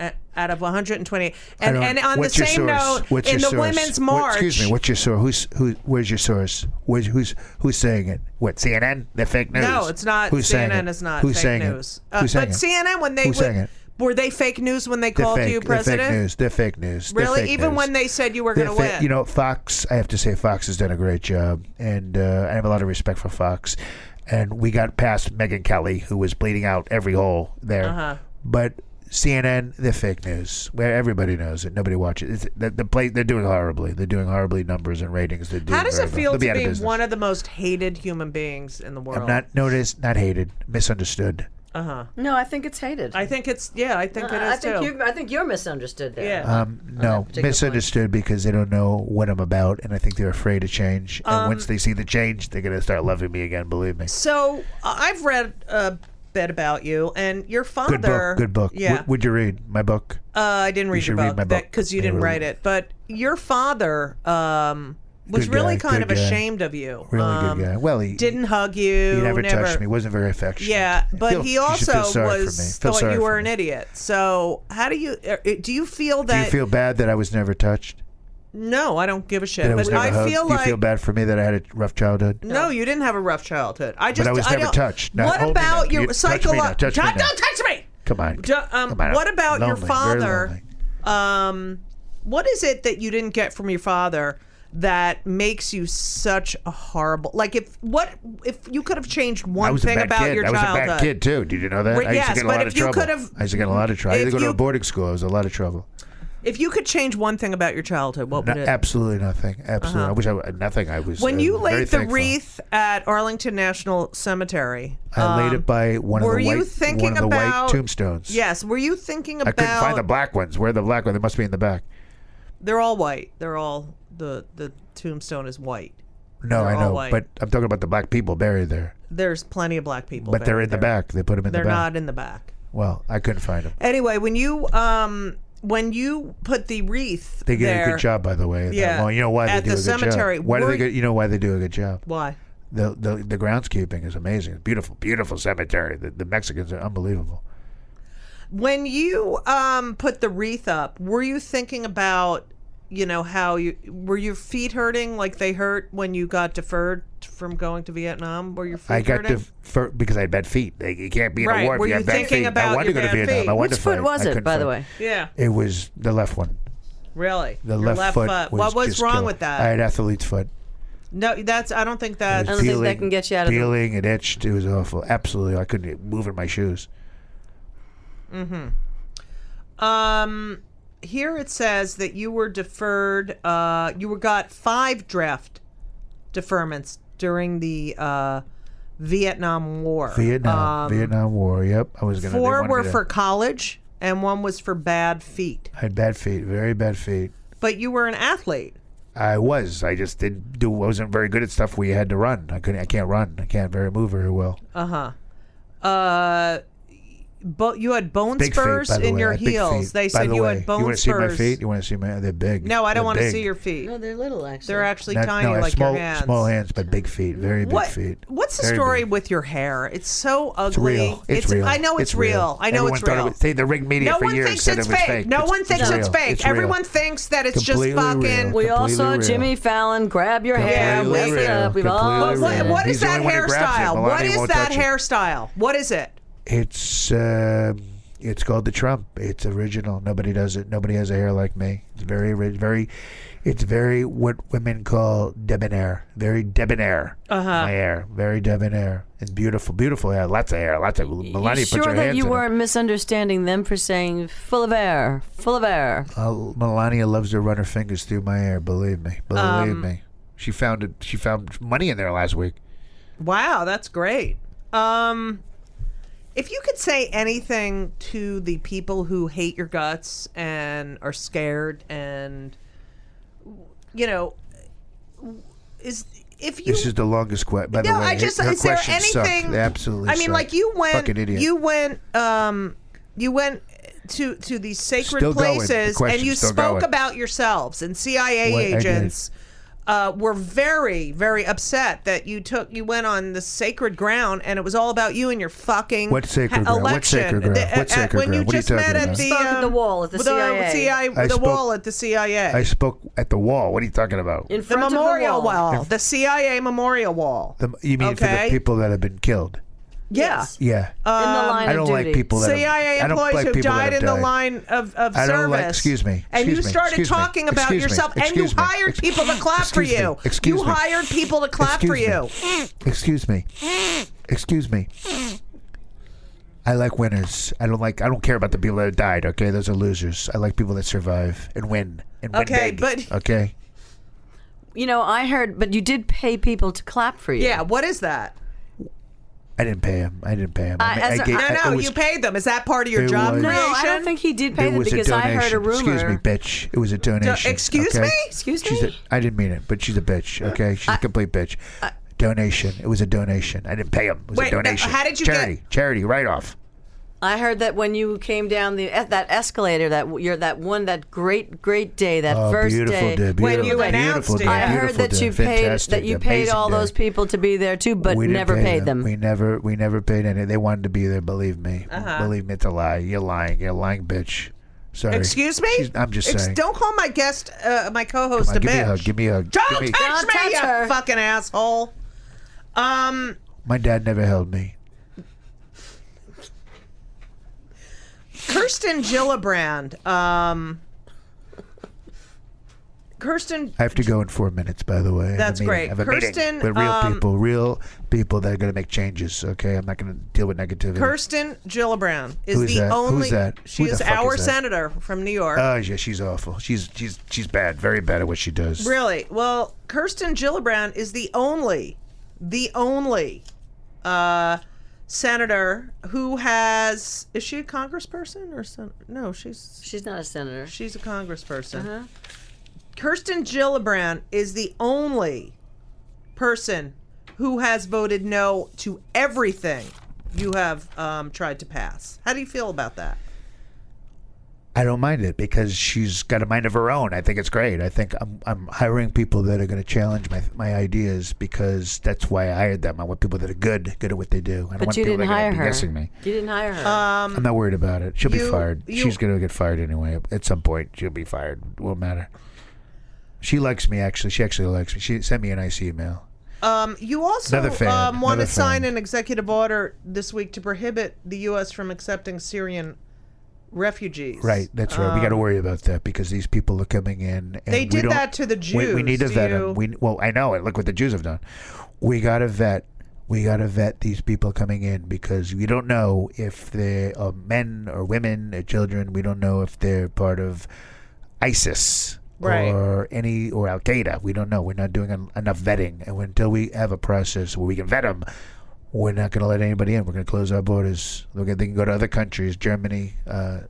Speaker 2: A- Out of 128, and,
Speaker 4: I don't-
Speaker 2: and on the
Speaker 4: what's your
Speaker 2: same
Speaker 4: source?
Speaker 2: note,
Speaker 4: What's
Speaker 2: in
Speaker 4: your
Speaker 2: the
Speaker 4: source?
Speaker 2: women's
Speaker 4: What-
Speaker 2: march,
Speaker 4: excuse me. What's your source? Who's who? Where's your source? Where's who's who's saying it? What CNN? They're fake news.
Speaker 2: No, it's not.
Speaker 4: Who's saying
Speaker 2: CNN
Speaker 4: it?
Speaker 2: is not
Speaker 4: Who's
Speaker 2: fake
Speaker 4: saying
Speaker 2: news. Uh,
Speaker 4: It? Who's saying
Speaker 2: but
Speaker 4: it?
Speaker 2: CNN, when they
Speaker 4: Who's
Speaker 2: would-
Speaker 4: saying it?
Speaker 2: were they fake news when they
Speaker 4: They're
Speaker 2: called
Speaker 4: fake,
Speaker 2: you
Speaker 4: they're
Speaker 2: president?
Speaker 4: fake news. They're fake news. They're
Speaker 2: Really?
Speaker 4: fake
Speaker 2: Even
Speaker 4: news.
Speaker 2: when they said you were
Speaker 4: They're
Speaker 2: going to
Speaker 4: fa-
Speaker 2: win?
Speaker 4: You know, Fox. I have to say, Fox has done a great job, and uh, I have a lot of respect for Fox. And we got past Megan Kelly, who was bleeding out every hole there.
Speaker 2: Uh-huh.
Speaker 4: But CNN, they're fake news. Where everybody knows it, nobody watches. It's, the, the play, they're doing horribly. They're doing horribly numbers and ratings. They're doing
Speaker 2: How does
Speaker 4: very
Speaker 2: it
Speaker 4: well.
Speaker 2: feel
Speaker 4: They'll be
Speaker 2: to
Speaker 4: out of
Speaker 2: be
Speaker 4: business.
Speaker 2: one of the most hated human beings in the world?
Speaker 4: I'm not noticed, not hated, misunderstood.
Speaker 3: No, I think it's hated.
Speaker 2: I think it's yeah. I think it
Speaker 3: Uh, I
Speaker 2: is
Speaker 3: think
Speaker 2: too.
Speaker 3: you. I think you're misunderstood there.
Speaker 2: yeah.
Speaker 4: Um, no,
Speaker 3: particular
Speaker 4: misunderstood because they don't know what I'm about, and I think they're afraid of change. And
Speaker 2: Um,
Speaker 4: once they see the change, they're gonna start loving me again. Believe me.
Speaker 2: so I- I've read a bit about you and your father.
Speaker 4: Good book. Good book.
Speaker 2: Yeah.
Speaker 4: What, would you read my book?
Speaker 2: uh, I didn't read
Speaker 4: should
Speaker 2: your
Speaker 4: read
Speaker 2: book
Speaker 4: my book.
Speaker 2: because you
Speaker 4: Yeah,
Speaker 2: didn't
Speaker 4: really.
Speaker 2: write it. But your father um, was
Speaker 4: Good
Speaker 2: really
Speaker 4: guy,
Speaker 2: kind of
Speaker 4: good guy.
Speaker 2: ashamed of you.
Speaker 4: Really
Speaker 2: um,
Speaker 4: good guy. Well, he
Speaker 2: Didn't hug you.
Speaker 4: He never, touched me. wasn't very affectionate.
Speaker 2: Yeah,
Speaker 4: I
Speaker 2: but
Speaker 4: feel-
Speaker 2: he
Speaker 4: you should feel
Speaker 2: also
Speaker 4: sorry for me.
Speaker 2: was
Speaker 4: Feel
Speaker 2: thought
Speaker 4: sorry
Speaker 2: you were
Speaker 4: for
Speaker 2: an
Speaker 4: me.
Speaker 2: idiot. So how do you er, do you feel
Speaker 4: Do you
Speaker 2: that
Speaker 4: feel bad that I was never touched?
Speaker 2: No, I don't give a shit.
Speaker 4: That I was
Speaker 2: But
Speaker 4: never
Speaker 2: I
Speaker 4: hugged.
Speaker 2: feel
Speaker 4: Do you
Speaker 2: like
Speaker 4: feel bad for me that I had a rough childhood?
Speaker 2: No, you didn't have a rough childhood. I just
Speaker 4: I was never
Speaker 2: don't-
Speaker 4: touched. Now,
Speaker 2: what
Speaker 4: hold me
Speaker 2: about
Speaker 4: now.
Speaker 2: your
Speaker 4: You- touch me now,
Speaker 2: psychological?
Speaker 4: touch me now.
Speaker 2: Don't touch me.
Speaker 4: Come on.
Speaker 2: D- um,
Speaker 4: Come on, I'm
Speaker 2: what about your
Speaker 4: lonely, very
Speaker 2: father?
Speaker 4: lonely.
Speaker 2: Um, what is it that you didn't get from your father that makes you such a horrible? Like if what if you could have changed
Speaker 4: I
Speaker 2: one
Speaker 4: was a
Speaker 2: thing
Speaker 4: bad
Speaker 2: about
Speaker 4: kid.
Speaker 2: your
Speaker 4: I was
Speaker 2: childhood?
Speaker 4: a bad kid too. Did you know that?
Speaker 2: Well,
Speaker 4: I used
Speaker 2: yes,
Speaker 4: to get a
Speaker 2: but
Speaker 4: lot
Speaker 2: if
Speaker 4: of
Speaker 2: you
Speaker 4: trouble.
Speaker 2: could've-
Speaker 4: I used to get in a lot of trouble. I
Speaker 2: if
Speaker 4: used to go to
Speaker 2: you-
Speaker 4: a boarding school. I was in a lot of trouble.
Speaker 2: If you could change one thing about your childhood, what
Speaker 4: No,
Speaker 2: would it? Uh-huh.
Speaker 4: absolutely nothing. Absolutely. I wish I would, nothing. I was.
Speaker 2: When
Speaker 4: uh,
Speaker 2: you
Speaker 4: very
Speaker 2: laid the
Speaker 4: thankful.
Speaker 2: wreath at Arlington National Cemetery,
Speaker 4: I laid it by one of
Speaker 2: Um, were
Speaker 4: the white,
Speaker 2: you thinking
Speaker 4: one of the
Speaker 2: about-
Speaker 4: white tombstones.
Speaker 2: yes, were you thinking
Speaker 4: I
Speaker 2: about?
Speaker 4: couldn't find the black ones. Where are the black ones? They must be in the back.
Speaker 2: They're all white. They're all the the tombstone is white.
Speaker 4: No,
Speaker 2: They're
Speaker 4: I
Speaker 2: all
Speaker 4: know,
Speaker 2: white.
Speaker 4: but I'm talking about the black people buried there.
Speaker 2: There's plenty of black people,
Speaker 4: But they're
Speaker 2: buried
Speaker 4: in the
Speaker 2: there.
Speaker 4: back. They put them in
Speaker 2: They're
Speaker 4: the back.
Speaker 2: not in the back.
Speaker 4: Well, I couldn't find them.
Speaker 2: Anyway, when you um when you put the wreath,
Speaker 4: They get
Speaker 2: there,
Speaker 4: a good job, by the way. at that
Speaker 2: Yeah.
Speaker 4: lawn. you know why
Speaker 2: At
Speaker 4: they do
Speaker 2: the
Speaker 4: a good
Speaker 2: cemetery,
Speaker 4: job? Why do
Speaker 2: were-
Speaker 4: they? Get, you know why they do a good job?
Speaker 2: Why?
Speaker 4: The the, the groundskeeping is amazing. Beautiful, beautiful cemetery. The, the Mexicans are unbelievable.
Speaker 2: When you um put the wreath up, were you thinking about you know how you were your feet hurting like they hurt when you got deferred from going to Vietnam? Were your feet
Speaker 4: I got
Speaker 2: hurting?
Speaker 4: to for, because I had bad feet. They, you can't be in
Speaker 2: Right.
Speaker 4: a war if
Speaker 2: Were
Speaker 4: you
Speaker 2: you
Speaker 4: have bad
Speaker 2: thinking
Speaker 4: feet.
Speaker 2: about
Speaker 4: I
Speaker 2: your
Speaker 4: wanted to go to
Speaker 2: bad
Speaker 4: Vietnam.
Speaker 2: feet?
Speaker 4: I wanted
Speaker 3: Which
Speaker 4: to
Speaker 3: foot
Speaker 4: fight.
Speaker 3: was
Speaker 4: I
Speaker 3: it,
Speaker 4: couldn't
Speaker 3: by the
Speaker 4: fight.
Speaker 3: way?
Speaker 2: yeah,
Speaker 4: It was the left one.
Speaker 2: really.
Speaker 4: The
Speaker 2: your
Speaker 4: left, foot. Was
Speaker 2: what was
Speaker 4: just
Speaker 2: wrong
Speaker 4: killed.
Speaker 2: with that?
Speaker 4: I had athlete's foot.
Speaker 2: no, that's I don't think
Speaker 4: It
Speaker 2: that.
Speaker 4: was
Speaker 3: I don't think that can get you out of the-
Speaker 4: peeling. It itched. It was awful. Absolutely, I couldn't move in my shoes.
Speaker 2: Um, here it says that you were deferred. Uh, you were got five draft deferments during the uh, Vietnam War.
Speaker 4: Vietnam,
Speaker 2: Um,
Speaker 4: Vietnam War. Yep, I was gonna. they
Speaker 2: Four
Speaker 4: wanted
Speaker 2: were
Speaker 4: me to-
Speaker 2: for college, and one was for bad feet.
Speaker 4: I had bad feet. Very bad feet.
Speaker 2: But you were an athlete.
Speaker 4: I was. I just didn't do. I wasn't very good at stuff where you had to run. I couldn't. I can't run. I can't very move very well.
Speaker 2: Uh, but you had bone
Speaker 4: Big
Speaker 2: spurs
Speaker 4: feet, by the
Speaker 2: in
Speaker 4: way.
Speaker 2: your
Speaker 4: I had big
Speaker 2: heels.
Speaker 4: feet.
Speaker 2: They
Speaker 4: By
Speaker 2: said
Speaker 4: the
Speaker 2: you
Speaker 4: way,
Speaker 2: had bone
Speaker 4: You want to see my
Speaker 2: spurs.
Speaker 4: feet? You want to see my? They're big.
Speaker 2: No, I don't want to see
Speaker 4: big.
Speaker 2: your feet.
Speaker 3: No, Oh, they're little actually.
Speaker 2: They're actually
Speaker 4: Not-
Speaker 2: tiny,
Speaker 4: no, I have
Speaker 2: like
Speaker 4: small,
Speaker 2: your hands.
Speaker 4: small hands, but big feet. Very big
Speaker 2: What-
Speaker 4: feet.
Speaker 2: What's the
Speaker 4: Very
Speaker 2: story
Speaker 4: big.
Speaker 2: with your hair? It's so ugly.
Speaker 4: It's real. It's, real.
Speaker 2: I know it's, real. I know
Speaker 4: Everyone
Speaker 2: it's
Speaker 4: thought
Speaker 2: real.
Speaker 4: It was, they, the rigged media
Speaker 2: no
Speaker 4: for
Speaker 2: one
Speaker 4: years
Speaker 2: thinks
Speaker 4: said
Speaker 2: it's
Speaker 4: it was
Speaker 2: fake.
Speaker 4: fake.
Speaker 2: No one thinks it's
Speaker 4: real.
Speaker 2: fake.
Speaker 4: It's real.
Speaker 2: Everyone thinks that it's
Speaker 4: Completely
Speaker 2: just fucking.
Speaker 4: real.
Speaker 3: We all
Speaker 4: Completely
Speaker 3: saw
Speaker 4: real.
Speaker 3: Jimmy Fallon grab your hair,
Speaker 4: Completely
Speaker 3: wake it
Speaker 4: real.
Speaker 3: up. We've all
Speaker 4: Completely
Speaker 2: What-
Speaker 4: real.
Speaker 2: what
Speaker 4: He's
Speaker 2: is
Speaker 4: the
Speaker 2: that
Speaker 4: only one who grabs it.
Speaker 2: hairstyle? What
Speaker 4: Melania
Speaker 2: is
Speaker 4: won't
Speaker 2: that
Speaker 4: touch it.
Speaker 2: hairstyle? What is it?
Speaker 4: It's uh, it's called the Trump. It's original. Nobody does it. Nobody has a hair like me. It's very ri- very. It's very what women call debonair. Very debonair. Uh-huh. My hair. Very debonair. It's beautiful. Beautiful hair. Lots of hair. Lots of. Melania
Speaker 3: You
Speaker 4: puts her
Speaker 3: sure that
Speaker 4: hands
Speaker 3: you
Speaker 4: in it.
Speaker 3: weren't misunderstanding them for saying full of air, full of air?
Speaker 4: Uh, Melania loves to run her fingers through my hair. Believe me. Believe
Speaker 2: Um,
Speaker 4: me. She found it. She found money in there last week.
Speaker 2: Wow, that's great. Um, if you could say anything to the people who hate your guts and are scared and you know is if you
Speaker 4: This is the longest question. By the
Speaker 2: No,
Speaker 4: way,
Speaker 2: I just
Speaker 4: her
Speaker 2: is there
Speaker 4: questions
Speaker 2: anything?
Speaker 4: suck. They absolutely.
Speaker 2: I mean,
Speaker 4: suck.
Speaker 2: like you went,
Speaker 4: Fucking idiot.
Speaker 2: you went, um, you went to to these sacred
Speaker 4: Still going. The
Speaker 2: places, and
Speaker 4: question's
Speaker 2: you
Speaker 4: still
Speaker 2: spoke
Speaker 4: going.
Speaker 2: about yourselves and CIA
Speaker 4: What I did.
Speaker 2: agents. Uh, were very very upset that you took you went on the sacred ground and it was all about you and your fucking
Speaker 4: What sacred
Speaker 2: ha-
Speaker 4: ground? What
Speaker 2: election.
Speaker 4: sacred ground?
Speaker 2: The-
Speaker 4: What
Speaker 2: at-
Speaker 4: sacred
Speaker 2: when you
Speaker 4: ground? What are you
Speaker 2: just
Speaker 4: talking
Speaker 2: met at
Speaker 4: about?
Speaker 2: the,
Speaker 3: Spoke at
Speaker 2: um,
Speaker 3: the wall at the CIA.
Speaker 2: CIA
Speaker 4: I
Speaker 2: the
Speaker 4: spoke-
Speaker 2: wall at the CIA
Speaker 4: I spoke at the wall. What are you talking about?
Speaker 3: In
Speaker 2: the
Speaker 3: front
Speaker 2: memorial
Speaker 3: of the wall.
Speaker 2: wall the CIA memorial wall
Speaker 4: The, you mean for
Speaker 2: Okay. Uh,
Speaker 4: the people that have been killed?
Speaker 2: yeah
Speaker 3: Yes.
Speaker 4: Yeah.
Speaker 3: in
Speaker 2: Um,
Speaker 3: the line
Speaker 4: I
Speaker 3: of
Speaker 4: don't
Speaker 3: duty.
Speaker 4: like people that
Speaker 2: CIA
Speaker 4: have, I don't
Speaker 2: employees
Speaker 4: like
Speaker 2: who
Speaker 4: people that
Speaker 2: died
Speaker 4: have
Speaker 2: in the line of, of
Speaker 4: I
Speaker 2: service.
Speaker 4: don't like. Excuse me.
Speaker 2: and you
Speaker 4: excuse me,
Speaker 2: started
Speaker 4: excuse me,
Speaker 2: talking about
Speaker 4: excuse me,
Speaker 2: yourself, and you
Speaker 4: excuse me,
Speaker 2: hired
Speaker 4: ex-
Speaker 2: people to clap for
Speaker 4: excuse me,
Speaker 2: you.
Speaker 4: Excuse
Speaker 2: you
Speaker 4: me.
Speaker 2: hired people to clap for you.
Speaker 4: excuse me, Excuse me. Excuse me. I like winners. I don't like. I don't care about the people that died. Okay, those are losers. I like people that survive and win and win
Speaker 2: Okay,
Speaker 4: big.
Speaker 2: but-
Speaker 4: okay.
Speaker 3: You know, I heard, but you did pay people to clap for you.
Speaker 2: Yeah, what is that?
Speaker 4: I didn't pay him. I didn't pay him.
Speaker 3: Uh,
Speaker 4: I, ma-
Speaker 3: as
Speaker 4: I
Speaker 3: a-
Speaker 4: gave-
Speaker 2: No,
Speaker 4: I-
Speaker 2: no,
Speaker 4: it was-
Speaker 2: you paid them. Is that part of your
Speaker 4: There
Speaker 2: job
Speaker 4: was-
Speaker 3: No,
Speaker 2: creation?
Speaker 3: I don't think he did pay
Speaker 4: It
Speaker 3: them
Speaker 4: was a
Speaker 3: because I
Speaker 4: donation.
Speaker 3: heard a rumor.
Speaker 4: Excuse me, bitch. It was a donation.
Speaker 2: excuse
Speaker 4: okay?
Speaker 2: me?
Speaker 3: Excuse
Speaker 4: She's
Speaker 3: me?
Speaker 4: a, I didn't mean it, but she's a bitch.
Speaker 3: Uh,
Speaker 4: Okay, she's a complete bitch. donation. It was a donation. I didn't pay him. It was
Speaker 2: Wait,
Speaker 4: a
Speaker 2: now,
Speaker 4: donation.
Speaker 2: how did you
Speaker 4: charity? Charity write off.
Speaker 3: I heard that when you came down the eh, that escalator, that your that one, that great great day, that
Speaker 4: Oh,
Speaker 3: first
Speaker 4: beautiful
Speaker 3: day.
Speaker 4: day.
Speaker 2: When
Speaker 4: Beautiful
Speaker 2: you
Speaker 4: day.
Speaker 2: announced
Speaker 4: Beautiful
Speaker 2: it.
Speaker 4: day.
Speaker 3: I heard
Speaker 4: beautiful
Speaker 3: that
Speaker 4: day.
Speaker 3: you paid
Speaker 4: Fantastic
Speaker 3: that you
Speaker 4: day.
Speaker 3: paid
Speaker 4: Amazing
Speaker 3: all
Speaker 4: day.
Speaker 3: those people to be there too, but
Speaker 4: We didn't
Speaker 3: never
Speaker 4: pay
Speaker 3: paid them.
Speaker 4: We never, we
Speaker 3: Uh-huh.
Speaker 4: never paid any. They wanted to be there. Believe me. Believe me, it's a lie. You're lying. You're a lying bitch. Sorry.
Speaker 2: Excuse me.
Speaker 4: She's- I'm just
Speaker 2: Ex-
Speaker 4: saying.
Speaker 2: Don't call my guest, uh, my co-host,
Speaker 4: Come on,
Speaker 2: a
Speaker 4: give me a
Speaker 2: bitch.
Speaker 4: hug. Give me a hug.
Speaker 2: don't
Speaker 4: give me.
Speaker 2: touch
Speaker 3: Don't
Speaker 2: me,
Speaker 3: touch
Speaker 2: you
Speaker 3: her.
Speaker 2: fucking asshole. Um.
Speaker 4: My dad never held me.
Speaker 2: Kirsten Gillibrand. Um, Kirsten,
Speaker 4: I have to go in four minutes, by the way. I have a
Speaker 2: That's
Speaker 4: meeting-
Speaker 2: great.
Speaker 4: I have a meeting
Speaker 2: Kirsten,
Speaker 4: with real
Speaker 2: um,
Speaker 4: people, real people that are going to make changes. Okay, I'm not going to deal with negativity.
Speaker 2: Kirsten Gillibrand is,
Speaker 4: Who is
Speaker 2: the
Speaker 4: that? Who is
Speaker 2: only.
Speaker 4: that?
Speaker 2: She
Speaker 4: Who the
Speaker 2: is
Speaker 4: fuck
Speaker 2: our
Speaker 4: is that?
Speaker 2: senator from New York.
Speaker 4: Oh yeah, she's awful. She's she's she's bad. Very bad at what she does.
Speaker 2: really? Well, Kirsten Gillibrand is the only, the only, uh, senator who has. Is she a congressperson or sen- no? She's
Speaker 3: She's not a senator.
Speaker 2: She's a congressperson. Kirsten Gillibrand is the only person who has voted no to everything you have um, tried to pass. How do you feel about that?
Speaker 4: I don't mind it because she's got a mind of her own. I think it's great. I think I'm, I'm hiring people that are going to challenge my my ideas because that's why I hired them. I want people that are good, good at what they do. I don't
Speaker 3: But
Speaker 4: want
Speaker 3: you
Speaker 4: people
Speaker 3: didn't
Speaker 4: that are
Speaker 3: hire
Speaker 4: gonna
Speaker 3: her.
Speaker 4: Be guessing me.
Speaker 3: You didn't hire her.
Speaker 2: Uh,
Speaker 4: I'm not worried about it. She'll
Speaker 2: you-
Speaker 4: be fired.
Speaker 2: you-
Speaker 4: She's going to get fired anyway. At some point, she'll be fired. Won't matter. She likes me actually. She actually likes me. She sent me a nice email.
Speaker 2: Um, you also
Speaker 4: Another fan.
Speaker 2: um, want to
Speaker 4: Another
Speaker 2: sign
Speaker 4: fan.
Speaker 2: an executive order this week to prohibit the U.S. from accepting Syrian refugees.
Speaker 4: Right, that's right. we got to worry about that because these people are coming in. And
Speaker 2: Um, They
Speaker 4: we
Speaker 2: did
Speaker 4: don't-
Speaker 2: that to the
Speaker 4: We, we need to
Speaker 2: Jews,
Speaker 4: vet
Speaker 2: you-
Speaker 4: them. We, well, I know it. Look what the Jews have done. We got to vet. We got to vet these people coming in because we don't know if they are men or women or children. We don't know if they're part of ISIS
Speaker 2: Right.
Speaker 4: or any or Al Qaeda. We don't know. We're not doing en- enough vetting, and until we have a process where we can vet them, we're not going to let anybody in. We're going to close our borders. Look, they can go to other countries, Germany, uh,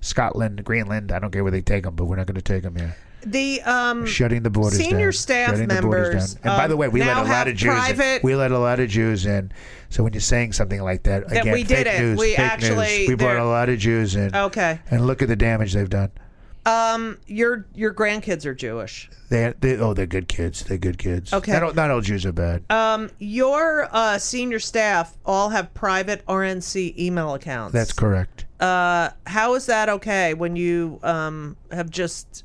Speaker 4: Scotland, Greenland. I don't care where they take them, but we're not going to take them here.
Speaker 2: The um,
Speaker 4: Shutting the borders down.
Speaker 2: senior staff
Speaker 4: Shutting the borders
Speaker 2: members,
Speaker 4: down. And by
Speaker 2: um,
Speaker 4: the way, we let
Speaker 2: now
Speaker 4: a lot
Speaker 2: have
Speaker 4: of Jews.
Speaker 2: private-
Speaker 4: in. We let a lot of Jews in. So when you're saying something like that,
Speaker 2: That
Speaker 4: again,
Speaker 2: we did
Speaker 4: fake
Speaker 2: it.
Speaker 4: news,
Speaker 2: We
Speaker 4: fake news.
Speaker 2: actually-
Speaker 4: we brought
Speaker 2: there-
Speaker 4: a lot of Jews in.
Speaker 2: Okay.
Speaker 4: And look at the damage they've done.
Speaker 2: your your grandkids are Jewish.
Speaker 4: They, they oh they're good kids. They're good kids.
Speaker 2: Okay.
Speaker 4: Not, all- not all Jews are bad.
Speaker 2: Your uh, senior staff all have private RNC email accounts.
Speaker 4: That's correct.
Speaker 2: How is that okay when you um, have just,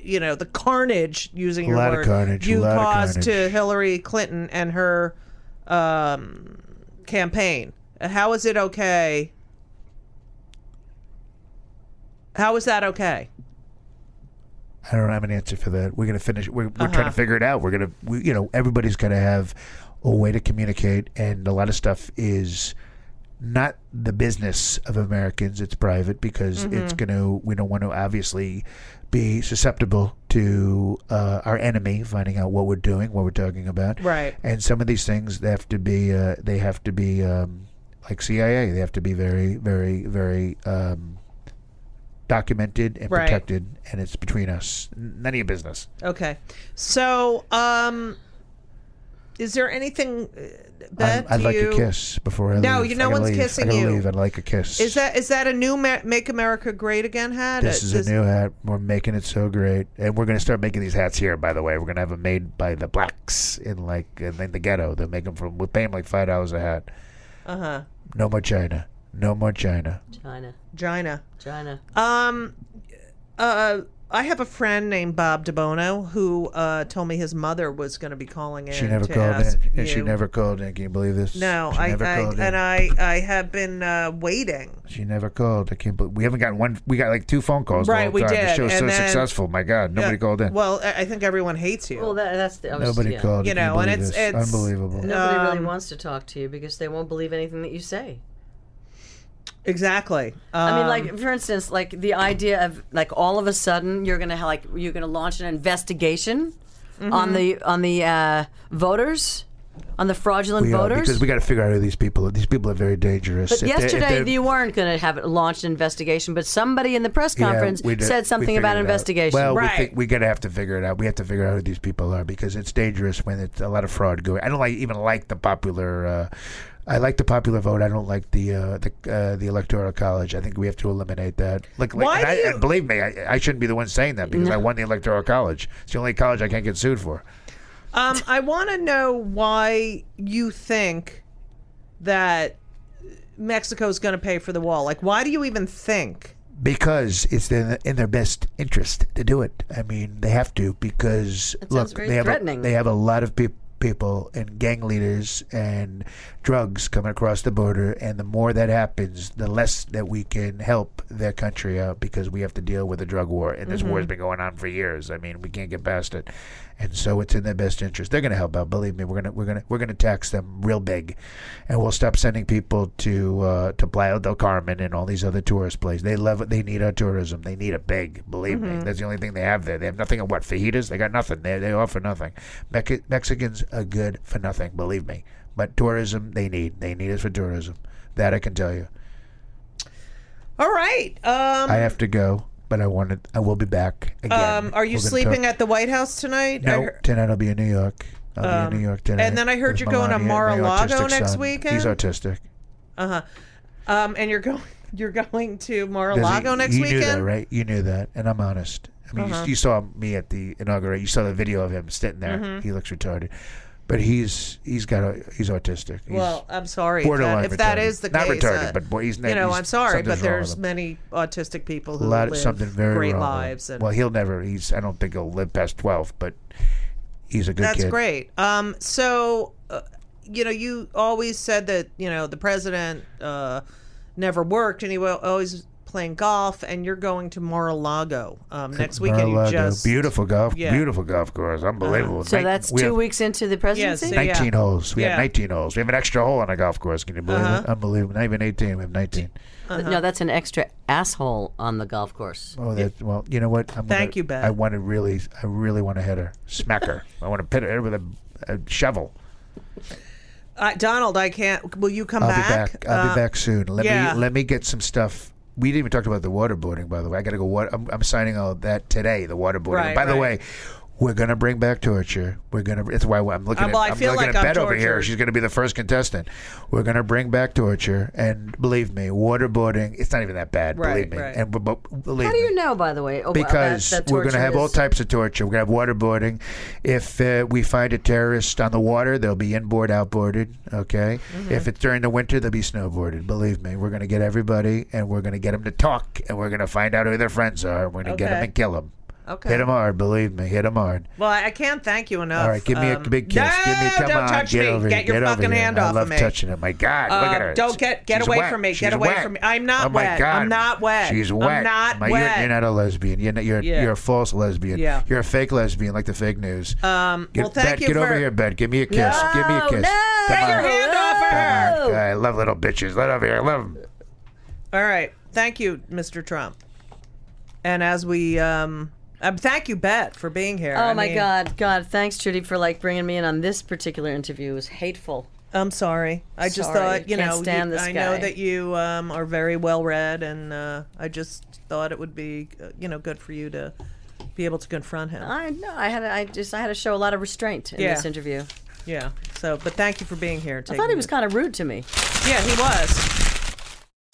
Speaker 2: you know, the carnage using your
Speaker 4: Lot of
Speaker 2: word
Speaker 4: carnage,
Speaker 2: you
Speaker 4: lot of
Speaker 2: caused to
Speaker 4: carnage.
Speaker 2: Hillary Clinton and her um, campaign? How is it okay? How is that okay?
Speaker 4: I don't have an answer for that. We're gonna finish. We're, we're trying to figure it out. We're gonna, we, you know, everybody's gonna have a way to communicate, and a lot of stuff is not the business of Americans. It's private because it's gonna. We don't want to obviously be susceptible to uh, our enemy finding out what we're doing, what we're talking about.
Speaker 2: Right.
Speaker 4: And some of these things they have to be. Uh, they have to be um, like CIA. They have to be very, very, very. Um, documented and
Speaker 2: Right.
Speaker 4: protected and it's between us N- none of your business
Speaker 2: Okay, so um, is there anything? uh,
Speaker 4: I'm-
Speaker 2: Bet
Speaker 4: i'd like
Speaker 2: you,
Speaker 4: a kiss before i
Speaker 2: No,
Speaker 4: leave.
Speaker 2: you- no
Speaker 4: I gotta
Speaker 2: one's
Speaker 4: leave.
Speaker 2: kissing
Speaker 4: I gotta
Speaker 2: you.
Speaker 4: leave. i'd like a kiss
Speaker 2: Is that is that a new Ma- "Make America Great Again" hat? Uh,
Speaker 4: this is a new hat we're making it so great and we're going to start making these hats here by the way we're going to have them made by the blacks in like in, in the ghetto they'll make them from we pay them like five dollars a hat
Speaker 2: uh-huh.
Speaker 4: no more china no more china
Speaker 3: China.
Speaker 2: Gina.
Speaker 3: China.
Speaker 2: Um, uh, I have a friend named Bob DeBono who uh, told me his mother was going to be calling in.
Speaker 4: she never
Speaker 2: to
Speaker 4: called
Speaker 2: ask
Speaker 4: in and she
Speaker 2: you-
Speaker 4: never called in can you believe this
Speaker 2: No,
Speaker 4: she
Speaker 2: I,
Speaker 4: never
Speaker 2: I
Speaker 4: called in.
Speaker 2: and I I have been uh, waiting.
Speaker 4: She never called. I can't believe we haven't gotten one. We got like two phone calls.
Speaker 2: Right,
Speaker 4: the whole
Speaker 2: we
Speaker 4: time.
Speaker 2: did,
Speaker 4: The show's
Speaker 2: and
Speaker 4: so
Speaker 2: then-
Speaker 4: successful. My God, nobody called in.
Speaker 2: Uh, Well, I I think everyone hates you.
Speaker 3: Well, that, that's the. I was-
Speaker 4: nobody
Speaker 3: yeah.
Speaker 4: called.
Speaker 2: You
Speaker 4: in. Can
Speaker 2: know, and it's-
Speaker 4: believe this?
Speaker 2: it's-
Speaker 4: unbelievable.
Speaker 3: Nobody
Speaker 2: Um,
Speaker 3: really wants to talk to you because they won't believe anything that you say.
Speaker 2: exactly.
Speaker 3: I mean,
Speaker 2: Um,
Speaker 3: like for instance, like the idea of like all of a sudden you're gonna ha- like you're gonna launch an investigation
Speaker 2: Mm-hmm.
Speaker 3: on the on the uh, voters, on the fraudulent
Speaker 4: We are,
Speaker 3: voters.
Speaker 4: because we got to figure out who these people. are. These people are very dangerous.
Speaker 3: but
Speaker 4: If they're- if
Speaker 3: yesterday
Speaker 4: they're-
Speaker 3: you weren't going to have it launched an investigation, but somebody in the press
Speaker 4: Yeah,
Speaker 3: conference
Speaker 4: we did-
Speaker 3: said
Speaker 4: we
Speaker 3: something
Speaker 4: figured
Speaker 3: about
Speaker 4: it out.
Speaker 3: investigation.
Speaker 4: Well,
Speaker 2: Right.
Speaker 4: we think we gotta have to figure it out. We have to figure out who these people are because it's dangerous when it's a lot of fraud going. I don't like even like the popular. Uh, I like the popular vote. I don't like the uh, the uh, the electoral college. I think we have to eliminate that. Like, like
Speaker 2: Why
Speaker 4: and
Speaker 2: do
Speaker 4: I,
Speaker 2: you-
Speaker 4: and believe me, I, I shouldn't be the one saying that because I won the electoral college. It's the only college I can't get sued for.
Speaker 2: Um, I want to know why you think that Mexico's going to pay for the wall. Like, why do you even think
Speaker 4: because it's in, in their best interest to do it. I mean, they have to because look,
Speaker 3: sounds very
Speaker 4: they have a,
Speaker 3: threatening.
Speaker 4: they have a lot of peop people and gang leaders and drugs coming across the border, and the more that happens, the less that we can help their country out because we have to deal with a drug war, and this
Speaker 3: Mm-hmm.
Speaker 4: war has been going on for years. I mean, we can't get past it, and so it's in their best interest. They're going to help out. Believe me, we're gonna we're gonna we're gonna tax them real big, and we'll stop sending people to uh, to Playa del Carmen and all these other tourist places. They love it. They need our tourism. They need it big. Believe
Speaker 2: Mm-hmm.
Speaker 4: me, that's the only thing they have there. They have nothing. What fajitas? They got nothing. They they offer nothing. Mex- Mexicans are good for nothing. Believe me. But tourism, they need. They need us for tourism. That I can tell you.
Speaker 2: All right. Um,
Speaker 4: I have to go, but I wanted. I will be back again.
Speaker 2: um, are you
Speaker 4: We're gonna
Speaker 2: sleeping
Speaker 4: talk-
Speaker 2: at the White House tonight? I
Speaker 4: No,
Speaker 2: hear- Um,
Speaker 4: tonight I'll be in New York. I'll be in New York tonight.
Speaker 2: then I heard
Speaker 4: with
Speaker 2: you're going to
Speaker 4: Melania, my
Speaker 2: Mar-a-Lago
Speaker 4: autistic
Speaker 2: next
Speaker 4: son. He's
Speaker 2: weekend?
Speaker 4: autistic.
Speaker 2: um, and you're going. You're going to
Speaker 4: Does he-
Speaker 2: Mar-a-Lago next
Speaker 4: you
Speaker 2: weekend. Uh-huh.
Speaker 4: knew that, right? You knew that, and I'm honest. I mean, you, you saw me at the inauguration. You saw the video of him sitting there.
Speaker 2: Mm-hmm.
Speaker 4: He looks retarded, but he's he's got a he's autistic. He's
Speaker 2: Well, I'm sorry.
Speaker 4: borderline
Speaker 2: That, if that
Speaker 4: retarded.
Speaker 2: is the
Speaker 4: Not
Speaker 2: case,
Speaker 4: retarded,
Speaker 2: uh,
Speaker 4: but boy, he's-
Speaker 2: you know,
Speaker 4: he's-
Speaker 2: I'm sorry,
Speaker 4: something's
Speaker 2: but
Speaker 4: wrong
Speaker 2: there's
Speaker 4: with him.
Speaker 2: many autistic people
Speaker 4: a
Speaker 2: who
Speaker 4: lot
Speaker 2: live
Speaker 4: of something very
Speaker 2: great
Speaker 4: wrong with him.
Speaker 2: lives, and
Speaker 4: well, he'll never. He's I don't think he'll live past twelve, but he's a good
Speaker 2: that's
Speaker 4: kid.
Speaker 2: great. Um, so, uh, you know, you always said that you know the president uh, never worked, and he was always playing golf. And you're going to Mar-a-Lago um, next weekend. You
Speaker 4: Mar-a-Lago,
Speaker 2: just
Speaker 4: beautiful golf,
Speaker 2: yeah. Uh-huh.
Speaker 4: beautiful golf course, unbelievable.
Speaker 3: So
Speaker 4: Nin-
Speaker 3: that's
Speaker 4: we
Speaker 3: two
Speaker 4: have
Speaker 3: weeks into the presidency.
Speaker 2: so- Yeah.
Speaker 4: 19 holes. We
Speaker 2: Yeah. Uh-huh.
Speaker 4: have 19 holes. We have an extra hole on a golf course. Can you believe it? Unbelievable. Not even 18. We have 19.
Speaker 3: No, that's an extra asshole on the golf course.
Speaker 4: Oh, that well. You know what? I'm
Speaker 2: Thank
Speaker 4: gonna-
Speaker 2: you, Ben.
Speaker 4: I want to really, I really want to hit her, smack her. I want to pit her with a, a shovel.
Speaker 2: Uh, Donald, I can't. Will you come
Speaker 4: I'll
Speaker 2: back?
Speaker 4: be back. I'll
Speaker 2: Uh,
Speaker 4: be back soon. Let
Speaker 2: yeah.
Speaker 4: me let me get some stuff. We didn't even talk about the waterboarding, by the way. I got to go. Water, I'm, I'm signing all that today. The waterboarding.
Speaker 2: Right,
Speaker 4: by the
Speaker 2: right.
Speaker 4: way, we're gonna bring back torture. We're gonna. It's why I'm looking.
Speaker 2: Uh,
Speaker 4: at,
Speaker 2: well, I
Speaker 4: I'm
Speaker 2: feel
Speaker 4: looking
Speaker 2: like
Speaker 4: at
Speaker 2: I'm
Speaker 4: Bet over here.
Speaker 2: tortured.
Speaker 4: She's gonna be the first contestant. We're gonna bring back torture, and believe me, waterboarding. It's not even that bad.
Speaker 2: Right,
Speaker 4: believe me.
Speaker 2: right.
Speaker 4: And but, but believe
Speaker 3: How do
Speaker 4: me.
Speaker 3: you know, by the way? Oh, well, that-
Speaker 4: because
Speaker 3: that
Speaker 4: we're going to
Speaker 3: torture
Speaker 4: have all
Speaker 3: is-
Speaker 4: types of torture. We're going to have waterboarding. If uh, we find a terrorist on the water, they'll be inboard, outboarded. Okay.
Speaker 3: Mm-hmm.
Speaker 4: If it's during the winter, they'll be snowboarded. Believe me, we're going to get everybody, and we're going to get them to talk, and we're going to find out who their friends are. and We're going to 'em get them
Speaker 2: Okay.
Speaker 4: and kill them.
Speaker 2: Okay.
Speaker 4: Hit them hard, believe me. Hit them hard.
Speaker 2: Well, I I can't thank you enough.
Speaker 4: All right, give me
Speaker 2: Um,
Speaker 4: a big kiss.
Speaker 2: No,
Speaker 4: give me, come
Speaker 2: don't
Speaker 4: on,
Speaker 2: touch
Speaker 4: get
Speaker 2: me.
Speaker 4: over
Speaker 2: get
Speaker 4: here.
Speaker 2: your
Speaker 4: get over
Speaker 2: fucking
Speaker 4: here.
Speaker 2: hand
Speaker 4: I
Speaker 2: off
Speaker 4: love
Speaker 2: of me.
Speaker 4: touching it. My God, look at
Speaker 2: Um,
Speaker 4: her.
Speaker 2: don't get- get
Speaker 4: She's
Speaker 2: away
Speaker 4: wet.
Speaker 2: from me. Get
Speaker 4: She's
Speaker 2: away
Speaker 4: wet.
Speaker 2: from me. I'm not
Speaker 4: oh my
Speaker 2: wet.
Speaker 4: God.
Speaker 2: I'm not wet.
Speaker 4: She's
Speaker 2: I'm
Speaker 4: wet.
Speaker 2: not
Speaker 4: My- you're-
Speaker 2: wet.
Speaker 4: You're, not a lesbian. You're not, you're,
Speaker 2: Yeah.
Speaker 4: you're a false lesbian.
Speaker 2: Yeah.
Speaker 4: You're a fake lesbian, like the fake news. Um. Get,
Speaker 2: well, thank
Speaker 4: Bet,
Speaker 2: you
Speaker 4: get
Speaker 2: for-
Speaker 4: over here, Ben. Give me a kiss. give me a kiss.
Speaker 3: Oh, no.
Speaker 4: Come
Speaker 3: Take
Speaker 4: on.
Speaker 3: your
Speaker 2: hand off of her.
Speaker 4: Come on. I love little bitches. Let over here. I love 'em.
Speaker 2: All right. Thank you, Mr. Trump. And as we, um, um thank you, Bet, for being here.
Speaker 3: Oh
Speaker 2: I
Speaker 3: my
Speaker 2: mean,
Speaker 3: God, God! Thanks, Judy, for like bringing me in on this particular interview. It was hateful.
Speaker 2: I'm sorry. I just
Speaker 3: Sorry,
Speaker 2: thought, you
Speaker 3: can't
Speaker 2: know, you-
Speaker 3: stand this
Speaker 2: I know
Speaker 3: guy.
Speaker 2: that you um, are very well read, and uh, I just thought it would be, uh, you know, good for you to be able to confront him.
Speaker 3: I know. I had. I just. I had to show a lot of restraint in
Speaker 2: Yeah.
Speaker 3: this interview.
Speaker 2: Yeah. So, but thank you for being here.
Speaker 3: I thought he was kind of rude to me.
Speaker 2: Yeah, he was.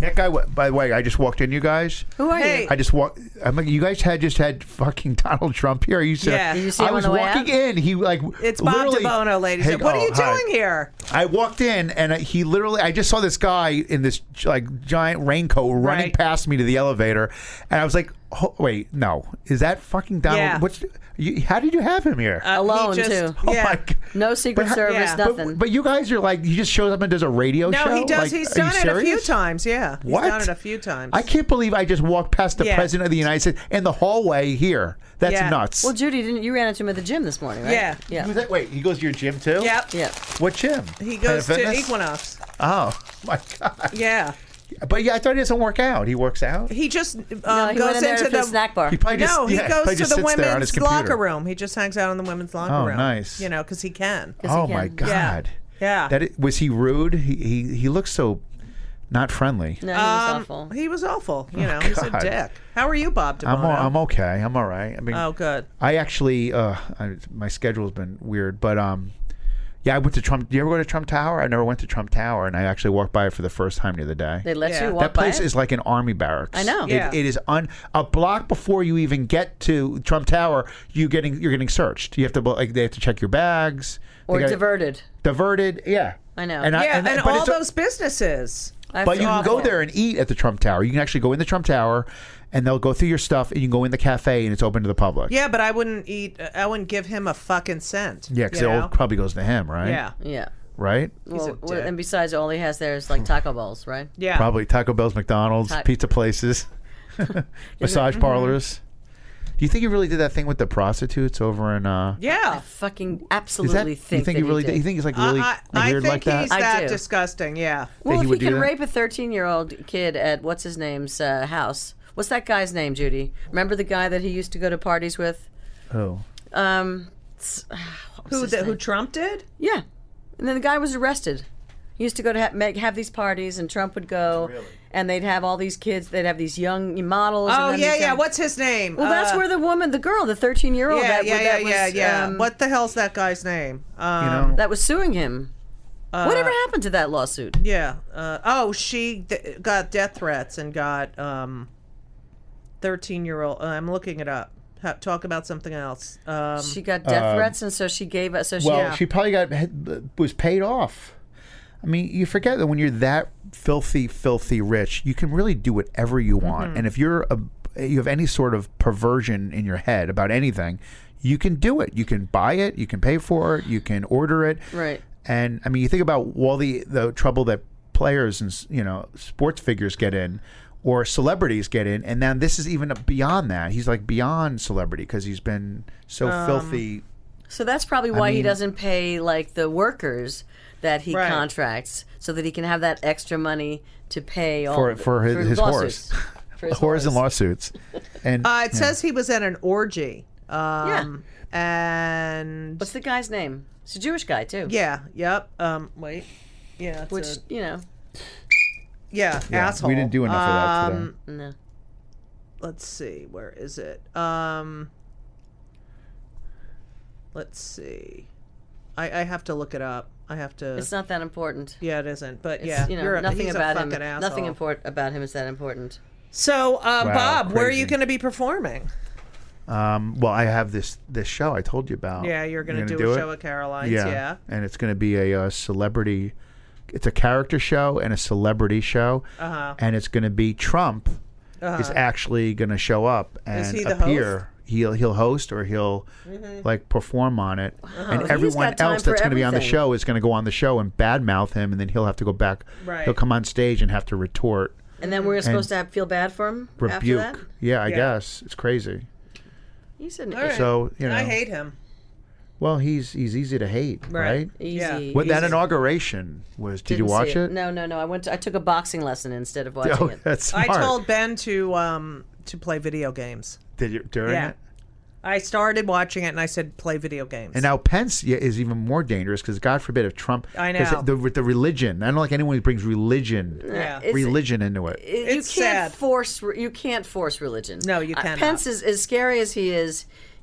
Speaker 4: That guy. wa- By the way, I just walked in. You guys.
Speaker 3: Who are
Speaker 2: Hey.
Speaker 3: you?
Speaker 4: I just walked. I mean, you guys had just had fucking Donald Trump here. You said,
Speaker 2: Yeah. Did you
Speaker 3: see him
Speaker 4: I
Speaker 3: on
Speaker 4: was
Speaker 3: the way out?
Speaker 4: walking in. He like
Speaker 2: It's Bob
Speaker 4: literally-
Speaker 2: DeBono, ladies.
Speaker 4: Hey,
Speaker 2: what are
Speaker 4: oh,
Speaker 2: you doing
Speaker 4: hi.
Speaker 2: here?
Speaker 4: I walked in and I- he literally. I just saw this guy in this like giant raincoat running
Speaker 2: Right.
Speaker 4: past me to the elevator, and I was like, "Ho- "Wait, no, is that fucking Donald?
Speaker 2: Yeah.
Speaker 4: What's? You, how did you have him here?
Speaker 3: Alone
Speaker 2: He just-
Speaker 3: too.
Speaker 4: oh
Speaker 2: yeah.
Speaker 4: my god."
Speaker 3: No Secret
Speaker 4: But how-
Speaker 3: Service.
Speaker 2: Yeah.
Speaker 4: But-
Speaker 3: Nothing.
Speaker 4: But, you guys are like, he just shows up and does a radio show.
Speaker 2: No, he does.
Speaker 4: Like,
Speaker 2: he's
Speaker 4: are
Speaker 2: done it
Speaker 4: you
Speaker 2: a few
Speaker 4: serious?
Speaker 2: times. Yeah, he's
Speaker 4: What?
Speaker 2: done it a few times.
Speaker 4: I can't believe I just walked past the
Speaker 2: Yeah.
Speaker 4: president of the United States in the hallway here. That's
Speaker 2: Yeah.
Speaker 4: nuts.
Speaker 3: well, Judy, didn't you ran into him at the gym this morning, right?
Speaker 2: Yeah.
Speaker 4: He
Speaker 3: Yeah.
Speaker 4: was at- wait, he goes to your gym too?
Speaker 2: Yep.
Speaker 3: Yeah.
Speaker 4: What gym?
Speaker 2: He goes
Speaker 4: Planet
Speaker 2: to
Speaker 4: Fitness?
Speaker 2: Equinox.
Speaker 4: Oh my god!
Speaker 2: Yeah.
Speaker 4: But yeah, I thought he doesn't work out. He works out.
Speaker 2: He just um,
Speaker 3: No, he
Speaker 2: goes
Speaker 3: went in there
Speaker 2: into
Speaker 3: for
Speaker 2: the
Speaker 3: the snack bar.
Speaker 4: He probably just
Speaker 2: no, he
Speaker 4: yeah, probably
Speaker 2: goes to
Speaker 4: just
Speaker 2: the
Speaker 4: sits there on
Speaker 2: women's
Speaker 4: his computer.
Speaker 2: locker room. He just hangs out in the women's locker
Speaker 4: Oh,
Speaker 2: room.
Speaker 4: nice.
Speaker 2: You know, because he can.
Speaker 4: Oh
Speaker 3: he
Speaker 4: my
Speaker 3: can.
Speaker 2: Yeah.
Speaker 4: god!
Speaker 2: Yeah.
Speaker 4: That i- was he rude? He he, he looks so not friendly.
Speaker 3: No, he was
Speaker 2: Um,
Speaker 3: awful.
Speaker 2: He was awful. You know, he's a
Speaker 4: Oh, God.
Speaker 2: dick. How are you, Bob DeBono?
Speaker 4: I'm all, I'm okay. I'm all right. I mean,
Speaker 2: oh, good.
Speaker 4: I actually uh, I, my schedule's been weird, but um, Yeah, I went to Trump. Do you ever go to Trump Tower? I never went to Trump Tower, and I actually walked by it for the first time the other day.
Speaker 3: They let
Speaker 2: Yeah.
Speaker 3: you walk
Speaker 4: that place
Speaker 3: by. it?
Speaker 4: is like an army barracks.
Speaker 3: I know.
Speaker 4: It-
Speaker 2: Yeah.
Speaker 4: it is un a block before you even get to Trump Tower. You getting you're getting searched. You have to like they have to check your bags. They
Speaker 3: or
Speaker 4: gotta-
Speaker 3: diverted.
Speaker 4: diverted. Yeah,
Speaker 3: I know.
Speaker 4: I-
Speaker 2: yeah, and,
Speaker 4: but
Speaker 2: all
Speaker 4: it's a-
Speaker 2: those businesses.
Speaker 3: I
Speaker 4: but you
Speaker 3: feel
Speaker 4: can go
Speaker 3: awful.
Speaker 4: there and eat at the Trump Tower. You can actually go in the Trump Tower, and they'll go through your stuff, and you can go in the cafe, and it's open to the public.
Speaker 2: Yeah, but I wouldn't eat. I wouldn't give him a fucking cent.
Speaker 4: yeah, because
Speaker 2: you
Speaker 4: it all
Speaker 2: know?
Speaker 4: probably goes to him, right?
Speaker 2: Yeah,
Speaker 3: Yeah.
Speaker 4: right.
Speaker 2: a
Speaker 3: Well, well,
Speaker 2: dick.
Speaker 3: and besides, all he has there is like taco balls, right?
Speaker 2: yeah.
Speaker 4: Probably Taco Bell's, McDonald's,
Speaker 3: Ta- mm-hmm.
Speaker 4: pizza places, massage parlors. Do you think he really did that thing with the prostitutes over in? Uh,
Speaker 2: Yeah.
Speaker 3: Fucking
Speaker 4: is that,
Speaker 3: absolutely
Speaker 4: you
Speaker 3: think
Speaker 4: think
Speaker 3: that
Speaker 4: he really?
Speaker 3: did.
Speaker 4: You think he's like really
Speaker 2: I, I, I
Speaker 4: weird
Speaker 2: think
Speaker 4: like that?
Speaker 2: he's
Speaker 3: I
Speaker 2: that
Speaker 3: do.
Speaker 2: disgusting. Yeah.
Speaker 3: well,
Speaker 4: he
Speaker 3: if
Speaker 4: would do
Speaker 3: he can
Speaker 4: that?
Speaker 3: rape a 13-year-old kid at what's his name's uh, house. What's that guy's name, Judy? Remember the guy that he used to go to parties with?
Speaker 4: oh,
Speaker 3: Um, s- what was
Speaker 2: Who
Speaker 3: his
Speaker 2: the, who
Speaker 3: name?
Speaker 2: Trump did?
Speaker 3: Yeah, and then the guy was arrested. He used to go to ha- make, have these parties, and Trump would go, and they'd have all these kids. They'd have these young models. and
Speaker 2: Oh
Speaker 3: then
Speaker 2: yeah,
Speaker 3: these
Speaker 2: yeah.
Speaker 3: young-
Speaker 2: What's his name?
Speaker 3: Well, that's
Speaker 2: Uh,
Speaker 3: where the woman, the girl, the 13-year-old,
Speaker 2: Yeah,
Speaker 3: that,
Speaker 2: yeah, yeah,
Speaker 3: that was,
Speaker 2: yeah, yeah.
Speaker 3: um,
Speaker 2: what the hell's that guy's name? Um,
Speaker 4: you know,
Speaker 3: that was suing him. Whatever happened to that lawsuit?
Speaker 2: Uh, Yeah. Uh, oh, she d- got death threats and got um, thirteen-year-old. Uh, I'm looking it up. Ha- talk about something else. Um,
Speaker 3: She got death threats, and so she gave us. So she,
Speaker 4: Uh, well, she probably got had- was paid off. I mean, you forget that when you're that filthy, filthy rich, you can really do whatever you want. And if you're a, you have any sort of perversion in your head about anything, you can do it. You can buy it. You can pay for it. You can order it.
Speaker 3: Right.
Speaker 4: And I mean, you think about all the the trouble that players and s- you know sports figures get in, or celebrities get in, and then this is even beyond that. He's like beyond celebrity because he's been so filthy.
Speaker 3: so that's probably why he doesn't pay like the workers that he
Speaker 2: Right.
Speaker 3: contracts, so that he can have that extra money to pay all
Speaker 4: for
Speaker 3: the-
Speaker 4: for his, his
Speaker 3: lawsuits.
Speaker 4: horse,
Speaker 3: For his
Speaker 4: horse and lawsuits, and
Speaker 2: uh, it says he was at an orgy.
Speaker 3: Yeah.
Speaker 2: Um, And
Speaker 3: What's the guy's name? It's a Jewish guy too.
Speaker 2: yeah, yep. Um, wait. Yeah. it's
Speaker 3: Which
Speaker 2: a-
Speaker 3: you know,
Speaker 2: yeah,
Speaker 4: yeah,
Speaker 2: Asshole.
Speaker 4: we didn't do enough of that today.
Speaker 3: no.
Speaker 2: let's see where is it um let's see i i have to look it up i have to
Speaker 3: It's not that important.
Speaker 2: yeah it isn't but
Speaker 3: It's,
Speaker 2: yeah
Speaker 3: you know,
Speaker 2: you're a-
Speaker 3: nothing
Speaker 2: he's
Speaker 3: about
Speaker 2: a
Speaker 3: him.
Speaker 2: fucking asshole.
Speaker 3: Nothing important about him is that important.
Speaker 2: so um bob where are you
Speaker 4: crazy.
Speaker 2: going to be performing
Speaker 4: Um, well, I have this this show I told you about.
Speaker 2: yeah you're going to do, a show at caroline's yeah,
Speaker 4: Yeah. and it's going to be a, uh celebrity. It's a character show and a celebrity show, uh-huh. and it's going to be Trump is actually going to show up and
Speaker 2: Uh-huh. he the Mm-hmm.
Speaker 4: appear. He'll he'll host or he'll like perform on it, and
Speaker 2: Uh-huh.
Speaker 3: he's
Speaker 4: everyone
Speaker 3: got time
Speaker 4: else
Speaker 3: for
Speaker 4: that's going to be on the
Speaker 3: everything.
Speaker 4: show is going to go on the show and badmouth him, and then he'll have to go back.
Speaker 2: Right.
Speaker 4: He'll come on stage and have to retort.
Speaker 3: And then we're supposed to have, feel bad for him after
Speaker 4: rebuke.
Speaker 3: that.
Speaker 4: Yeah, I
Speaker 2: Yeah.
Speaker 4: guess it's crazy.
Speaker 3: He's an
Speaker 2: right.
Speaker 4: So you know,
Speaker 2: i hate him
Speaker 4: well, he's he's easy to hate, right?
Speaker 2: Right.
Speaker 3: easy.
Speaker 2: Yeah.
Speaker 4: What that
Speaker 3: easy-
Speaker 4: inauguration was? Did you
Speaker 3: didn't see
Speaker 4: watch it?
Speaker 3: No, no, no. I went. To, I took a boxing lesson instead of watching
Speaker 4: Oh,
Speaker 3: it.
Speaker 4: that's
Speaker 2: i
Speaker 4: smart.
Speaker 2: told ben to um to play video games
Speaker 4: Did you during
Speaker 2: yeah
Speaker 4: it?
Speaker 2: i started watching it and i said play video games
Speaker 4: And now Pence yeah, is even more dangerous because God forbid if Trump.
Speaker 2: I
Speaker 4: 'cause
Speaker 2: know.
Speaker 4: the, with the religion. I don't like anyone who brings religion
Speaker 2: yeah
Speaker 3: It's-
Speaker 4: religion into it.
Speaker 3: you can't
Speaker 2: It's sad.
Speaker 3: force. re- You can't force religion.
Speaker 2: No, you
Speaker 3: Uh,
Speaker 2: cannot.
Speaker 3: Pence is as scary as he is.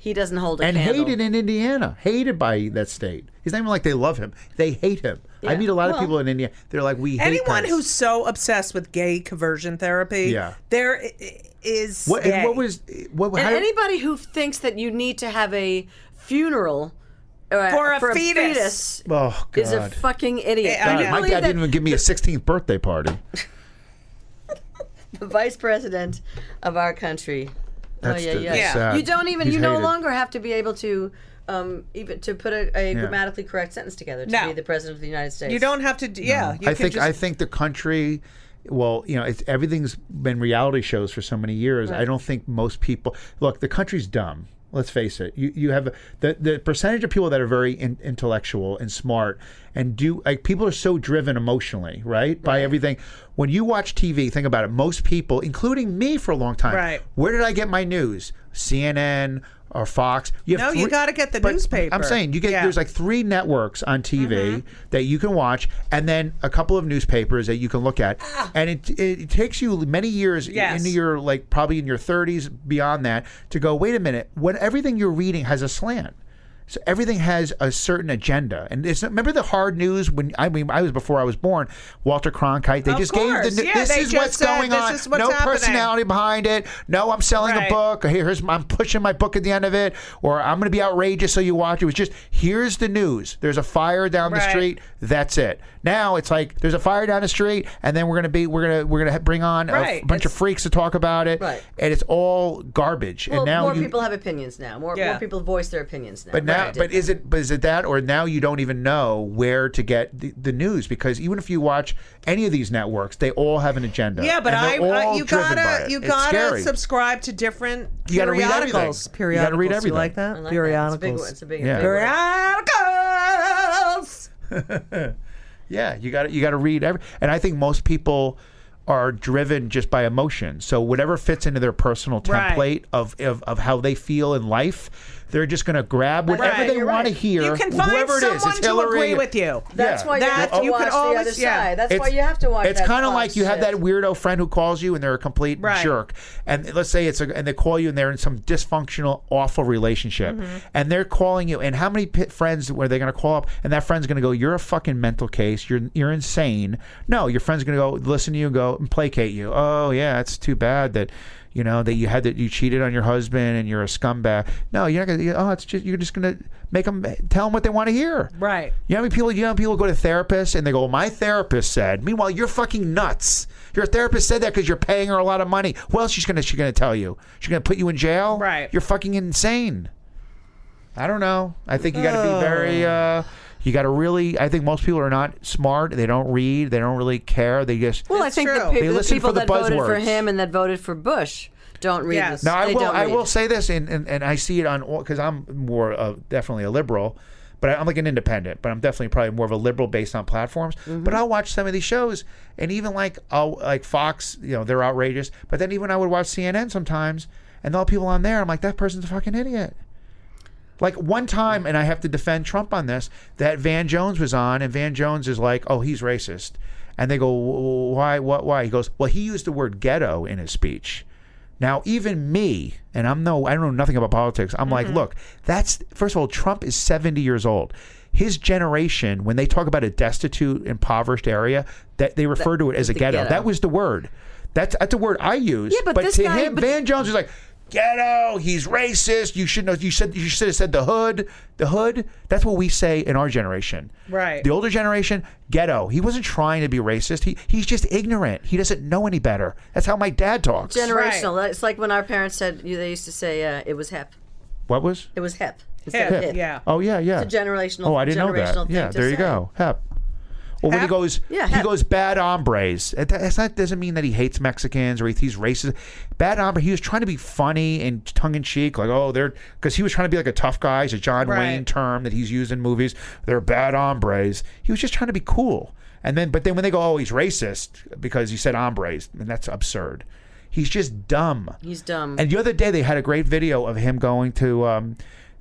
Speaker 3: He doesn't hold a
Speaker 4: And
Speaker 3: candle.
Speaker 4: hated in Indiana, hated by that state. It's not even like they love him; they hate him. I
Speaker 3: Yeah.
Speaker 4: meet a lot
Speaker 3: Well-
Speaker 4: of people in India. They're like, we hate
Speaker 2: anyone
Speaker 4: Pence.
Speaker 2: who's so obsessed with gay conversion therapy
Speaker 4: Yeah.
Speaker 2: there i- i- is
Speaker 4: what, and
Speaker 2: gay.
Speaker 4: what was what?
Speaker 3: And
Speaker 4: how-
Speaker 3: anybody who thinks that you need to have a funeral uh,
Speaker 2: For a fetus.
Speaker 3: fetus
Speaker 4: oh God!
Speaker 3: is a fucking idiot.
Speaker 2: Yeah, I
Speaker 3: Can you
Speaker 2: know.
Speaker 4: My
Speaker 3: believe
Speaker 4: dad
Speaker 3: that Oh,
Speaker 4: didn't even give me a 16th birthday party.
Speaker 3: the vice president of our country?
Speaker 4: That's
Speaker 3: oh yeah,
Speaker 4: the-
Speaker 3: yeah.
Speaker 4: that's sad.
Speaker 3: You don't even.
Speaker 4: He's
Speaker 3: you no
Speaker 4: hated.
Speaker 3: longer have to be able to. Um, even to put a, a grammatically correct sentence together to
Speaker 2: No.
Speaker 3: be the president of the United States.
Speaker 2: You don't have to. d- Yeah, you
Speaker 4: I
Speaker 2: can
Speaker 4: think
Speaker 2: Just,
Speaker 4: I think the country. Well, you know, it's, everything's been reality shows for so many years. I don't think most people look. The country's dumb. Let's face it. You you have the the percentage of people that are very in, intellectual and smart and do like people are so driven emotionally, right, by everything. When you watch TV, think about it. Most people, including me, for a long time,
Speaker 2: Right.
Speaker 4: Where did I get my news? CNN or Fox? You
Speaker 2: No, you gotta get the newspaper.
Speaker 4: I'm saying you get
Speaker 2: Yeah. Mm-hmm.
Speaker 4: there's like three networks on TV that you can watch, and then a couple of newspapers that you can look at. And it, it, takes you many years
Speaker 2: Ah. Yes.
Speaker 4: into your like probably in your 30s beyond that to go. Wait a minute, when everything you're reading has a slant. So everything has a certain agenda, and it's remember the hard news when I mean I was before I was born. Walter Cronkite, they
Speaker 2: Of
Speaker 4: just
Speaker 2: course.
Speaker 4: gave the
Speaker 2: Yeah,
Speaker 4: this
Speaker 2: they
Speaker 4: is
Speaker 2: just
Speaker 4: what's
Speaker 2: said,
Speaker 4: going
Speaker 2: "This
Speaker 4: on.
Speaker 2: is what's
Speaker 4: no
Speaker 2: happening."
Speaker 4: personality behind it. No, I'm selling
Speaker 2: Right.
Speaker 4: a book. Or here's I'm pushing my book at the end of it, or I'm going to be outrageous so you watch. It was just here's the news. There's a fire down the
Speaker 2: Right.
Speaker 4: street. That's it. Now it's like there's a fire down the street, and then we're going to be we're going to we're going to bring on a
Speaker 2: Right.
Speaker 4: bunch of
Speaker 2: It's-
Speaker 4: freaks to talk about it,
Speaker 9: Right.
Speaker 4: and it's all garbage.
Speaker 9: Well,
Speaker 4: and now
Speaker 9: more
Speaker 4: you,
Speaker 9: people have opinions now. More,
Speaker 2: Yeah.
Speaker 9: more people voice their opinions now.
Speaker 4: But now,
Speaker 9: Right.
Speaker 4: but is it but is it that or now you don't even know where to get the, the news because even if you watch any of these networks, they all have an agenda.
Speaker 2: Yeah, but
Speaker 4: and
Speaker 2: I,
Speaker 4: they're
Speaker 2: I
Speaker 4: all
Speaker 2: you
Speaker 4: driven by
Speaker 2: gotta
Speaker 4: it.
Speaker 2: you
Speaker 4: It's
Speaker 2: gotta
Speaker 4: scary.
Speaker 2: subscribe to different
Speaker 4: You gotta read everything.
Speaker 2: periodicals.
Speaker 4: You gotta read
Speaker 2: Periodicals. You like
Speaker 4: everything.
Speaker 2: that?
Speaker 9: I like that. It's a big.
Speaker 2: periodicals.
Speaker 9: one. It's a big.
Speaker 4: Yeah.
Speaker 9: big word.
Speaker 2: periodicals.
Speaker 4: Yeah, you got to you got to read every, and I think most people are driven just by emotion. So whatever fits into their personal template
Speaker 2: Right.
Speaker 4: of, of of how they feel in life, they're just going to grab whatever
Speaker 2: Right,
Speaker 4: they
Speaker 2: you're
Speaker 4: want to
Speaker 2: right.
Speaker 4: hear.
Speaker 2: You can find
Speaker 4: whoever it is,
Speaker 2: someone
Speaker 4: it's
Speaker 2: to
Speaker 4: Hillary.
Speaker 2: agree with you.
Speaker 9: That's
Speaker 4: Yeah.
Speaker 9: why you
Speaker 4: That-
Speaker 9: have to
Speaker 2: you
Speaker 9: watch
Speaker 2: could always-
Speaker 9: the other
Speaker 2: yeah.
Speaker 9: side. That's
Speaker 4: It's-
Speaker 9: why you have to watch.
Speaker 4: It's
Speaker 9: that
Speaker 4: kind of
Speaker 9: Fox
Speaker 4: like you have
Speaker 9: shit.
Speaker 4: that weirdo friend who calls you and they're a complete
Speaker 2: Right.
Speaker 4: jerk, and let's say it's a, and they call you and they're in some dysfunctional, awful relationship,
Speaker 9: Mm-hmm.
Speaker 4: and they're calling you. And how many pit friends were they going to call up? And that friend's going to go, "You're a fucking mental case. You're you're insane." No, your friend's going to go listen to you and go and placate you. Oh yeah, it's too bad that. You know that you had that you cheated on your husband and you're a scumbag. No, you're not gonna. Oh, it's just you're just gonna make them tell them what they want to hear.
Speaker 2: Right.
Speaker 4: You know how many people you know how many people go to therapists and they go, well, "My therapist said." Meanwhile, you're fucking nuts. Your therapist said that because you're paying her a lot of money. What else she's gonna she's gonna tell you? She's gonna put you in jail.
Speaker 2: Right.
Speaker 4: You're fucking insane. I don't know. I think you got to be very. Uh, you got to really. I think most people are not smart. They don't read. They don't really care. They just.
Speaker 3: Well, I
Speaker 2: It's
Speaker 3: think
Speaker 2: true.
Speaker 3: the,
Speaker 2: They
Speaker 3: pe- the
Speaker 4: listen
Speaker 3: people
Speaker 4: for the
Speaker 3: that voted for
Speaker 4: buzzwords.
Speaker 3: him and that voted for Bush don't read
Speaker 2: Yes.
Speaker 3: this.
Speaker 4: No, I
Speaker 3: they
Speaker 4: will.
Speaker 3: Don't
Speaker 4: I
Speaker 3: read.
Speaker 4: will say this, and, and, and I see it on because I'm more of definitely a liberal, but I'm like an independent, but I'm definitely probably more of a liberal based on platforms.
Speaker 3: Mm-hmm.
Speaker 4: But I'll watch some of these shows, and even like I'll, like Fox, you know, they're outrageous. But then even I would watch CNN sometimes, and all people on there, I'm like, that person's a fucking idiot. Like one time, and I have to defend Trump on this, that Van Jones was on, and Van Jones is like, oh, he's racist. And they go, "Wh- wh- why, what, why? He goes, well, he used the word ghetto in his speech. Now, even me, and I'm no, I don't know nothing about politics. I'm
Speaker 3: Mm-hmm.
Speaker 4: like, look, that's, first of all, Trump is 70 years old. His generation, when they talk about a destitute, impoverished area, that they refer to it as a ghetto.
Speaker 9: ghetto.
Speaker 4: That was the word. That's, that's a word I use.
Speaker 3: Yeah, but this
Speaker 4: to
Speaker 3: guy-
Speaker 4: him,
Speaker 3: but-
Speaker 4: Van Jones was like, "Ghetto, he's racist. You should know. You said you should have said the hood, the hood. That's what we say in our generation.
Speaker 2: Right.
Speaker 4: The older generation, ghetto. He wasn't trying to be racist. He he's just ignorant. He doesn't know any better. That's how my dad talks.
Speaker 9: generational. It's like when our parents said you- they used to say uh, it was hep.
Speaker 4: what was?
Speaker 9: It was hep. instead of
Speaker 2: Hep, yeah.
Speaker 4: Oh yeah, yeah.
Speaker 9: It's a generational.
Speaker 4: Oh, I didn't know
Speaker 9: generational
Speaker 4: that.
Speaker 9: Thing
Speaker 4: Yeah,
Speaker 9: to
Speaker 4: there you
Speaker 9: say.
Speaker 4: go. Hep. Well, when he
Speaker 2: Hep?
Speaker 4: goes,
Speaker 9: Yeah,
Speaker 4: he
Speaker 9: hep.
Speaker 4: goes bad hombres. It- That's not doesn't mean that he hates Mexicans or he- he's racist. Bad hombre. He was trying to be funny and tongue in cheek, like oh they're because he was trying to be like a tough guy. It's a John
Speaker 2: Right.
Speaker 4: Wayne term that he's used in movies. They're bad hombres. He was just trying to be cool. And then, but then when they go, oh he's racist because he said hombres, and that's absurd. He's just dumb.
Speaker 9: He's dumb.
Speaker 4: And the other day, they had a great video of him going to. Um,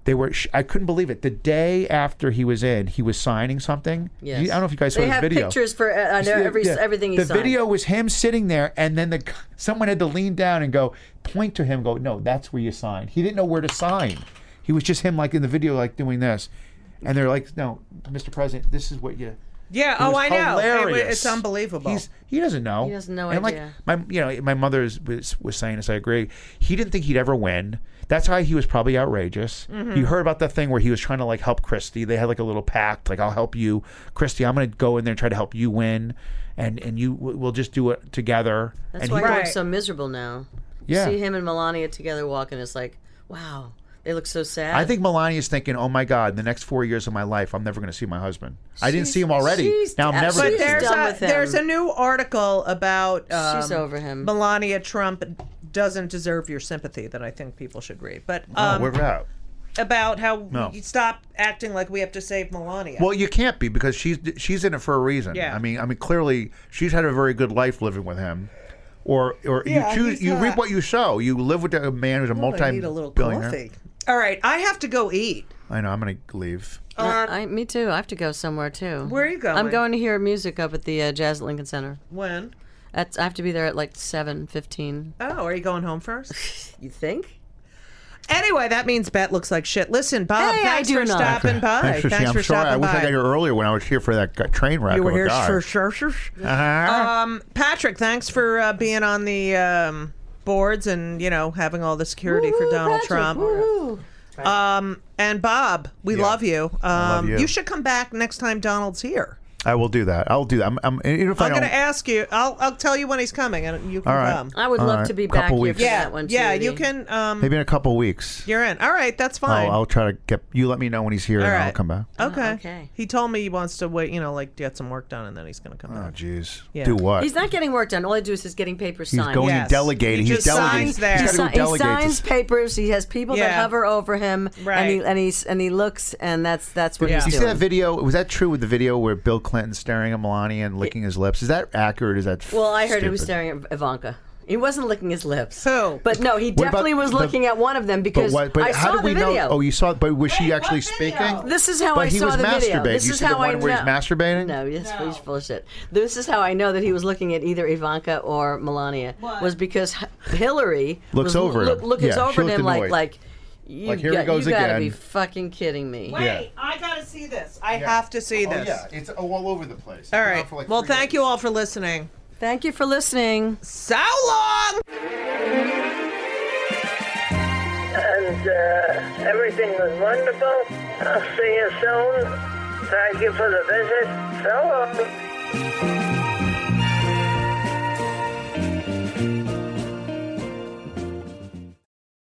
Speaker 4: they were. sh- I couldn't believe it. The day after he was in, he was signing something.
Speaker 9: Yes.
Speaker 4: You- I don't know if you guys saw
Speaker 9: They
Speaker 4: his
Speaker 9: have
Speaker 4: video.
Speaker 9: pictures for uh,
Speaker 4: You see it?
Speaker 9: every
Speaker 4: Yeah.
Speaker 9: everything he
Speaker 4: The
Speaker 9: signed.
Speaker 4: video was him sitting there, and then the g- someone had to lean down and go point to him. Go, no, that's where you sign. He didn't know where to sign. He was just him, like in the video, like doing this. And they're like, no, Mr. President, this is what you.
Speaker 2: Yeah.
Speaker 4: It
Speaker 2: Oh,
Speaker 4: was
Speaker 2: I know. It wa-
Speaker 4: hilarious.
Speaker 2: it's unbelievable.
Speaker 4: He's, he doesn't know. He
Speaker 9: has no
Speaker 4: and
Speaker 9: idea.
Speaker 4: Like my, you know, my mother is- was, was saying this. I agree. He didn't think he'd ever win. That's why he was probably outrageous. You heard about the thing where he was trying to like help Christie. They had like a little pact, like I'll help you, Christie. I'm going to go in there and try to help you win, and and you we'll just do it together.
Speaker 9: That's
Speaker 4: and
Speaker 9: why
Speaker 4: he-
Speaker 9: he
Speaker 2: Right.
Speaker 9: looks so miserable now.
Speaker 4: Yeah.
Speaker 9: You see him and Melania together walking. It's like, wow, they look so sad.
Speaker 4: I think Melania's thinking, "Oh my God, the next four years of my life, I'm never going to see my husband. I didn't see him already.
Speaker 9: she's
Speaker 4: Now I'm never."
Speaker 9: absolutely
Speaker 4: gonna
Speaker 2: but
Speaker 9: She's
Speaker 2: there's
Speaker 4: see him."
Speaker 9: done
Speaker 2: a,
Speaker 9: with him.
Speaker 2: there's a new article about um,
Speaker 9: She's over him.
Speaker 2: Melania Trump doesn't deserve your sympathy that I think people should read, but
Speaker 4: Oh,
Speaker 2: um,
Speaker 4: we're out.
Speaker 2: about how
Speaker 4: No.
Speaker 2: you stop acting like we have to save Melania.
Speaker 4: Well, you can't be because she's she's in it for a reason.
Speaker 2: Yeah.
Speaker 4: I mean, I mean, clearly she's had a very good life living with him, or or
Speaker 2: Yeah,
Speaker 4: you choose
Speaker 2: he's
Speaker 4: you reap
Speaker 2: not-
Speaker 4: what you sow. You live with a man who's a
Speaker 2: Oh, I
Speaker 4: multi
Speaker 2: need a little
Speaker 4: billionaire.
Speaker 2: coffee. All right, I have to go eat.
Speaker 4: I know. I'm gonna leave.
Speaker 2: Uh,
Speaker 9: I, me too. I have to go somewhere too.
Speaker 2: Where are you going?
Speaker 9: I'm going to hear music up at the uh, Jazz at Lincoln Center.
Speaker 2: when?
Speaker 9: That's, I have to be there at like seven fifteen.
Speaker 2: Oh, are you going home first?
Speaker 9: You think?
Speaker 2: Anyway, that means Bet looks like shit. Listen, Bob,
Speaker 10: Hey, I
Speaker 2: thanks
Speaker 10: do
Speaker 2: for
Speaker 10: not.
Speaker 2: stopping by.
Speaker 4: Thanks for, seeing- I'm sorry. I
Speaker 2: stopping
Speaker 4: wish I
Speaker 2: by.
Speaker 4: got here earlier when I was here for that g- train wreck.
Speaker 2: you were
Speaker 4: oh my
Speaker 2: here
Speaker 4: God.
Speaker 2: for sure. sure, sure.
Speaker 4: Uh-huh.
Speaker 2: Um, Patrick, thanks for uh, being on the um, boards and you know having all the security for Donald Trump. Um, and Bob, we love you. Um,
Speaker 4: love you.
Speaker 2: should come back next time Donald's here.
Speaker 4: I will do that. I'll do that. I'm, I'm, and even if I
Speaker 2: I'm
Speaker 4: don't,
Speaker 2: going to ask you. I'll I'll tell you when he's coming, and you can
Speaker 4: All right.
Speaker 2: come.
Speaker 10: I would
Speaker 4: All
Speaker 10: love
Speaker 4: right,
Speaker 10: to be
Speaker 4: couple
Speaker 10: back here
Speaker 4: weeks.
Speaker 10: for
Speaker 2: yeah,
Speaker 10: that one.
Speaker 2: yeah,
Speaker 10: Judy.
Speaker 2: you can. Um,
Speaker 4: maybe in a couple weeks,
Speaker 2: you're in. All right, that's fine.
Speaker 4: I'll, Oh, I'll try to get. You let me know when he's here,
Speaker 2: All
Speaker 4: and I'll
Speaker 2: right.
Speaker 4: come back.
Speaker 2: Okay.
Speaker 3: okay.
Speaker 2: He told me he wants to wait, you know, like get some work done, and then he's going to come
Speaker 4: Oh,
Speaker 2: back.
Speaker 4: jeez.
Speaker 2: Yeah.
Speaker 4: Do what?
Speaker 3: He's not getting work done. All I do is just getting papers
Speaker 4: He's
Speaker 3: signed.
Speaker 4: going
Speaker 2: Yes.
Speaker 4: and delegating.
Speaker 2: He
Speaker 4: He's
Speaker 2: just
Speaker 4: delegating.
Speaker 2: signs there.
Speaker 4: He's
Speaker 2: He
Speaker 4: got to
Speaker 10: si- he
Speaker 4: go delegate.
Speaker 10: signs
Speaker 4: to-
Speaker 10: papers. He has people
Speaker 2: Yeah.
Speaker 10: that hover over him, and
Speaker 2: Right.
Speaker 10: he and he's and he looks, and that's that's what
Speaker 2: Yeah.
Speaker 10: he's
Speaker 4: You
Speaker 10: doing.
Speaker 4: see that video? Was that true with the video where Bill Clinton staring at Melania and licking his lips? Is that accurate? Is that
Speaker 3: Well, I heard he was
Speaker 4: stupid?
Speaker 3: staring at Ivanka. He wasn't licking his lips.
Speaker 2: Who?
Speaker 3: But no, he
Speaker 4: What about
Speaker 3: definitely was
Speaker 4: the-
Speaker 3: looking at one of them because
Speaker 4: But, what, but
Speaker 3: I
Speaker 4: how
Speaker 3: saw
Speaker 4: did we
Speaker 3: the video.
Speaker 4: know? Oh, you saw. it, But was she actually speaking?
Speaker 10: This is how
Speaker 4: but
Speaker 10: I
Speaker 4: he
Speaker 10: saw
Speaker 4: was
Speaker 10: the video.
Speaker 4: masturbating.
Speaker 10: This
Speaker 4: you
Speaker 10: is
Speaker 4: see the
Speaker 10: how
Speaker 4: one
Speaker 10: I
Speaker 4: where he's
Speaker 10: know.
Speaker 4: masturbating?
Speaker 3: No, Oh, yes, he's full of shit. This is how I know that he was looking at either Ivanka or Melania was because H- Hillary
Speaker 4: Looks
Speaker 3: was,
Speaker 4: over him.
Speaker 3: look, looking
Speaker 4: Yeah, she
Speaker 3: over at
Speaker 4: looked
Speaker 3: him like
Speaker 4: annoyed.
Speaker 3: like you
Speaker 4: Like, here he
Speaker 3: got,
Speaker 4: goes
Speaker 3: you gotta
Speaker 4: again.
Speaker 3: be fucking kidding me.
Speaker 4: Yeah.
Speaker 2: I got to see this. I have to
Speaker 4: Oh,
Speaker 2: see this.
Speaker 4: it's all over the place.
Speaker 2: All right. well, thank you all for listening.
Speaker 10: Thank you for listening.
Speaker 2: So long.
Speaker 7: and uh, everything was wonderful. I'll see you soon. Thank you for the visit. So um, long.